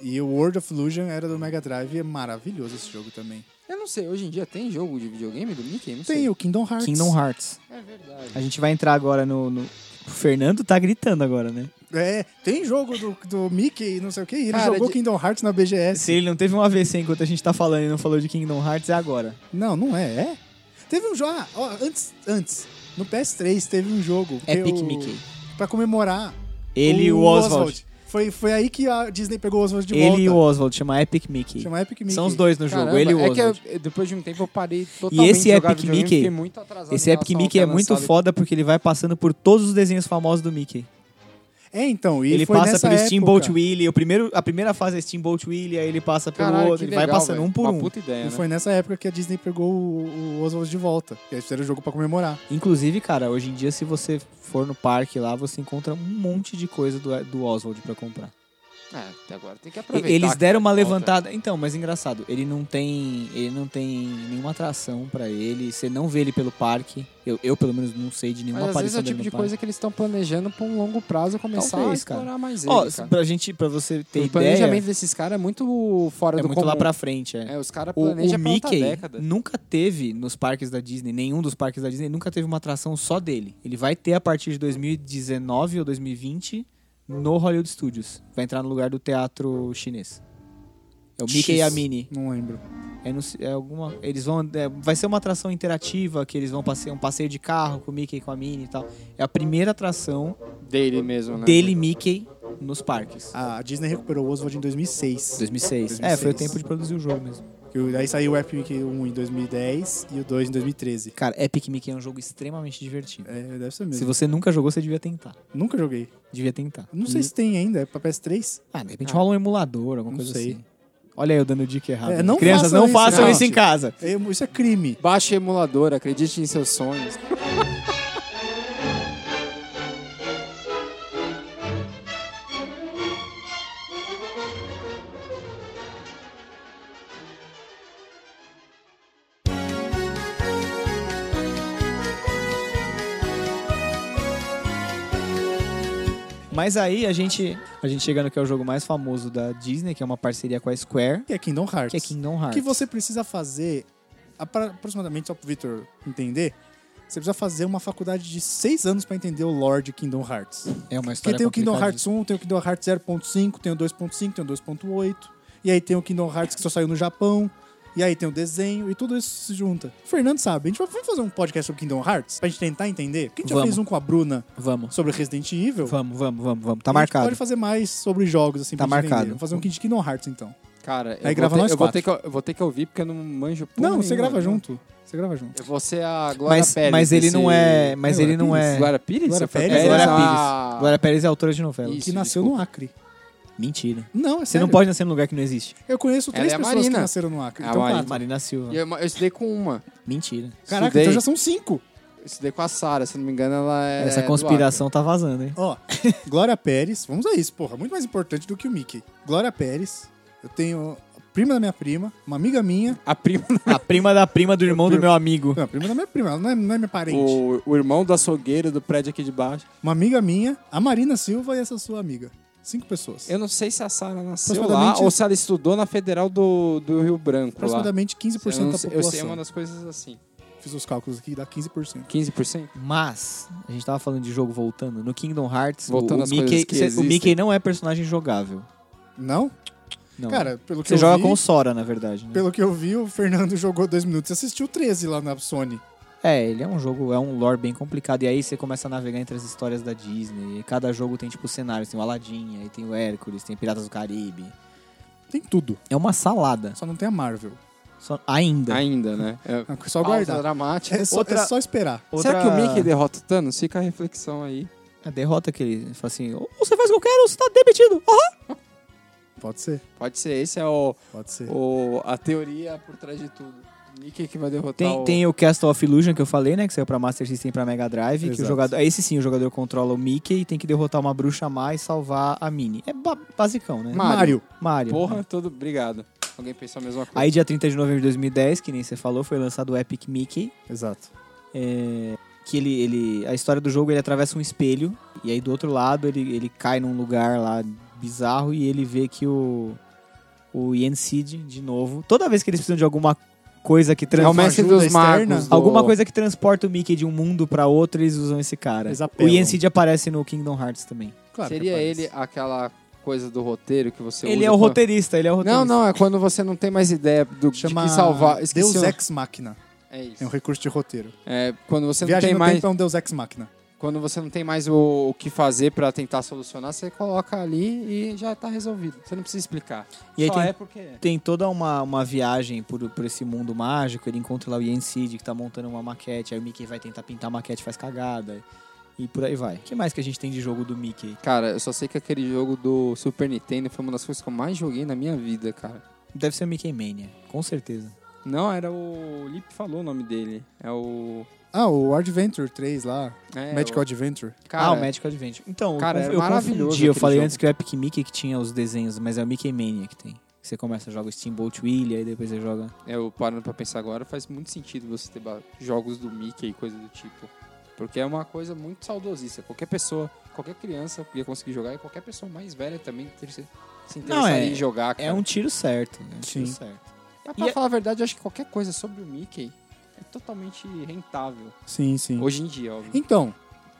Speaker 1: E o World of Illusion era do Mega Drive. É maravilhoso esse jogo também.
Speaker 3: Eu não sei, hoje em dia tem jogo de videogame do Mickey? Não
Speaker 1: Tem
Speaker 3: sei.
Speaker 1: o Kingdom Hearts.
Speaker 2: Kingdom Hearts.
Speaker 3: É verdade.
Speaker 2: A gente vai entrar agora no. no- O Fernando tá gritando agora, né?
Speaker 1: É, tem jogo do, do Mickey e não sei o que. Ele
Speaker 3: Cara,
Speaker 1: jogou
Speaker 3: de-
Speaker 1: Kingdom Hearts na BGS.
Speaker 2: Se ele não teve um AVC enquanto a gente tá falando e não falou de Kingdom Hearts, é agora.
Speaker 1: Não, não é. É? Teve um jogo. Ah, ó, antes, antes. No PS3 teve um jogo.
Speaker 3: É
Speaker 1: que
Speaker 2: Epic
Speaker 1: o-
Speaker 2: Mickey.
Speaker 1: Pra comemorar.
Speaker 2: Ele e o Oswald.
Speaker 1: Foi, foi aí que a Disney pegou o Oswald de volta.
Speaker 2: Ele e o Oswald, chama Epic Mickey.
Speaker 1: Chama Epic Mickey.
Speaker 2: São os dois no um jogo,
Speaker 3: Caramba,
Speaker 2: ele e o
Speaker 3: é que
Speaker 2: Oswald.
Speaker 3: eu- depois de um tempo eu parei totalmente
Speaker 2: esse
Speaker 3: de jogar
Speaker 2: Epic
Speaker 3: videogame,
Speaker 2: Mickey-
Speaker 3: fiquei muito atrasado
Speaker 2: Esse
Speaker 3: em
Speaker 2: Epic
Speaker 3: relação ao
Speaker 2: Mickey
Speaker 3: que
Speaker 2: é muito
Speaker 3: lançado.
Speaker 2: foda porque ele vai passando por todos os desenhos famosos do Mickey.
Speaker 1: É, então. E
Speaker 2: ele
Speaker 1: foi
Speaker 2: passa
Speaker 1: nessa
Speaker 2: pelo
Speaker 1: época.
Speaker 2: Steamboat Willie, o primeiro, a primeira fase é Steamboat Willie, aí ele passa pelo
Speaker 3: Caralho,
Speaker 2: um outro,
Speaker 3: que
Speaker 2: ele vai
Speaker 3: legal,
Speaker 2: passando
Speaker 3: velho.
Speaker 2: um por
Speaker 3: Uma
Speaker 2: um.
Speaker 3: puta ideia,
Speaker 1: E
Speaker 3: né?
Speaker 1: foi nessa época que a Disney pegou o, o Oswald de volta. E eles fizeram o jogo pra comemorar.
Speaker 2: Inclusive, cara, hoje em dia, se você for no parque lá, você encontra um monte de coisa do, do Oswald pra comprar.
Speaker 3: É, até agora tem que
Speaker 2: E-
Speaker 3: aproveitar.
Speaker 2: Eles
Speaker 3: que
Speaker 2: deram uma
Speaker 3: tá de volta.
Speaker 2: levantada. Então, mas engraçado, ele não tem. Ele não tem nenhuma atração pra ele. Você não vê ele pelo parque. Eu, eu, pelo menos, não sei de nenhuma
Speaker 3: Mas às vezes é
Speaker 2: aparição
Speaker 3: o tipo
Speaker 2: dele
Speaker 3: de
Speaker 2: no parque.
Speaker 3: coisa que eles estão planejando pra um longo prazo começar
Speaker 2: Talvez,
Speaker 3: a explorar mais ele,
Speaker 2: Ó,
Speaker 3: cara.
Speaker 2: pra gente, pra você ter
Speaker 3: O
Speaker 2: ideia,
Speaker 3: planejamento desses caras é muito fora
Speaker 2: é
Speaker 3: do
Speaker 2: muito
Speaker 3: comum.
Speaker 2: lá pra frente, é.
Speaker 3: É, os caras
Speaker 2: O,
Speaker 3: planejam
Speaker 2: o
Speaker 3: pra outra
Speaker 2: Mickey
Speaker 3: década.
Speaker 2: nunca teve nos parques da Disney, nenhum dos parques da Disney nunca teve uma atração só dele. Ele vai ter a partir de 2019 ou 2020 no Hollywood Studios. Vai entrar no lugar do teatro chinês. É o Mickey
Speaker 1: X.
Speaker 2: e a Minnie.
Speaker 1: Não lembro.
Speaker 2: É, não sei- é alguma, eles vão, é, vai ser uma atração interativa que eles vão passear um passeio de carro com o Mickey e com a Minnie e tal. É a primeira atração
Speaker 3: Dele mesmo,
Speaker 1: é
Speaker 3: né?
Speaker 2: dele Mickey nos parques.
Speaker 1: A Disney recuperou o Oswald em 2006.
Speaker 2: 2006. É, foi o
Speaker 1: 2006.
Speaker 2: tempo de produzir o jogo mesmo.
Speaker 1: Que o- Daí saiu o Epic Mickey 1 em 2010 e o 2 em 2013.
Speaker 2: Cara, Epic Mickey é um jogo extremamente divertido.
Speaker 1: É, deve ser
Speaker 2: Se
Speaker 1: mesmo.
Speaker 2: você nunca jogou, você devia tentar.
Speaker 1: Nunca joguei.
Speaker 2: Devia tentar.
Speaker 1: Não sei
Speaker 2: E-
Speaker 1: se tem ainda, é pra PS3.
Speaker 2: Ah, de repente
Speaker 3: Ah.
Speaker 2: rola um emulador, alguma
Speaker 1: Não
Speaker 2: coisa
Speaker 1: sei.
Speaker 2: assim. Olha eu dando dica errada.
Speaker 1: É, não
Speaker 2: Crianças,
Speaker 1: façam
Speaker 2: não
Speaker 1: isso,
Speaker 2: façam
Speaker 1: não.
Speaker 2: isso em casa.
Speaker 1: É, Isso é crime.
Speaker 3: Baixe emulador, acredite em seus sonhos.
Speaker 2: Mas aí a gente, a gente chega no que é o jogo mais famoso da Disney, que é uma parceria com a Square,
Speaker 1: Que é Kingdom Hearts.
Speaker 2: que é Kingdom
Speaker 1: O
Speaker 2: Hearts.
Speaker 1: que você precisa fazer, apra- aproximadamente, só pro Victor entender, você precisa fazer uma faculdade de seis anos pra entender o lore de Kingdom Hearts.
Speaker 2: É uma
Speaker 1: Porque
Speaker 2: história
Speaker 1: tem o Kingdom
Speaker 2: complicada.
Speaker 1: Hearts 1, tem o Kingdom Hearts 0.5, tem o 2.5, tem o 2.8. E aí tem o Kingdom Hearts que só saiu no Japão. E aí tem o desenho e tudo isso se junta. O Fernando sabe, a gente vai vamos fazer um podcast sobre Kingdom Hearts pra gente tentar entender. Porque a gente já
Speaker 2: Vamos.
Speaker 1: fez um com a Bruna
Speaker 2: Vamos.
Speaker 1: sobre Resident Evil.
Speaker 2: Vamos, vamos, vamos, vamos. Tá
Speaker 1: A gente
Speaker 2: marcado.
Speaker 1: pode fazer mais sobre jogos, assim,
Speaker 2: Tá
Speaker 1: pra gente entender.
Speaker 2: marcado.
Speaker 1: Vamos fazer um de Kingdom Hearts, então.
Speaker 3: Cara, eu,
Speaker 1: Aí grava
Speaker 3: vou ter,
Speaker 1: nós
Speaker 3: eu, vou
Speaker 1: quatro.
Speaker 3: ter que, eu vou ter que ouvir porque eu não manjo porra
Speaker 1: Não, você
Speaker 3: nenhuma,
Speaker 1: grava
Speaker 3: né?
Speaker 1: junto. Você grava
Speaker 2: É
Speaker 1: junto.
Speaker 3: Eu vou ser é a Glória
Speaker 2: Mas,
Speaker 3: Pérez.
Speaker 2: mas ele
Speaker 3: desse-
Speaker 2: não é. Mas
Speaker 1: Glória
Speaker 2: ele não é.
Speaker 3: Glória Pires?
Speaker 1: Glória
Speaker 3: Você foi-
Speaker 1: Pérez?
Speaker 2: Glória
Speaker 3: Ah,
Speaker 2: Glória Pérez é autora de novela.
Speaker 3: Isso,
Speaker 1: que nasceu
Speaker 3: desculpa.
Speaker 1: no Acre.
Speaker 2: Mentira.
Speaker 1: Não, é sério.
Speaker 2: Você não pode nascer num lugar que não existe.
Speaker 1: Eu conheço
Speaker 3: Ela
Speaker 1: três
Speaker 3: é a
Speaker 1: pessoas que
Speaker 3: Marina.
Speaker 1: nasceram no Acre.
Speaker 3: É a
Speaker 1: então,
Speaker 3: Marina.
Speaker 1: quatro.
Speaker 2: Marina Silva.
Speaker 3: E Eu, eu estudei com uma.
Speaker 2: Mentira.
Speaker 1: Caraca,
Speaker 3: Estudei.
Speaker 1: então já são cinco.
Speaker 3: Eu estudei com a Sara, se não me engano, ela é.
Speaker 2: Essa
Speaker 3: do
Speaker 2: conspiração tá vazando,
Speaker 1: *laughs*
Speaker 2: hein?
Speaker 3: *laughs*
Speaker 1: Ó, Glória Pérez, vamos a isso, porra, muito mais importante do que o Mickey. Glória Pérez, eu tenho a prima da minha prima, uma amiga minha.
Speaker 3: Acre.
Speaker 2: A
Speaker 3: A prima
Speaker 2: prima da prima do irmão do meu amigo.
Speaker 1: Não, a prima da minha prima, ela não é, não é minha parente.
Speaker 3: O, o irmão do açougueiro do prédio aqui de baixo.
Speaker 1: Uma amiga minha, a Marina Silva e essa sua amiga. Cinco pessoas.
Speaker 3: Eu não sei se a Sara nasceu lá
Speaker 1: Aproximadamente-
Speaker 3: ou se ela estudou na Federal do, do Rio Branco. Lá.
Speaker 1: Aproximadamente 15%
Speaker 3: Eu, não
Speaker 1: da
Speaker 3: sei-
Speaker 1: população.
Speaker 3: eu sei, é uma das coisas assim.
Speaker 1: Fiz os cálculos aqui, dá 15%.
Speaker 3: 15%?
Speaker 2: Mas, a gente tava falando de jogo voltando. No Kingdom Hearts,
Speaker 3: Voltando
Speaker 2: o, o,
Speaker 3: às
Speaker 2: Mickey,
Speaker 3: coisas que
Speaker 2: cê- o
Speaker 3: existem.
Speaker 2: Mickey não é personagem jogável.
Speaker 1: Não?
Speaker 2: Não.
Speaker 1: Cara, pelo que
Speaker 2: você
Speaker 1: eu
Speaker 2: joga
Speaker 1: vi,
Speaker 2: com o Sora, na verdade. né?
Speaker 1: pelo que eu vi, o Fernando *laughs* jogou dois minutos e assistiu 13 lá na Sony.
Speaker 2: É, ele é um jogo, é um lore bem complicado. E aí você começa a navegar entre as histórias da Disney. E cada jogo tem, tipo, cenários. Tem o Aladdin, aí tem o Hércules, tem Piratas do Caribe.
Speaker 1: Tem tudo,
Speaker 2: É uma salada.
Speaker 1: só não tem a Marvel.
Speaker 2: Só- ainda.
Speaker 3: Ainda, né? É,
Speaker 1: É só
Speaker 3: pausa
Speaker 1: guardar.
Speaker 3: dramática.
Speaker 1: É só,
Speaker 2: Outra-
Speaker 1: é só esperar.
Speaker 2: Outra-
Speaker 3: Será que o Mickey derrota o Thanos? Fica a reflexão aí.
Speaker 2: A derrota que ele fala assim, ou você faz o que eu quero ou você tá demitido. Ó!
Speaker 1: Pode ser,
Speaker 3: Pode ser, esse é o,
Speaker 1: pode ser.
Speaker 3: o- a teoria por trás de tudo. O Mickey que vai derrotar
Speaker 2: Tem,
Speaker 3: o...
Speaker 2: tem o Castle of Illusion que eu falei, né? Que saiu pra Master System e pra Mega Drive. Que o
Speaker 1: Exato.
Speaker 2: jogador, esse sim, o jogador controla o Mickey e tem que derrotar uma bruxa má e salvar a Minnie. É ba- basicão, né?
Speaker 3: Ma- Mario.
Speaker 1: Mario.
Speaker 2: Mario.
Speaker 3: Porra, tudo... Obrigado. Alguém pensou a mesma coisa.
Speaker 2: Aí, dia 30 de novembro de 2010, que nem você falou, foi lançado o Epic Mickey.
Speaker 1: Exato.
Speaker 2: Que ele, ele. A história do jogo ele atravessa um espelho. E aí do outro lado ele, ele cai num lugar lá bizarro e ele vê que o. O Yen Seed, de novo. Toda vez que eles precisam de alguma coisa que
Speaker 3: é o
Speaker 2: transforma.
Speaker 3: mestre
Speaker 1: ajuda
Speaker 3: dos
Speaker 1: externa?
Speaker 3: magos. do-
Speaker 2: Alguma coisa que transporta o Mickey de um mundo pra outro, eles usam esse cara.
Speaker 1: Eles
Speaker 2: O
Speaker 1: apelam.
Speaker 2: Ian Seed aparece no Kingdom Hearts também.
Speaker 1: Claro que
Speaker 3: Seria
Speaker 1: aparece.
Speaker 3: ele aquela coisa do roteiro que você
Speaker 2: ele
Speaker 3: usa
Speaker 2: é o
Speaker 3: pra-
Speaker 2: roteirista, ele é o roteirista.
Speaker 3: Não, não, é quando você não tem mais ideia do
Speaker 1: Chama
Speaker 3: que salvar. Esqueci
Speaker 1: Deus
Speaker 3: o-
Speaker 1: Ex Machina.
Speaker 3: É isso.
Speaker 1: É um recurso de roteiro.
Speaker 3: É, quando você não
Speaker 1: Viagem
Speaker 3: tem
Speaker 1: no
Speaker 3: mais,
Speaker 1: tempo é um Deus Ex Machina.
Speaker 3: quando você não tem mais o, o que fazer pra tentar solucionar, você coloca ali e já tá resolvido. Você não precisa explicar.
Speaker 2: E aí
Speaker 3: Só
Speaker 2: tem-
Speaker 3: é porque é.
Speaker 2: Tem toda uma, uma viagem por, por esse mundo mágico. Ele encontra lá o Yen Sid, que tá montando uma maquete. Aí o Mickey vai tentar pintar a maquete, faz cagada. E por aí vai. O que mais que a gente tem de jogo do Mickey?
Speaker 3: Cara, eu só sei que aquele jogo do Super Nintendo foi uma das coisas que eu mais joguei na minha vida, cara.
Speaker 2: Deve ser o Mickey Mania, com certeza.
Speaker 3: Não, era o... o Lipe falou o nome dele. É o...
Speaker 1: Ah, o Adventure 3 lá.
Speaker 3: É,
Speaker 1: Magical
Speaker 3: o...
Speaker 1: Adventure.
Speaker 3: Cara,
Speaker 2: ah, o Magical Adventure. Então,
Speaker 3: Cara,
Speaker 2: eu,
Speaker 3: era
Speaker 2: conf- eu
Speaker 3: maravilhoso
Speaker 2: confundi. Eu
Speaker 3: aquele
Speaker 2: falei
Speaker 3: jogo.
Speaker 2: antes que o Epic Mickey que tinha os desenhos, mas é o Mickey Mania que tem. Você começa, joga o Steamboat Willie, aí depois você joga...
Speaker 3: é, Eu parando pra pensar agora, faz muito sentido você ter ba- jogos do Mickey e coisa do tipo. Porque é uma coisa muito saudosista. Qualquer pessoa, qualquer criança ia conseguir jogar e qualquer pessoa mais velha também ter- se interessaria
Speaker 2: é-
Speaker 3: em jogar. Cara.
Speaker 2: É um tiro certo. É um tiro
Speaker 1: Sim.
Speaker 2: certo.
Speaker 3: Mas pra
Speaker 2: e é-
Speaker 3: falar a verdade, eu acho que qualquer coisa sobre o Mickey é totalmente rentável.
Speaker 1: Sim, sim.
Speaker 3: Hoje em dia, óbvio.
Speaker 1: Então,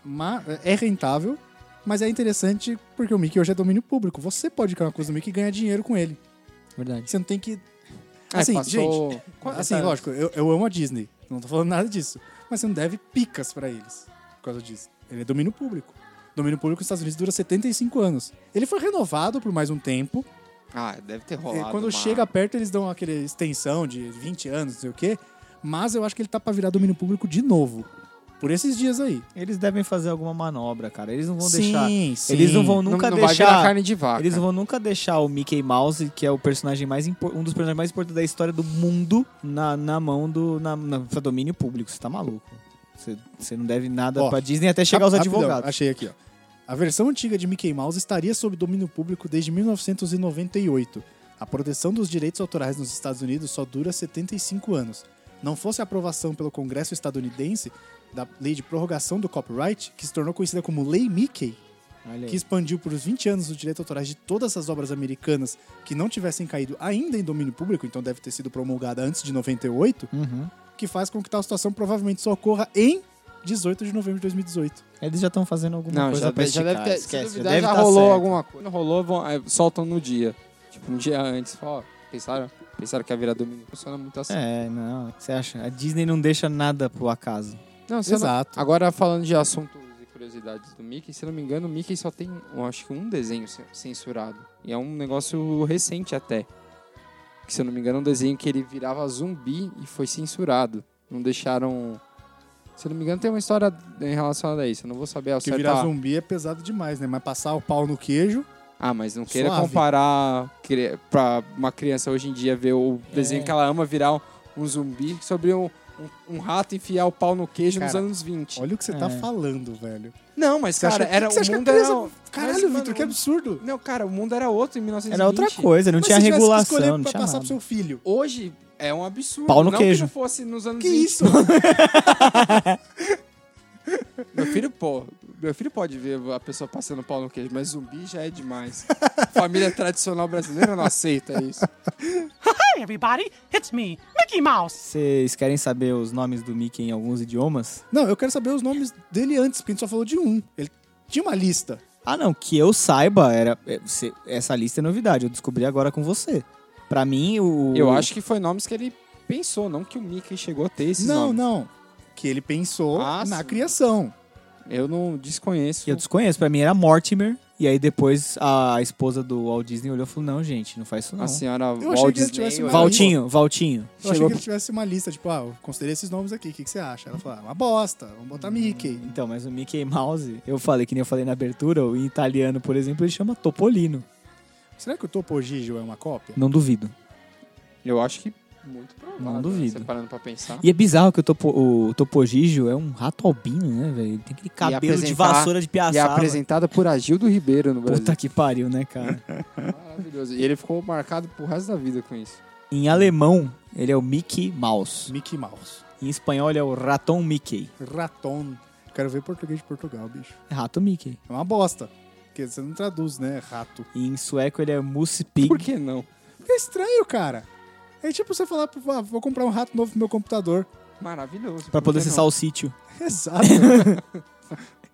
Speaker 1: ma- é rentável, mas é interessante porque o Mickey hoje é domínio público. Você pode criar uma coisa do Mickey e ganhar dinheiro com ele.
Speaker 2: Verdade.
Speaker 1: Você não tem que.
Speaker 3: É,
Speaker 1: Assim, gente.
Speaker 3: passou-
Speaker 2: tá.
Speaker 1: Assim, lógico, eu, eu amo a Disney. Não tô falando nada disso. Mas você não deve picas pra eles por causa disso. Ele é domínio público. Domínio público nos Estados Unidos dura 75 anos. Ele foi renovado por mais um tempo.
Speaker 3: Ah, deve ter
Speaker 1: É,
Speaker 3: rolado.
Speaker 1: quando
Speaker 3: uma-
Speaker 1: chega perto, eles dão aquela extensão de 20 anos, não sei o quê. Mas eu acho que ele tá pra virar domínio público de novo. Por esses dias aí.
Speaker 2: Eles devem fazer alguma manobra, cara. Eles não vão
Speaker 1: sim,
Speaker 2: deixar...
Speaker 1: Sim.
Speaker 2: Eles não vão
Speaker 3: Não-
Speaker 2: nunca
Speaker 3: não vai virar
Speaker 2: deixar...
Speaker 3: carne de vaca.
Speaker 2: Eles não vão nunca deixar o Mickey Mouse, que é o personagem mais impor- um dos personagens mais importantes da história do mundo, na, na mão do na, na- pra domínio público. Você tá maluco? Você- Você não deve nada
Speaker 1: Ó,
Speaker 2: pra Disney até chegar aos
Speaker 1: Rap- rapidão,
Speaker 2: advogados.
Speaker 1: Achei aqui, ó. A versão antiga de Mickey Mouse estaria sob domínio público desde 1998. A proteção dos direitos autorais nos Estados Unidos só dura 75 anos. Não fosse a aprovação pelo Congresso estadunidense da lei de prorrogação do copyright, que se tornou conhecida como Lei Mickey,
Speaker 2: Olha aí.
Speaker 1: que expandiu por os 20 anos os direitos autorais de todas as obras americanas que não tivessem caído ainda em domínio público, então deve ter sido promulgada antes de 98,
Speaker 2: Uhum.
Speaker 1: que faz com que tal situação provavelmente só ocorra em 18 de novembro de 2018.
Speaker 2: Eles já estão fazendo alguma
Speaker 3: Não,
Speaker 2: coisa
Speaker 3: já,
Speaker 2: pra
Speaker 3: de- já
Speaker 2: esticar,
Speaker 3: deve ter.
Speaker 2: esquece,
Speaker 3: se
Speaker 2: já
Speaker 3: duvidar,
Speaker 2: deve
Speaker 3: já
Speaker 2: tá
Speaker 3: rolou
Speaker 2: certo.
Speaker 3: alguma coisa. Não rolou, vão, aí soltam no dia. Tipo, um dia antes. Fala, ó, pensaram, pensaram que a virar domínio não funciona muito assim.
Speaker 2: É, não. Você acha? A Disney não deixa nada pro acaso.
Speaker 3: Não,
Speaker 2: é
Speaker 3: se eu não-
Speaker 1: Exato.
Speaker 3: Agora, falando de assuntos e curiosidades do Mickey, se eu não me engano, o Mickey só tem, eu acho que um desenho cen- censurado. E é um negócio recente até. Que, se eu não me engano, é um desenho que ele virava zumbi e foi censurado. Não deixaram. Se eu não me engano, tem uma história em relação a isso. Eu não vou saber ao
Speaker 1: Porque
Speaker 3: certo
Speaker 1: virar
Speaker 3: a-
Speaker 1: zumbi é pesado demais, né? Mas passar o pau no queijo.
Speaker 3: Ah, mas não queira
Speaker 1: Suave.
Speaker 3: comparar cri- pra uma criança hoje em dia ver o
Speaker 1: É.
Speaker 3: desenho que ela ama virar um, um zumbi sobre um, um- um rato enfiar o pau no queijo nos
Speaker 1: Cara,
Speaker 3: anos 20.
Speaker 1: Olha o que você tá
Speaker 2: É.
Speaker 1: falando, velho.
Speaker 3: Não, mas
Speaker 1: Você
Speaker 3: cara,
Speaker 1: acha-
Speaker 3: era
Speaker 1: você
Speaker 3: o
Speaker 1: acha que a
Speaker 3: mundo era
Speaker 1: criança-
Speaker 3: mas,
Speaker 1: Caralho,
Speaker 3: mano,
Speaker 1: Vitor, que absurdo.
Speaker 3: Não, cara, o mundo era outro em 1920.
Speaker 2: Era outra coisa, não
Speaker 1: Mas
Speaker 2: tinha
Speaker 1: se tivesse que escolher
Speaker 2: regulação, não
Speaker 1: pra
Speaker 2: tinha
Speaker 1: passar
Speaker 2: nada.
Speaker 1: pro seu filho.
Speaker 3: Hoje é um absurdo.
Speaker 2: Pau no
Speaker 3: não
Speaker 2: queijo.
Speaker 3: que não fosse nos anos
Speaker 1: Que
Speaker 3: 20.
Speaker 1: isso?
Speaker 3: Meu filho, pô, meu filho pode ver a pessoa passando pau no queijo, mas zumbi já é demais. *laughs* Família tradicional brasileira não aceita isso.
Speaker 4: Hi, everybody. It's me, Mickey Mouse.
Speaker 2: Vocês querem saber os nomes do Mickey em alguns idiomas?
Speaker 1: Não, eu quero saber os nomes dele antes, porque a gente só falou de um. Ele tinha uma lista.
Speaker 2: Ah, não, que eu saiba, era é, você- essa lista é novidade, eu descobri agora com você. Pra mim, o
Speaker 3: Eu acho que foi nomes que ele pensou, não que o Mickey chegou a ter esses
Speaker 1: não,
Speaker 3: nomes.
Speaker 1: não. Que ele pensou
Speaker 3: Ah,
Speaker 1: na
Speaker 3: sim.
Speaker 1: criação.
Speaker 3: Eu não desconheço.
Speaker 2: que eu desconheço, pra mim era Mortimer, e aí depois a esposa do Walt Disney olhou e falou: "Não, gente, não faz isso não".
Speaker 3: A senhora
Speaker 1: achei
Speaker 3: Walt
Speaker 1: que ele
Speaker 3: Disney,
Speaker 1: tivesse uma-
Speaker 2: Valtinho, Valtinho.
Speaker 1: Eu achei
Speaker 3: Chegou-
Speaker 1: que ele tivesse uma lista, tipo, ah, eu considerei esses nomes aqui, o que, que você acha? Ela falou, ah, uma bosta, vamos botar Mickey.
Speaker 2: Então, mas o Mickey Mouse, eu falei que nem eu falei na abertura, o em italiano, por exemplo, ele chama Topolino.
Speaker 1: Será que o Topo Gigio é uma cópia?
Speaker 2: Não duvido.
Speaker 3: eu acho que muito provável. né,
Speaker 2: Não duvido.
Speaker 3: Você parando pra pensar.
Speaker 2: E é bizarro que o, topo, o Topogígio é um rato albino, né, velho? Ele tem aquele cabelo de
Speaker 3: apresentar-
Speaker 2: vassoura de
Speaker 3: E é
Speaker 2: piaçaba.
Speaker 3: apresentada por Agildo Ribeiro no Brasil.
Speaker 2: Puta que pariu, né,
Speaker 3: *laughs*
Speaker 2: cara?
Speaker 3: Maravilhoso. E ele ficou marcado pro resto da vida com isso.
Speaker 2: em alemão, ele é o Mickey Mouse.
Speaker 1: Mickey Mouse.
Speaker 2: Em espanhol, ele é o Raton Mickey.
Speaker 1: Raton. Quero ver português de Portugal, bicho.
Speaker 2: É Rato Mickey.
Speaker 1: É uma bosta. Porque você não traduz, né? Rato.
Speaker 2: E em sueco, ele é Moose Pig.
Speaker 3: Por que não?
Speaker 1: É estranho, cara. É tipo você falar, pô, ah, vou comprar um rato novo pro meu computador. *laughs*
Speaker 3: Maravilhoso.
Speaker 2: Pra
Speaker 3: por
Speaker 2: poder
Speaker 3: que
Speaker 2: acessar o sítio.
Speaker 1: Exato.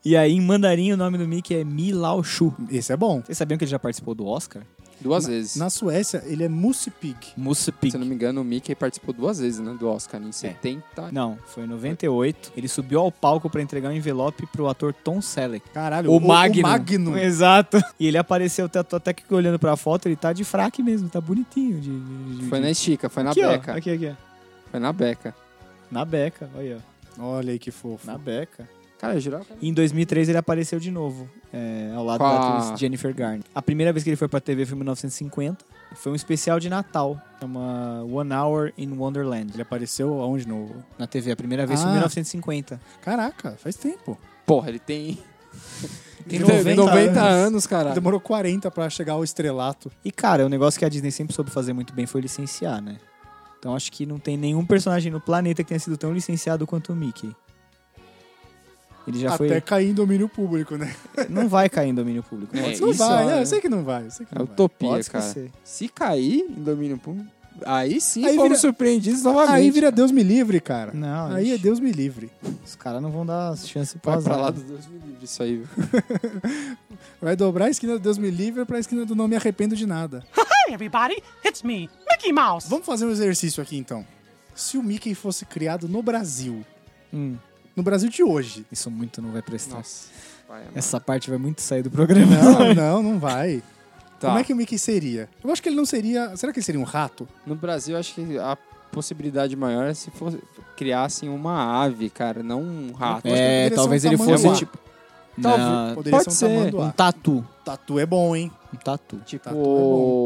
Speaker 2: E aí, em mandarim, o nome do Mickey é Milaoshu.
Speaker 1: Esse é bom.
Speaker 2: Vocês sabiam que ele já participou do Oscar?
Speaker 3: Duas vezes.
Speaker 1: Na Suécia, ele é Musse Pig.
Speaker 2: Musa
Speaker 3: Se eu não me engano, o Mickey participou duas vezes, né? Do Oscar,
Speaker 1: É.
Speaker 3: em 70.
Speaker 2: Não, foi em 98. Ele subiu ao palco pra entregar um envelope pro ator Tom Selleck.
Speaker 1: Caralho,
Speaker 2: O
Speaker 1: O
Speaker 2: Magnum. É.
Speaker 1: Magnum.
Speaker 2: Exato. E ele apareceu, até, tô até que olhando pra foto, ele tá de fraque mesmo, tá bonitinho. De, de- de-
Speaker 3: Foi
Speaker 2: de-
Speaker 3: na estica, foi na
Speaker 2: aqui, ó,
Speaker 3: beca.
Speaker 2: aqui, aqui, ó.
Speaker 3: Foi na beca.
Speaker 2: Na beca, olha aí, ó.
Speaker 1: Olha aí que fofo.
Speaker 2: Na beca.
Speaker 3: Cara, eu jurava que era-
Speaker 2: E em 2003 ele apareceu de novo, é, ao lado
Speaker 3: Com
Speaker 2: da
Speaker 3: a-
Speaker 2: atriz Jennifer Garner. A primeira vez que ele foi pra TV foi em 1950. Foi um especial de Natal, chama One Hour in Wonderland.
Speaker 1: Ele apareceu aonde novo?
Speaker 2: Na TV, a primeira vez foi
Speaker 1: Ah.
Speaker 2: em 1950.
Speaker 1: Caraca, faz tempo.
Speaker 3: Porra, ele tem.
Speaker 1: Tem
Speaker 3: *laughs*
Speaker 2: 90
Speaker 3: anos, cara.
Speaker 1: Demorou 40 pra chegar ao estrelato.
Speaker 2: E, cara, o negócio que a Disney sempre soube fazer muito bem foi licenciar, né? Então acho que não tem nenhum personagem no planeta que tenha sido tão licenciado quanto o Mickey. Ele já
Speaker 1: até cair em domínio público, né?
Speaker 2: foi. Não vai cair em domínio público.
Speaker 3: É,
Speaker 2: Pode
Speaker 1: não
Speaker 2: esquecer,
Speaker 1: vai,
Speaker 2: né?
Speaker 1: é, eu sei que não vai. eu sei que
Speaker 3: É
Speaker 1: não vai.
Speaker 3: utopia,
Speaker 2: Pode
Speaker 3: cara.
Speaker 2: esquecer.
Speaker 3: Se cair em domínio público, aí sim
Speaker 1: Aí
Speaker 3: fomos
Speaker 1: vira-
Speaker 3: surpreendidos novamente.
Speaker 1: Aí vira Deus me livre, cara.
Speaker 2: Não,
Speaker 1: Aí é
Speaker 2: ixi,
Speaker 1: Deus me livre.
Speaker 2: os caras não vão dar chance pro
Speaker 3: Vai pra
Speaker 2: azar.
Speaker 3: lá dos Deus me livre,
Speaker 1: *laughs*
Speaker 3: isso aí. viu?
Speaker 1: Vai dobrar a esquina do Deus me livre pra esquina do não me arrependo de nada.
Speaker 4: Hi, everybody. It's me, Mickey Mouse.
Speaker 1: Vamos fazer um exercício aqui então. Se o Mickey fosse criado no Brasil,
Speaker 2: Hum,
Speaker 1: no Brasil de hoje.
Speaker 2: isso muito não vai prestar.
Speaker 3: Nossa. Vai, é
Speaker 1: É,
Speaker 3: mano.
Speaker 2: Essa parte vai muito sair do
Speaker 3: *laughs*
Speaker 2: programa.
Speaker 1: Não, não, não vai.
Speaker 3: Tá.
Speaker 1: Como é que o Mickey seria? Eu acho que ele não seria. Será que ele seria um rato?
Speaker 3: No Brasil, acho que a possibilidade maior é se fosse... criassem uma ave, cara, não um rato.
Speaker 1: Eu acho que
Speaker 2: É,
Speaker 1: poderia
Speaker 2: talvez
Speaker 1: ser um
Speaker 2: ele fosse
Speaker 1: tamanduá.
Speaker 2: tipo.
Speaker 3: Talvez-
Speaker 2: Não,
Speaker 1: Poderia
Speaker 3: Pode
Speaker 1: ser um
Speaker 3: ser.
Speaker 2: um
Speaker 1: tamanduá.
Speaker 2: tatu.
Speaker 1: Tatu é bom, hein?
Speaker 2: Um tatu.
Speaker 3: Tipo
Speaker 1: Tatu é bom.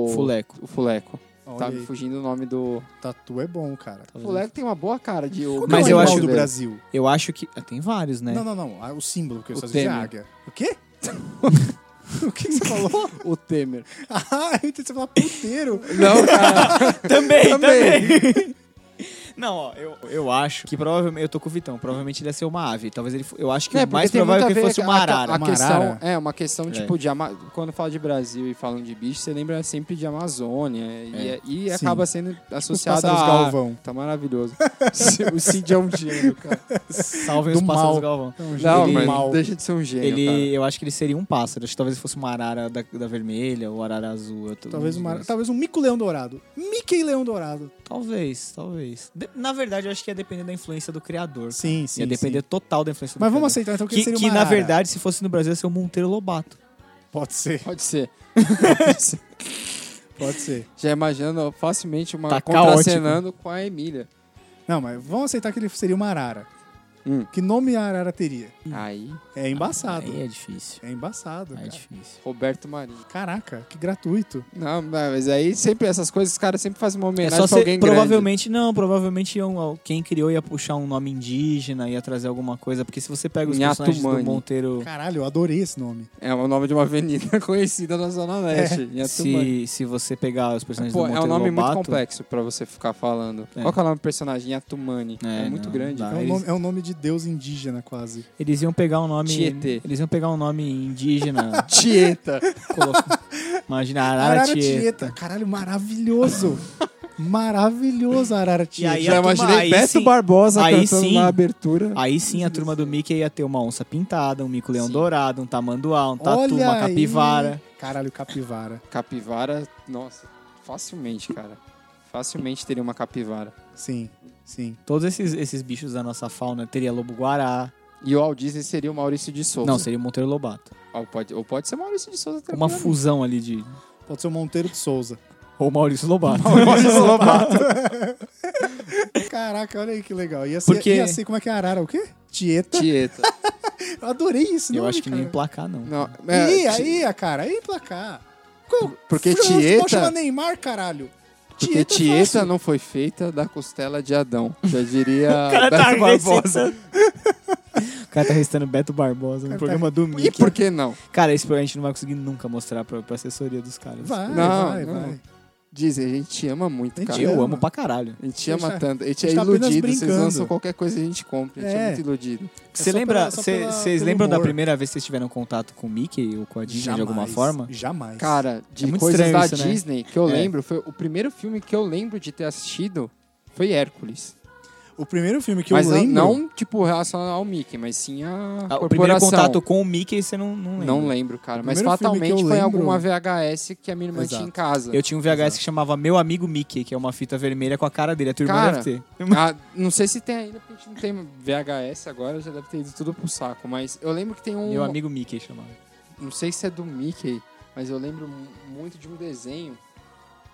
Speaker 3: o
Speaker 2: Fuleco.
Speaker 3: O fuleco.
Speaker 1: Olha
Speaker 3: tá
Speaker 1: aí,
Speaker 3: me fugindo o nome do...
Speaker 1: Tatu é bom, cara.
Speaker 3: O fuleco tem uma boa cara de...
Speaker 1: Qual que é
Speaker 2: Mas
Speaker 1: o
Speaker 2: eu
Speaker 1: animal
Speaker 2: acho
Speaker 1: do
Speaker 3: dele?
Speaker 1: Brasil.
Speaker 2: Eu acho que. Ah, tem vários, né?
Speaker 1: Não, não, não. Ah, O símbolo que eu
Speaker 3: O
Speaker 1: só dizia é
Speaker 3: Temer.
Speaker 1: águia. O quê? o que, que você falou?
Speaker 3: O Temer.
Speaker 1: ah, eu entendi você falar puteiro.
Speaker 3: Não, cara.
Speaker 2: *laughs* Também,
Speaker 3: Também.
Speaker 2: *laughs* Não, ó, eu, eu acho que provavelmente. Eu tô com o Vitão, provavelmente ele ia ser uma ave. Talvez ele. fo- Eu acho que
Speaker 3: É,
Speaker 2: o mais
Speaker 3: porque tem
Speaker 2: provável é
Speaker 3: muito a
Speaker 2: que
Speaker 3: ver
Speaker 2: fosse
Speaker 3: a-
Speaker 2: uma arara. *laughs*
Speaker 3: A,
Speaker 1: Uma
Speaker 3: questão,
Speaker 1: arara?
Speaker 3: É, uma questão, tipo, de... Ama... Quando fala de Brasil e falam de bicho, você lembra sempre de Amazônia. e-
Speaker 2: É.
Speaker 3: é, E,
Speaker 1: Sim. Tipo
Speaker 3: acaba sendo
Speaker 1: Os
Speaker 3: associado
Speaker 1: pássaros
Speaker 3: a...
Speaker 1: Galvão.
Speaker 3: Tá maravilhoso. *laughs* o Cid é um gênio, cara.
Speaker 2: Salvem
Speaker 1: Do
Speaker 2: os pássaros
Speaker 1: mal.
Speaker 2: Galvão.
Speaker 1: Um
Speaker 3: Não,
Speaker 2: Ele-
Speaker 3: mas
Speaker 1: mal.
Speaker 3: deixa de ser um gênio,
Speaker 2: Ele,
Speaker 3: cara.
Speaker 2: eu acho que ele seria um pássaro. Acho que talvez fosse uma arara da, da vermelha ou arara azul. eu tô-
Speaker 1: Talvez,
Speaker 2: não
Speaker 1: uma,
Speaker 2: sei.
Speaker 1: talvez um mico-leão dourado. Mickey Leão Dourado.
Speaker 2: Talvez, talvez. De- na verdade, eu acho que ia depender da influência do criador.
Speaker 1: Sim, sim.
Speaker 2: ia depender total da influência
Speaker 1: Mas
Speaker 2: do
Speaker 1: vamos
Speaker 2: criador.
Speaker 1: aceitar então que, ele
Speaker 2: Que,
Speaker 1: seria
Speaker 2: que
Speaker 1: uma
Speaker 2: na
Speaker 1: arara.
Speaker 2: verdade, se fosse no Brasil, ia ser o Monteiro Lobato.
Speaker 1: Pode ser,
Speaker 3: Pode ser. *laughs*
Speaker 1: pode ser.
Speaker 3: Já imaginando facilmente uma
Speaker 2: Tá
Speaker 3: contracenando com a Emília.
Speaker 1: Não, mas vamos aceitar que ele seria uma arara.
Speaker 3: Hum.
Speaker 1: Que nome a arara teria?
Speaker 3: Aí,
Speaker 1: É embaçado.
Speaker 2: Aí é difícil.
Speaker 1: é... embaçado,
Speaker 2: Aí é
Speaker 1: cara.
Speaker 2: difícil.
Speaker 3: Roberto Marinho.
Speaker 1: Caraca, que gratuito.
Speaker 3: Não, não, mas aí sempre essas coisas, os caras sempre fazem uma
Speaker 2: É
Speaker 3: homenagem
Speaker 2: só
Speaker 3: pra alguém
Speaker 2: ser, provavelmente não, provavelmente iam- quem criou ia puxar um nome indígena, ia trazer alguma coisa, porque se você pega os
Speaker 3: Nhatumani.
Speaker 2: personagens do Monteiro,
Speaker 1: Caralho, eu adorei esse nome.
Speaker 3: grande. É o nome de uma avenida *laughs* conhecida na Zona
Speaker 2: É,
Speaker 3: Leste. em Atumã.
Speaker 2: se, se você pegar os personagens
Speaker 3: Pô,
Speaker 2: do
Speaker 3: é
Speaker 2: Monteiro
Speaker 3: um nome
Speaker 2: Lobato,
Speaker 3: muito complexo pra você ficar falando.
Speaker 2: É.
Speaker 3: Qual que é o nome do personagem? Yatumani. É,
Speaker 2: É,
Speaker 3: muito
Speaker 2: não,
Speaker 3: grande.
Speaker 2: dá.
Speaker 1: é, um
Speaker 2: eles- *laughs*
Speaker 1: nome é um nome de deus indígena, quase.
Speaker 2: eles iam pegar um nome,
Speaker 3: Tietê.
Speaker 2: eles iam pegar um nome
Speaker 3: *laughs*
Speaker 2: indígena,
Speaker 3: Tieta.
Speaker 2: colocar- imagina Arara, Tietê.
Speaker 1: Caralho,
Speaker 2: *laughs*
Speaker 1: maravilhoso. maravilhoso, Arara
Speaker 2: E aí é
Speaker 1: Tieta.
Speaker 2: a
Speaker 3: Já
Speaker 2: turma-
Speaker 3: imaginei
Speaker 2: aí
Speaker 3: Beto
Speaker 2: sim.
Speaker 3: Barbosa
Speaker 2: Aí
Speaker 3: cantando
Speaker 2: sim.
Speaker 3: na abertura.
Speaker 2: Aí sim a turma do Mickey ia ter uma onça pintada, um mico-leão
Speaker 3: Sim.
Speaker 2: dourado, um tamanduá, um tatu,
Speaker 1: Olha
Speaker 2: uma
Speaker 1: aí.
Speaker 2: capivara.
Speaker 1: Caralho, capivara.
Speaker 3: Capivara, nossa, facilmente, cara. Facilmente teria uma capivara.
Speaker 1: Sim, sim.
Speaker 2: Todos esses, esses bichos da nossa fauna teria lobo-guará.
Speaker 3: E o Walt Disney seria o Maurício de Souza.
Speaker 2: Não, seria o Monteiro Lobato.
Speaker 3: Ou pode, ou pode ser Maurício de Souza também. né?
Speaker 2: Uma fusão ali de
Speaker 1: Pode ser o Monteiro de Souza.
Speaker 2: ou Maurício Lobato.
Speaker 1: Caraca, olha aí que legal. Ia ser,
Speaker 2: Porque-
Speaker 1: ia ser como é que é Arara? O quê? Tieta.
Speaker 3: Tieta.
Speaker 1: Eu adorei isso,
Speaker 2: Eu
Speaker 1: nome,
Speaker 2: acho que
Speaker 1: cara.
Speaker 2: nem placar não. *laughs*
Speaker 3: Não,
Speaker 1: Ih,
Speaker 3: é, ti-
Speaker 1: aí, cara, aí placar. Co-
Speaker 3: Porque
Speaker 1: Eu não
Speaker 3: Tieta-
Speaker 1: Vou chamar Neymar, caralho.
Speaker 3: Porque
Speaker 1: é
Speaker 3: Tieta
Speaker 1: fácil.
Speaker 3: não foi feita da costela de Adão.
Speaker 1: *laughs*
Speaker 3: Já diria
Speaker 2: cara tá
Speaker 3: Beto Barbosa.
Speaker 2: *laughs* O cara tá restando Beto Barbosa no programa do
Speaker 3: E
Speaker 2: Mickey.
Speaker 3: por que não?
Speaker 2: Cara, esse programa a gente não vai conseguir nunca mostrar pra, pra assessoria dos caras.
Speaker 1: Vai,
Speaker 3: Não,
Speaker 1: vai,
Speaker 3: não.
Speaker 1: vai.
Speaker 3: Dizem, a gente te ama muito,
Speaker 1: A gente
Speaker 3: cara. É
Speaker 2: Eu
Speaker 1: Caramba.
Speaker 2: amo pra caralho.
Speaker 3: A gente te
Speaker 1: A gente
Speaker 3: ama
Speaker 1: tá-
Speaker 3: tanto. A
Speaker 1: a
Speaker 3: gente é
Speaker 1: gente tá apenas
Speaker 3: iludido. Vocês
Speaker 1: brincando.
Speaker 3: lançam qualquer coisa e a gente compra. A gente é,
Speaker 1: É.
Speaker 3: muito iludido.
Speaker 2: Você
Speaker 1: só
Speaker 2: lembra,
Speaker 1: pela- só pela-
Speaker 2: vocês
Speaker 1: pelo
Speaker 2: lembram da
Speaker 1: humor.
Speaker 2: primeira vez que vocês tiveram contato com o Mickey ou com a Disney de alguma forma?
Speaker 1: Jamais.
Speaker 3: Cara, de
Speaker 2: É muito
Speaker 3: coisas
Speaker 2: estranho
Speaker 3: da
Speaker 2: isso, né?
Speaker 3: Disney que eu
Speaker 2: É.
Speaker 3: lembro, foi o primeiro filme que eu lembro de ter assistido foi Hércules.
Speaker 1: O primeiro filme que
Speaker 3: mas
Speaker 1: eu
Speaker 3: não-
Speaker 1: lembro.
Speaker 3: não, tipo, relacionado ao Mickey, mas sim a
Speaker 2: Ah,
Speaker 3: corporação.
Speaker 2: O primeiro contato com o Mickey você não, não lembra.
Speaker 3: Não lembro, cara. Mas
Speaker 1: primeiro filme que eu
Speaker 3: fatalmente foi em
Speaker 1: lembro-
Speaker 3: alguma VHS que a minha irmã tinha
Speaker 1: Exato.
Speaker 3: em casa.
Speaker 2: Eu tinha um VHS que chamava Meu Amigo Mickey, que é uma fita vermelha com a cara dele. A tua irmã
Speaker 3: Cara,
Speaker 2: deve ter.
Speaker 3: Ah, não sei se tem ainda, porque a gente não tem VHS agora, já deve ter ido tudo pro saco. Mas eu lembro que tem um.
Speaker 2: Meu Amigo Mickey chamava.
Speaker 3: Não sei se é do Mickey, mas eu lembro mu- muito de um desenho.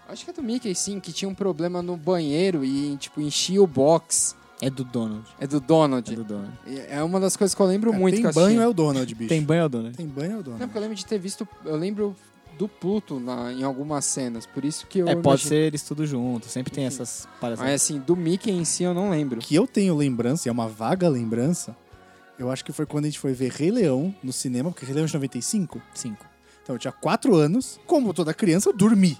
Speaker 3: Acho que é do Mickey, sim, que tinha um problema no banheiro e, tipo, enchia o box.
Speaker 2: É do Donald.
Speaker 3: É do
Speaker 2: É
Speaker 3: Donald.
Speaker 2: do Donald.
Speaker 3: É, uma das coisas que eu lembro
Speaker 1: É,
Speaker 3: muito que eu
Speaker 1: Tem
Speaker 3: assisti.
Speaker 1: banho é o Donald, bicho.
Speaker 2: Tem banho é o Donald.
Speaker 1: Tem banho é o
Speaker 3: Não,
Speaker 1: Donald.
Speaker 3: porque eu lembro de ter visto. Eu lembro do Pluto na- em algumas cenas, por isso que eu.
Speaker 2: É, pode
Speaker 3: imagino-
Speaker 2: ser eles tudo junto. Sempre tem essas palhaçadas.
Speaker 3: Mas assim, do Mickey em si eu não lembro.
Speaker 1: O que eu tenho lembrança, e é uma vaga lembrança, eu acho que foi quando a gente foi ver Rei Leão no cinema, porque Rei Leão é de 95.
Speaker 2: Cinco.
Speaker 1: Então eu tinha 4 anos, como toda criança, eu dormi.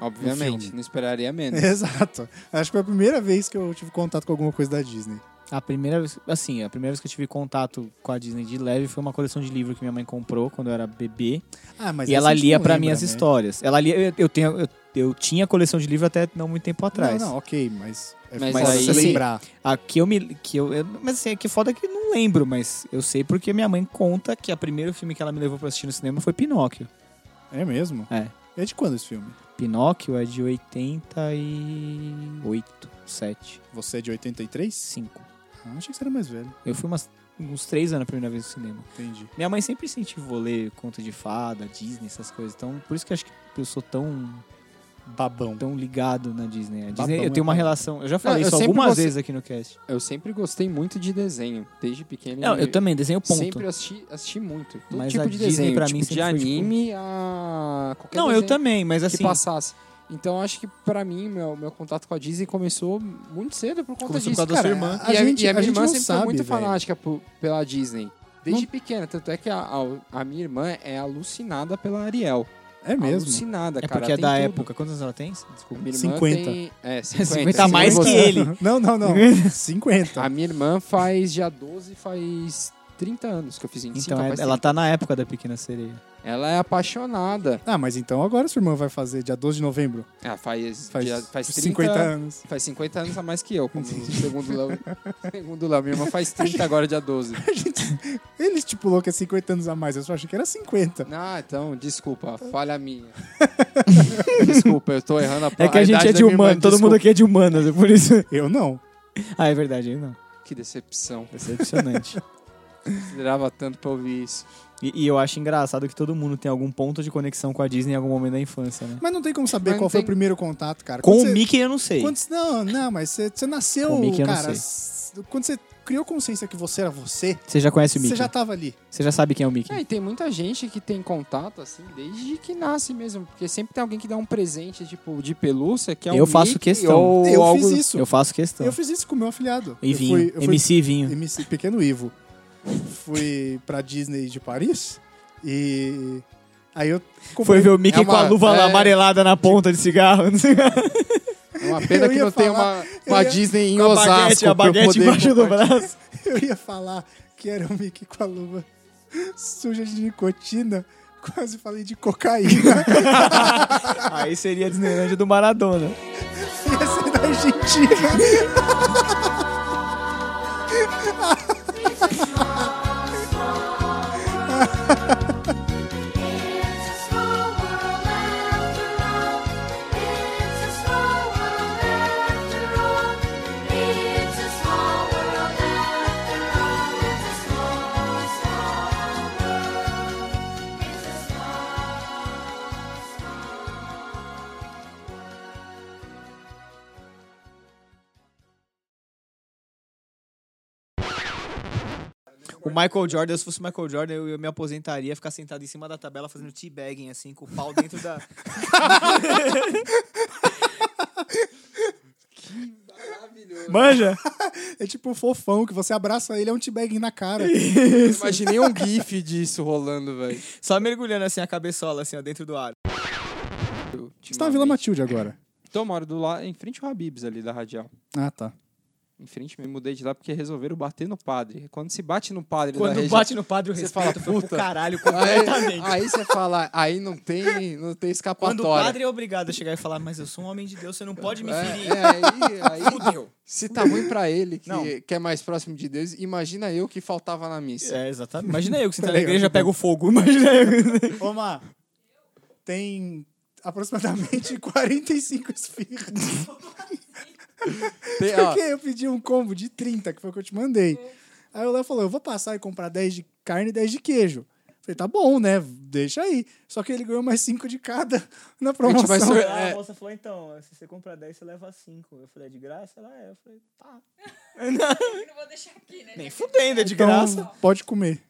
Speaker 3: Obviamente,
Speaker 1: filme.
Speaker 3: não esperaria menos.
Speaker 1: *laughs* Exato. Acho que foi a primeira vez que eu tive contato com alguma coisa da Disney.
Speaker 2: A primeira vez, assim, a primeira vez que eu tive contato com a Disney de leve foi uma coleção de livro que minha mãe comprou quando eu era bebê.
Speaker 1: Ah, mas
Speaker 2: e
Speaker 1: essa
Speaker 2: ela
Speaker 1: a gente
Speaker 2: lia
Speaker 1: não
Speaker 2: pra
Speaker 1: lembra,
Speaker 2: mim as
Speaker 1: né?
Speaker 2: histórias. Ela lia, eu, eu tenho, eu, eu tinha coleção de livro até não muito tempo atrás.
Speaker 1: Não, não, ok, mas. É
Speaker 3: Mas
Speaker 1: foda
Speaker 2: aí-
Speaker 1: você lembrar.
Speaker 2: A que eu me. Que eu, eu- mas assim, é que foda que eu não lembro, mas eu sei porque minha mãe conta que o primeiro filme que ela me levou pra assistir no cinema foi Pinóquio.
Speaker 1: É mesmo?
Speaker 2: É.
Speaker 1: É de quando esse filme?
Speaker 2: Pinóquio é de 88, 7,
Speaker 1: Você é de 83?
Speaker 2: 5.
Speaker 1: Ah, achei que você era mais velho.
Speaker 2: Eu fui umas, uns 3 anos a primeira vez no cinema.
Speaker 1: Entendi.
Speaker 2: Minha mãe sempre incentivou ler conto de fada, Disney, essas coisas. Então, por isso que eu acho que eu sou tão,
Speaker 1: Babão.
Speaker 2: tão ligado na Disney. A
Speaker 1: Babão
Speaker 2: Disney eu
Speaker 1: é
Speaker 2: tenho uma
Speaker 1: babão.
Speaker 2: relação. Eu já falei
Speaker 3: eu
Speaker 2: isso
Speaker 3: sempre
Speaker 2: algumas
Speaker 3: gostei-
Speaker 2: vezes aqui no cast.
Speaker 3: Eu sempre gostei muito de desenho, desde pequeno.
Speaker 2: Não, eu também desenho ponto.
Speaker 3: Sempre assisti, assisti muito. Todo
Speaker 2: Mas
Speaker 3: tipo
Speaker 2: a
Speaker 3: de
Speaker 2: Disney
Speaker 3: desenho,
Speaker 2: pra
Speaker 3: tipo,
Speaker 2: mim sempre
Speaker 3: de
Speaker 2: foi, tipo-
Speaker 3: anime a qualquer
Speaker 2: Não, eu
Speaker 3: desenho
Speaker 2: também, mas
Speaker 3: que
Speaker 2: assim.
Speaker 3: passasse. Então acho que pra mim, meu, meu contato com a Disney começou muito cedo por conta
Speaker 2: Começou por causa
Speaker 3: disso.
Speaker 2: da sua
Speaker 1: Cara,
Speaker 2: é irmã.
Speaker 1: a
Speaker 3: e,
Speaker 1: gente,
Speaker 3: e
Speaker 1: a,
Speaker 3: minha
Speaker 1: gente
Speaker 3: irmã
Speaker 1: não
Speaker 3: sempre
Speaker 1: sabe,
Speaker 3: foi muito
Speaker 1: velho.
Speaker 3: fanática por- pela Disney. Desde pequena, tanto é que a, a, a minha irmã é alucinada pela Ariel.
Speaker 1: É mesmo.
Speaker 2: É
Speaker 3: Alucinada, cara.
Speaker 2: porque é
Speaker 3: tem
Speaker 2: da
Speaker 3: tudo.
Speaker 2: época. Quantos anos ela tem?
Speaker 3: A
Speaker 2: Desculpa.
Speaker 3: minha irmã
Speaker 1: 50.
Speaker 3: tem-
Speaker 2: *laughs*
Speaker 3: é, 50.
Speaker 2: 50 a mais que
Speaker 3: Você-
Speaker 1: *laughs*
Speaker 2: ele.
Speaker 1: Não, não,
Speaker 3: *laughs*
Speaker 1: não.
Speaker 2: *laughs* Então, Tá.
Speaker 1: 50.
Speaker 3: A minha irmã faz dia 12, faz 30 anos que eu fiz 25.
Speaker 2: Então, é-
Speaker 3: faz
Speaker 2: ela
Speaker 3: 30.
Speaker 2: tá na época da Pequena Sereia.
Speaker 3: ela é apaixonada.
Speaker 1: Ah, mas então agora sua irmã vai fazer dia 12 de novembro.
Speaker 3: Ela faz,
Speaker 1: Faz,
Speaker 3: dia- faz 30,
Speaker 1: 50 anos.
Speaker 3: Faz 50 anos a mais que eu, como segundo o Léo. Segundo o Léo, minha irmã faz 30 agora, dia 12.
Speaker 1: Ele estipulou que é 50 anos a mais, eu só achei que era 50.
Speaker 3: Ah, então, desculpa, falha minha. desculpa, eu tô errando a
Speaker 2: É que a, gente
Speaker 3: idade
Speaker 2: é
Speaker 3: da
Speaker 2: de
Speaker 3: minha irmã,
Speaker 2: humano, todo mundo
Speaker 3: desculpa.
Speaker 2: aqui é de humanas, é por isso.
Speaker 1: Eu não.
Speaker 2: *laughs* Ah, é verdade, aí não.
Speaker 3: Que decepção.
Speaker 2: Decepcionante.
Speaker 3: Considerava tanto pra ouvir isso.
Speaker 2: *laughs* e, e eu acho engraçado que todo mundo tem algum ponto de conexão com a Disney em algum momento da infância, né?
Speaker 1: Mas não tem como saber
Speaker 3: Mas não
Speaker 1: qual foi
Speaker 3: tem-
Speaker 1: o primeiro contato, cara.
Speaker 2: Com
Speaker 1: Quando
Speaker 2: o
Speaker 1: você-
Speaker 2: Mickey eu não sei.
Speaker 1: quando- não, não, mas você, você nasceu,
Speaker 2: Com o Mickey eu não
Speaker 1: cara.
Speaker 2: sei.
Speaker 1: s- Quando você criou consciência que você era você,
Speaker 2: Você já conhece o
Speaker 1: você
Speaker 2: Mickey?
Speaker 1: já tava ali.
Speaker 2: Você já sabe quem é o Mickey?
Speaker 3: É, e tem muita gente que tem contato, assim, desde que nasce mesmo. Porque sempre tem alguém que dá um presente, tipo, de pelúcia, que é
Speaker 2: Eu
Speaker 3: um
Speaker 2: faço
Speaker 3: Mickey
Speaker 2: questão.
Speaker 3: Ou
Speaker 1: eu
Speaker 3: algo...
Speaker 1: fiz isso.
Speaker 2: Eu faço questão.
Speaker 1: Eu fiz isso com o meu afiliado.
Speaker 2: E
Speaker 1: eu
Speaker 2: vinho.
Speaker 1: fui- eu fui-
Speaker 2: MC Vinho.
Speaker 1: MC Pequeno Ivo. Fui pra Disney de Paris e. Aí eu
Speaker 2: Foi
Speaker 1: comprei-
Speaker 2: ver o Mickey
Speaker 3: É uma-
Speaker 2: com a luva lá
Speaker 3: é-
Speaker 2: amarelada na ponta de cigarro. *laughs* não sei.
Speaker 3: É uma pena
Speaker 1: Eu
Speaker 3: que
Speaker 1: ia
Speaker 3: não tem
Speaker 1: falar-
Speaker 3: uma, uma
Speaker 1: eu ia-
Speaker 3: Disney em
Speaker 2: Com a baguete,
Speaker 3: Osasco
Speaker 2: a
Speaker 3: pra eu
Speaker 2: baguete
Speaker 3: poder
Speaker 2: embaixo do
Speaker 3: compartilhar.
Speaker 2: braço.
Speaker 1: *laughs* Eu ia falar que era o Mickey com a luva suja de nicotina. Quase falei de cocaína. *laughs*
Speaker 2: Aí seria a Disneylandia do Maradona.
Speaker 1: Ia ser da Argentina.
Speaker 2: O Michael Jordan, se fosse o Michael Jordan, eu, eu me aposentaria, ficar sentado em cima da tabela fazendo teabagging, assim, com o pau dentro da. Manja?
Speaker 1: É tipo um fofão que você abraça ele, é um t-bag na cara.
Speaker 3: Imaginei um gif disso rolando, velho.
Speaker 2: Só mergulhando assim a cabeçola, assim, ó, dentro do ar.
Speaker 1: Você tá na Vila Matilde agora.
Speaker 3: Então, eu moro do lado, em frente ao Habibs ali da Radial.
Speaker 1: Ah, tá.
Speaker 3: Em frente, me mudei de lá porque resolveram bater no padre. Quando se bate no padre da
Speaker 2: Quando
Speaker 3: região-
Speaker 2: bate no padre, o
Speaker 3: Você
Speaker 2: respeito
Speaker 3: fala,
Speaker 2: foi pro *laughs*
Speaker 3: "Puta".
Speaker 2: caralho
Speaker 3: Aí,
Speaker 2: completamente.
Speaker 3: aí você fala, aí não tem, não tem
Speaker 2: Quando o
Speaker 3: escapatória.
Speaker 2: padre é obrigado a chegar e falar, mas eu sou um homem de Deus, você não pode me
Speaker 3: É,
Speaker 2: ferir.
Speaker 3: é, aí, aí, Se tá ruim pra ele, que,
Speaker 2: Não.
Speaker 3: que é mais próximo de Deus, imagina eu que faltava na missa.
Speaker 2: É, exatamente. Imagina eu que você tá na
Speaker 1: Peraí,
Speaker 2: igreja
Speaker 1: eu-
Speaker 2: pega o fogo. *laughs* Imagina eu.
Speaker 1: Ô, Mar, tem aproximadamente 45 esfirras.
Speaker 3: Tem- É, ó,
Speaker 1: Porque eu pedi um combo de 30, que foi o que eu te mandei. Aí o Léo falou: eu vou passar e comprar 10 de carne e 10 de queijo. Falei, tá bom, né? Deixa aí. Só que ele ganhou mais 5 de cada *laughs* na promoção.
Speaker 3: vai ser-
Speaker 5: Aí
Speaker 3: É.
Speaker 5: a moça falou, então, se você comprar 10, você leva 5. Eu falei, é de graça? Ela é. Eu falei, tá.
Speaker 6: *laughs* Eu não vou deixar aqui, né?
Speaker 2: Nem
Speaker 6: Já que-
Speaker 2: fudendo, é de
Speaker 1: Então,
Speaker 2: graça.
Speaker 1: Pode comer.